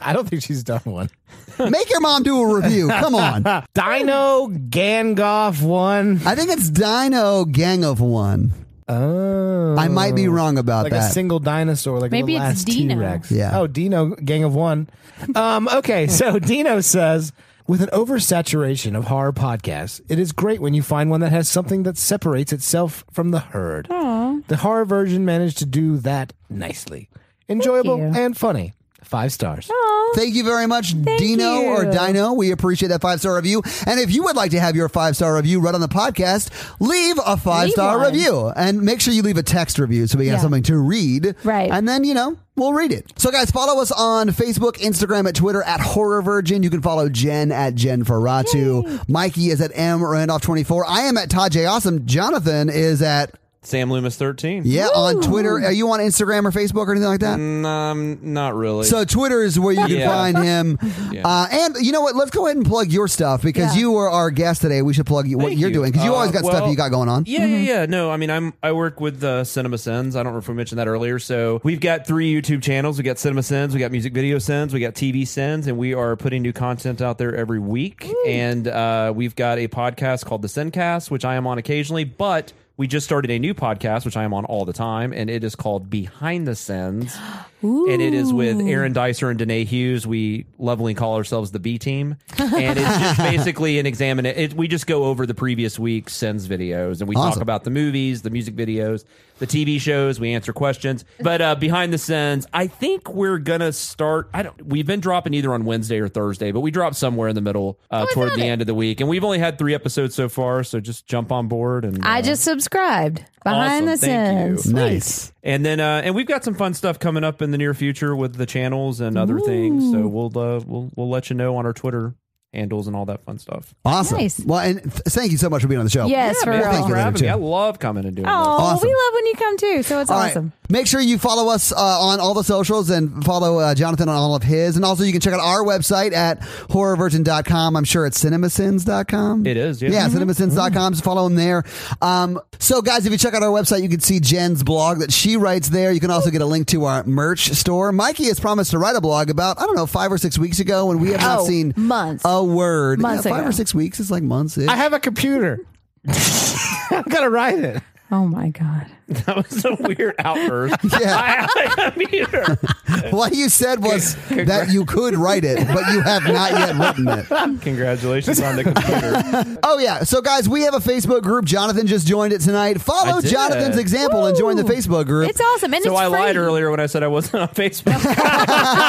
B: I don't think she's done one.
A: Make your mom do a review. Come on.
B: Dino Gangoff one.
A: I think it's Dino Gang of One.
B: Oh,
A: I might be wrong about
B: like
A: that.
B: a single dinosaur, like
C: Maybe
B: the
C: it's
B: last
C: Dino.
B: T-Rex.
A: Yeah.
B: Oh, Dino, gang of one. Um, okay, so Dino says. With an oversaturation of horror podcasts, it is great when you find one that has something that separates itself from the herd. The horror version managed to do that nicely. Enjoyable
C: you. Oh,
B: and funny. Five stars.
A: Thank you very much, Dino
C: you.
A: or Dino. We appreciate that five star review. And if you would like to have your five star review read on the podcast, leave a five star
C: one.
A: review and make sure you leave a text review so we have
C: Yeah.
A: something to read.
C: Right.
A: And then, you know, we'll read it. So, guys, follow us on Facebook, Instagram, at Twitter, at Horror Virgin. You can follow Jen at Jen Ferratu. Mikey is at M Randolph24. I am at Tajay Awesome. Jonathan is at,
D: Sam Loomis thirteen.
A: yeah, on Twitter. Are you on Instagram or Facebook or anything like that?
D: Um, not really.
A: So Twitter is where you can
D: Yeah.
A: find him. Uh, and you know what? Let's go ahead and plug your stuff because
C: Yeah.
A: you were our guest today. We should plug you, what
D: Thank
A: you're doing because you
D: Uh,
A: always got stuff
D: well,
A: you got going on.
D: Yeah, yeah, yeah. No, I mean, I'm I work with uh, Cinema Sins. I don't know if we mentioned that earlier. So we've got three YouTube channels. We got Cinema Sins, we got Music Video Sins, we got TV Sins, and we are putting new content out there every week. And uh, we've got a podcast called The Sincast, which I am on occasionally, but. We just started a new podcast, which I am on all the time, and it is called Behind the Sins. And it is with Aaron Dicer and Danae Hughes. We lovingly call ourselves the B team. And it's just basically an examine. It, we just go over the previous week's sends videos and we
A: Awesome.
D: talk about the movies, the music videos, the TV shows. We answer questions. But uh, behind the scenes, I think we're going to start. I don't, we've been dropping either on Wednesday or Thursday, but we drop somewhere in the middle uh, toward the end of the week. And we've only had three episodes so far. So just jump on board. And
C: I
D: uh,
C: just subscribed behind
D: Awesome.
C: the
D: Thank you.
C: scenes. Sweet.
A: Nice.
D: And then, uh, and we've got some fun stuff coming up in the near future with the channels and other things. So we'll uh, we'll we'll let you know on our Twitter handles and all that fun stuff.
A: Awesome.
C: Nice.
A: Well, and th- thank you so much for being on the show.
C: Yes, for real.
A: thank
D: Thanks
A: you
D: for
A: there,
D: having
A: too.
D: me. I love coming and doing
C: Oh,
D: this.
A: Awesome.
C: we love when you come too. So it's
A: All right.
C: awesome.
A: Make sure you follow us uh, on all the socials and follow uh, Jonathan on all of his. And also, you can check out our website at horrorvirgin.com. I'm sure it's cinemasins.com.
D: It is, yeah.
A: Yeah,
C: Mm-hmm.
A: cinemasins.com. So follow him there. Um, so, guys, if you check out our website, you can see Jen's blog that she writes there. You can also get a link to our merch store. Mikey has promised to write a blog about, I don't know, five or six weeks ago, and we have not
C: Oh,
A: seen
C: months.
A: a word.
C: Months
A: Yeah, five
C: ago.
A: or six weeks is like months.
B: I have a computer. I've got to ride it.
C: Oh my God.
D: That was a weird outburst.
A: Yeah.
D: I, I mean, either.
A: what you said was that you could write it, but you have not yet written it.
D: Congratulations on the computer.
A: Oh yeah. So guys, we have a Facebook group. Jonathan just joined it tonight. Follow
D: I did.
A: Jonathan's example and join the
C: Woo.
A: Facebook group.
C: It's awesome. And
D: so
C: it's
D: I lied
C: free.
D: earlier when I said I wasn't on Facebook.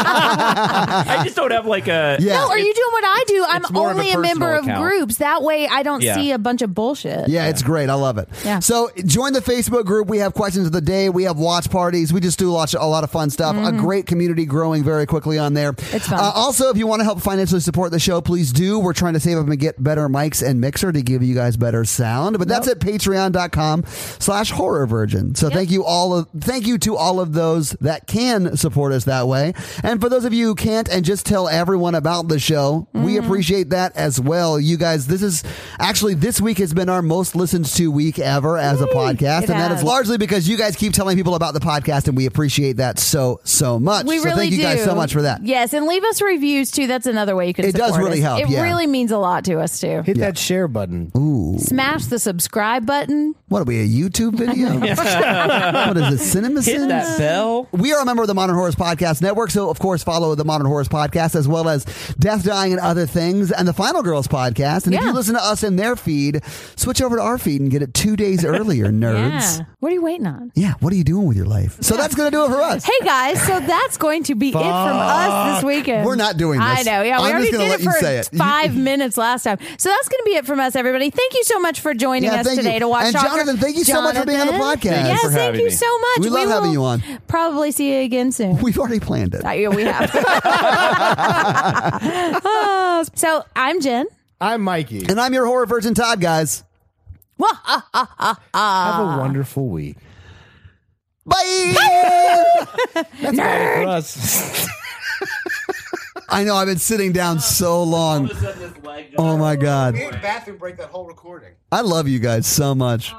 D: I just don't have like a
A: yeah.
C: No, are you doing what I do? I'm
D: it's more of a
C: only a, member
D: personal
C: of
D: account.
C: groups. That way I don't
D: Yeah.
C: see a bunch of bullshit.
A: yeah, it's great. I love it.
C: Yeah.
A: So join the Facebook group. group. We have questions of the day. We have watch parties. We just do a lot, a lot of fun stuff. A great community growing very quickly on there. It's
C: Mm-hmm. fun.
A: Uh, also, if you want to help financially support the show, please do. We're trying to save up and get better mics and mixer to give you guys better sound. But that's at patreon.com slash horror virgin. So thank you all of thank you to all of those that can support us that way. And for those of you who can't and just tell everyone about the show, we
C: Mm-hmm.
A: appreciate that as well. You guys, this is actually this week has been our most listened to week ever as a podcast. And
C: It
A: that is
C: has.
A: largely because you guys keep telling people about the podcast and we appreciate that so, so much.
C: We
A: so
C: really
A: thank you
C: do.
A: guys so much for that.
C: Yes, and leave us reviews too. That's another way you can.
A: It does
C: support
A: really
C: us.
A: help,
C: It
A: yeah.
C: really means a lot to us too.
B: Hit that share button.
C: Smash the subscribe button.
A: What are we, a YouTube video? what is it, Cinema
D: Hit that bell.
A: We are a member of the Modern Horrors Podcast Network, so of course follow the Modern Horrors Podcast as well as Death, Dying, and Other Things and the Final Girls Podcast. And if
C: Yeah.
A: you listen to us in their feed, switch over to our feed and get it two days earlier, nerds.
C: Yeah. What are you waiting on?
A: Yeah, what are you doing with your life? So that's going to do it for us.
C: Hey guys, so that's going to be it from us this weekend.
A: We're not doing
C: I
A: this.
C: know. Yeah, we
A: I'm
C: already
A: just gonna
C: did
A: let
C: it
A: you
C: for
A: say it. You-
C: five minutes last time. So that's going to be it from us, everybody. Thank you so much for joining
A: Yeah,
C: us
A: thank you.
C: today to watch.
A: And
C: Shocker.
A: Jonathan, thank you so much for being on the
C: Jonathan?
A: podcast. Thank you
C: Yes,
D: for
C: thank
D: having
C: you
D: me.
C: so much.
A: We love having
C: will
A: you on.
C: Probably see you again soon.
A: We've already planned it.
C: Uh, yeah, we have. Uh, so I'm Jen.
B: I'm Mikey.
A: And I'm your horror virgin, Todd, guys.
B: Have a wonderful week.
A: Bye.
B: For us.
A: I know, I've been sitting down so long. Oh my God.
F: bathroom break that whole recording.
A: I love you guys so much.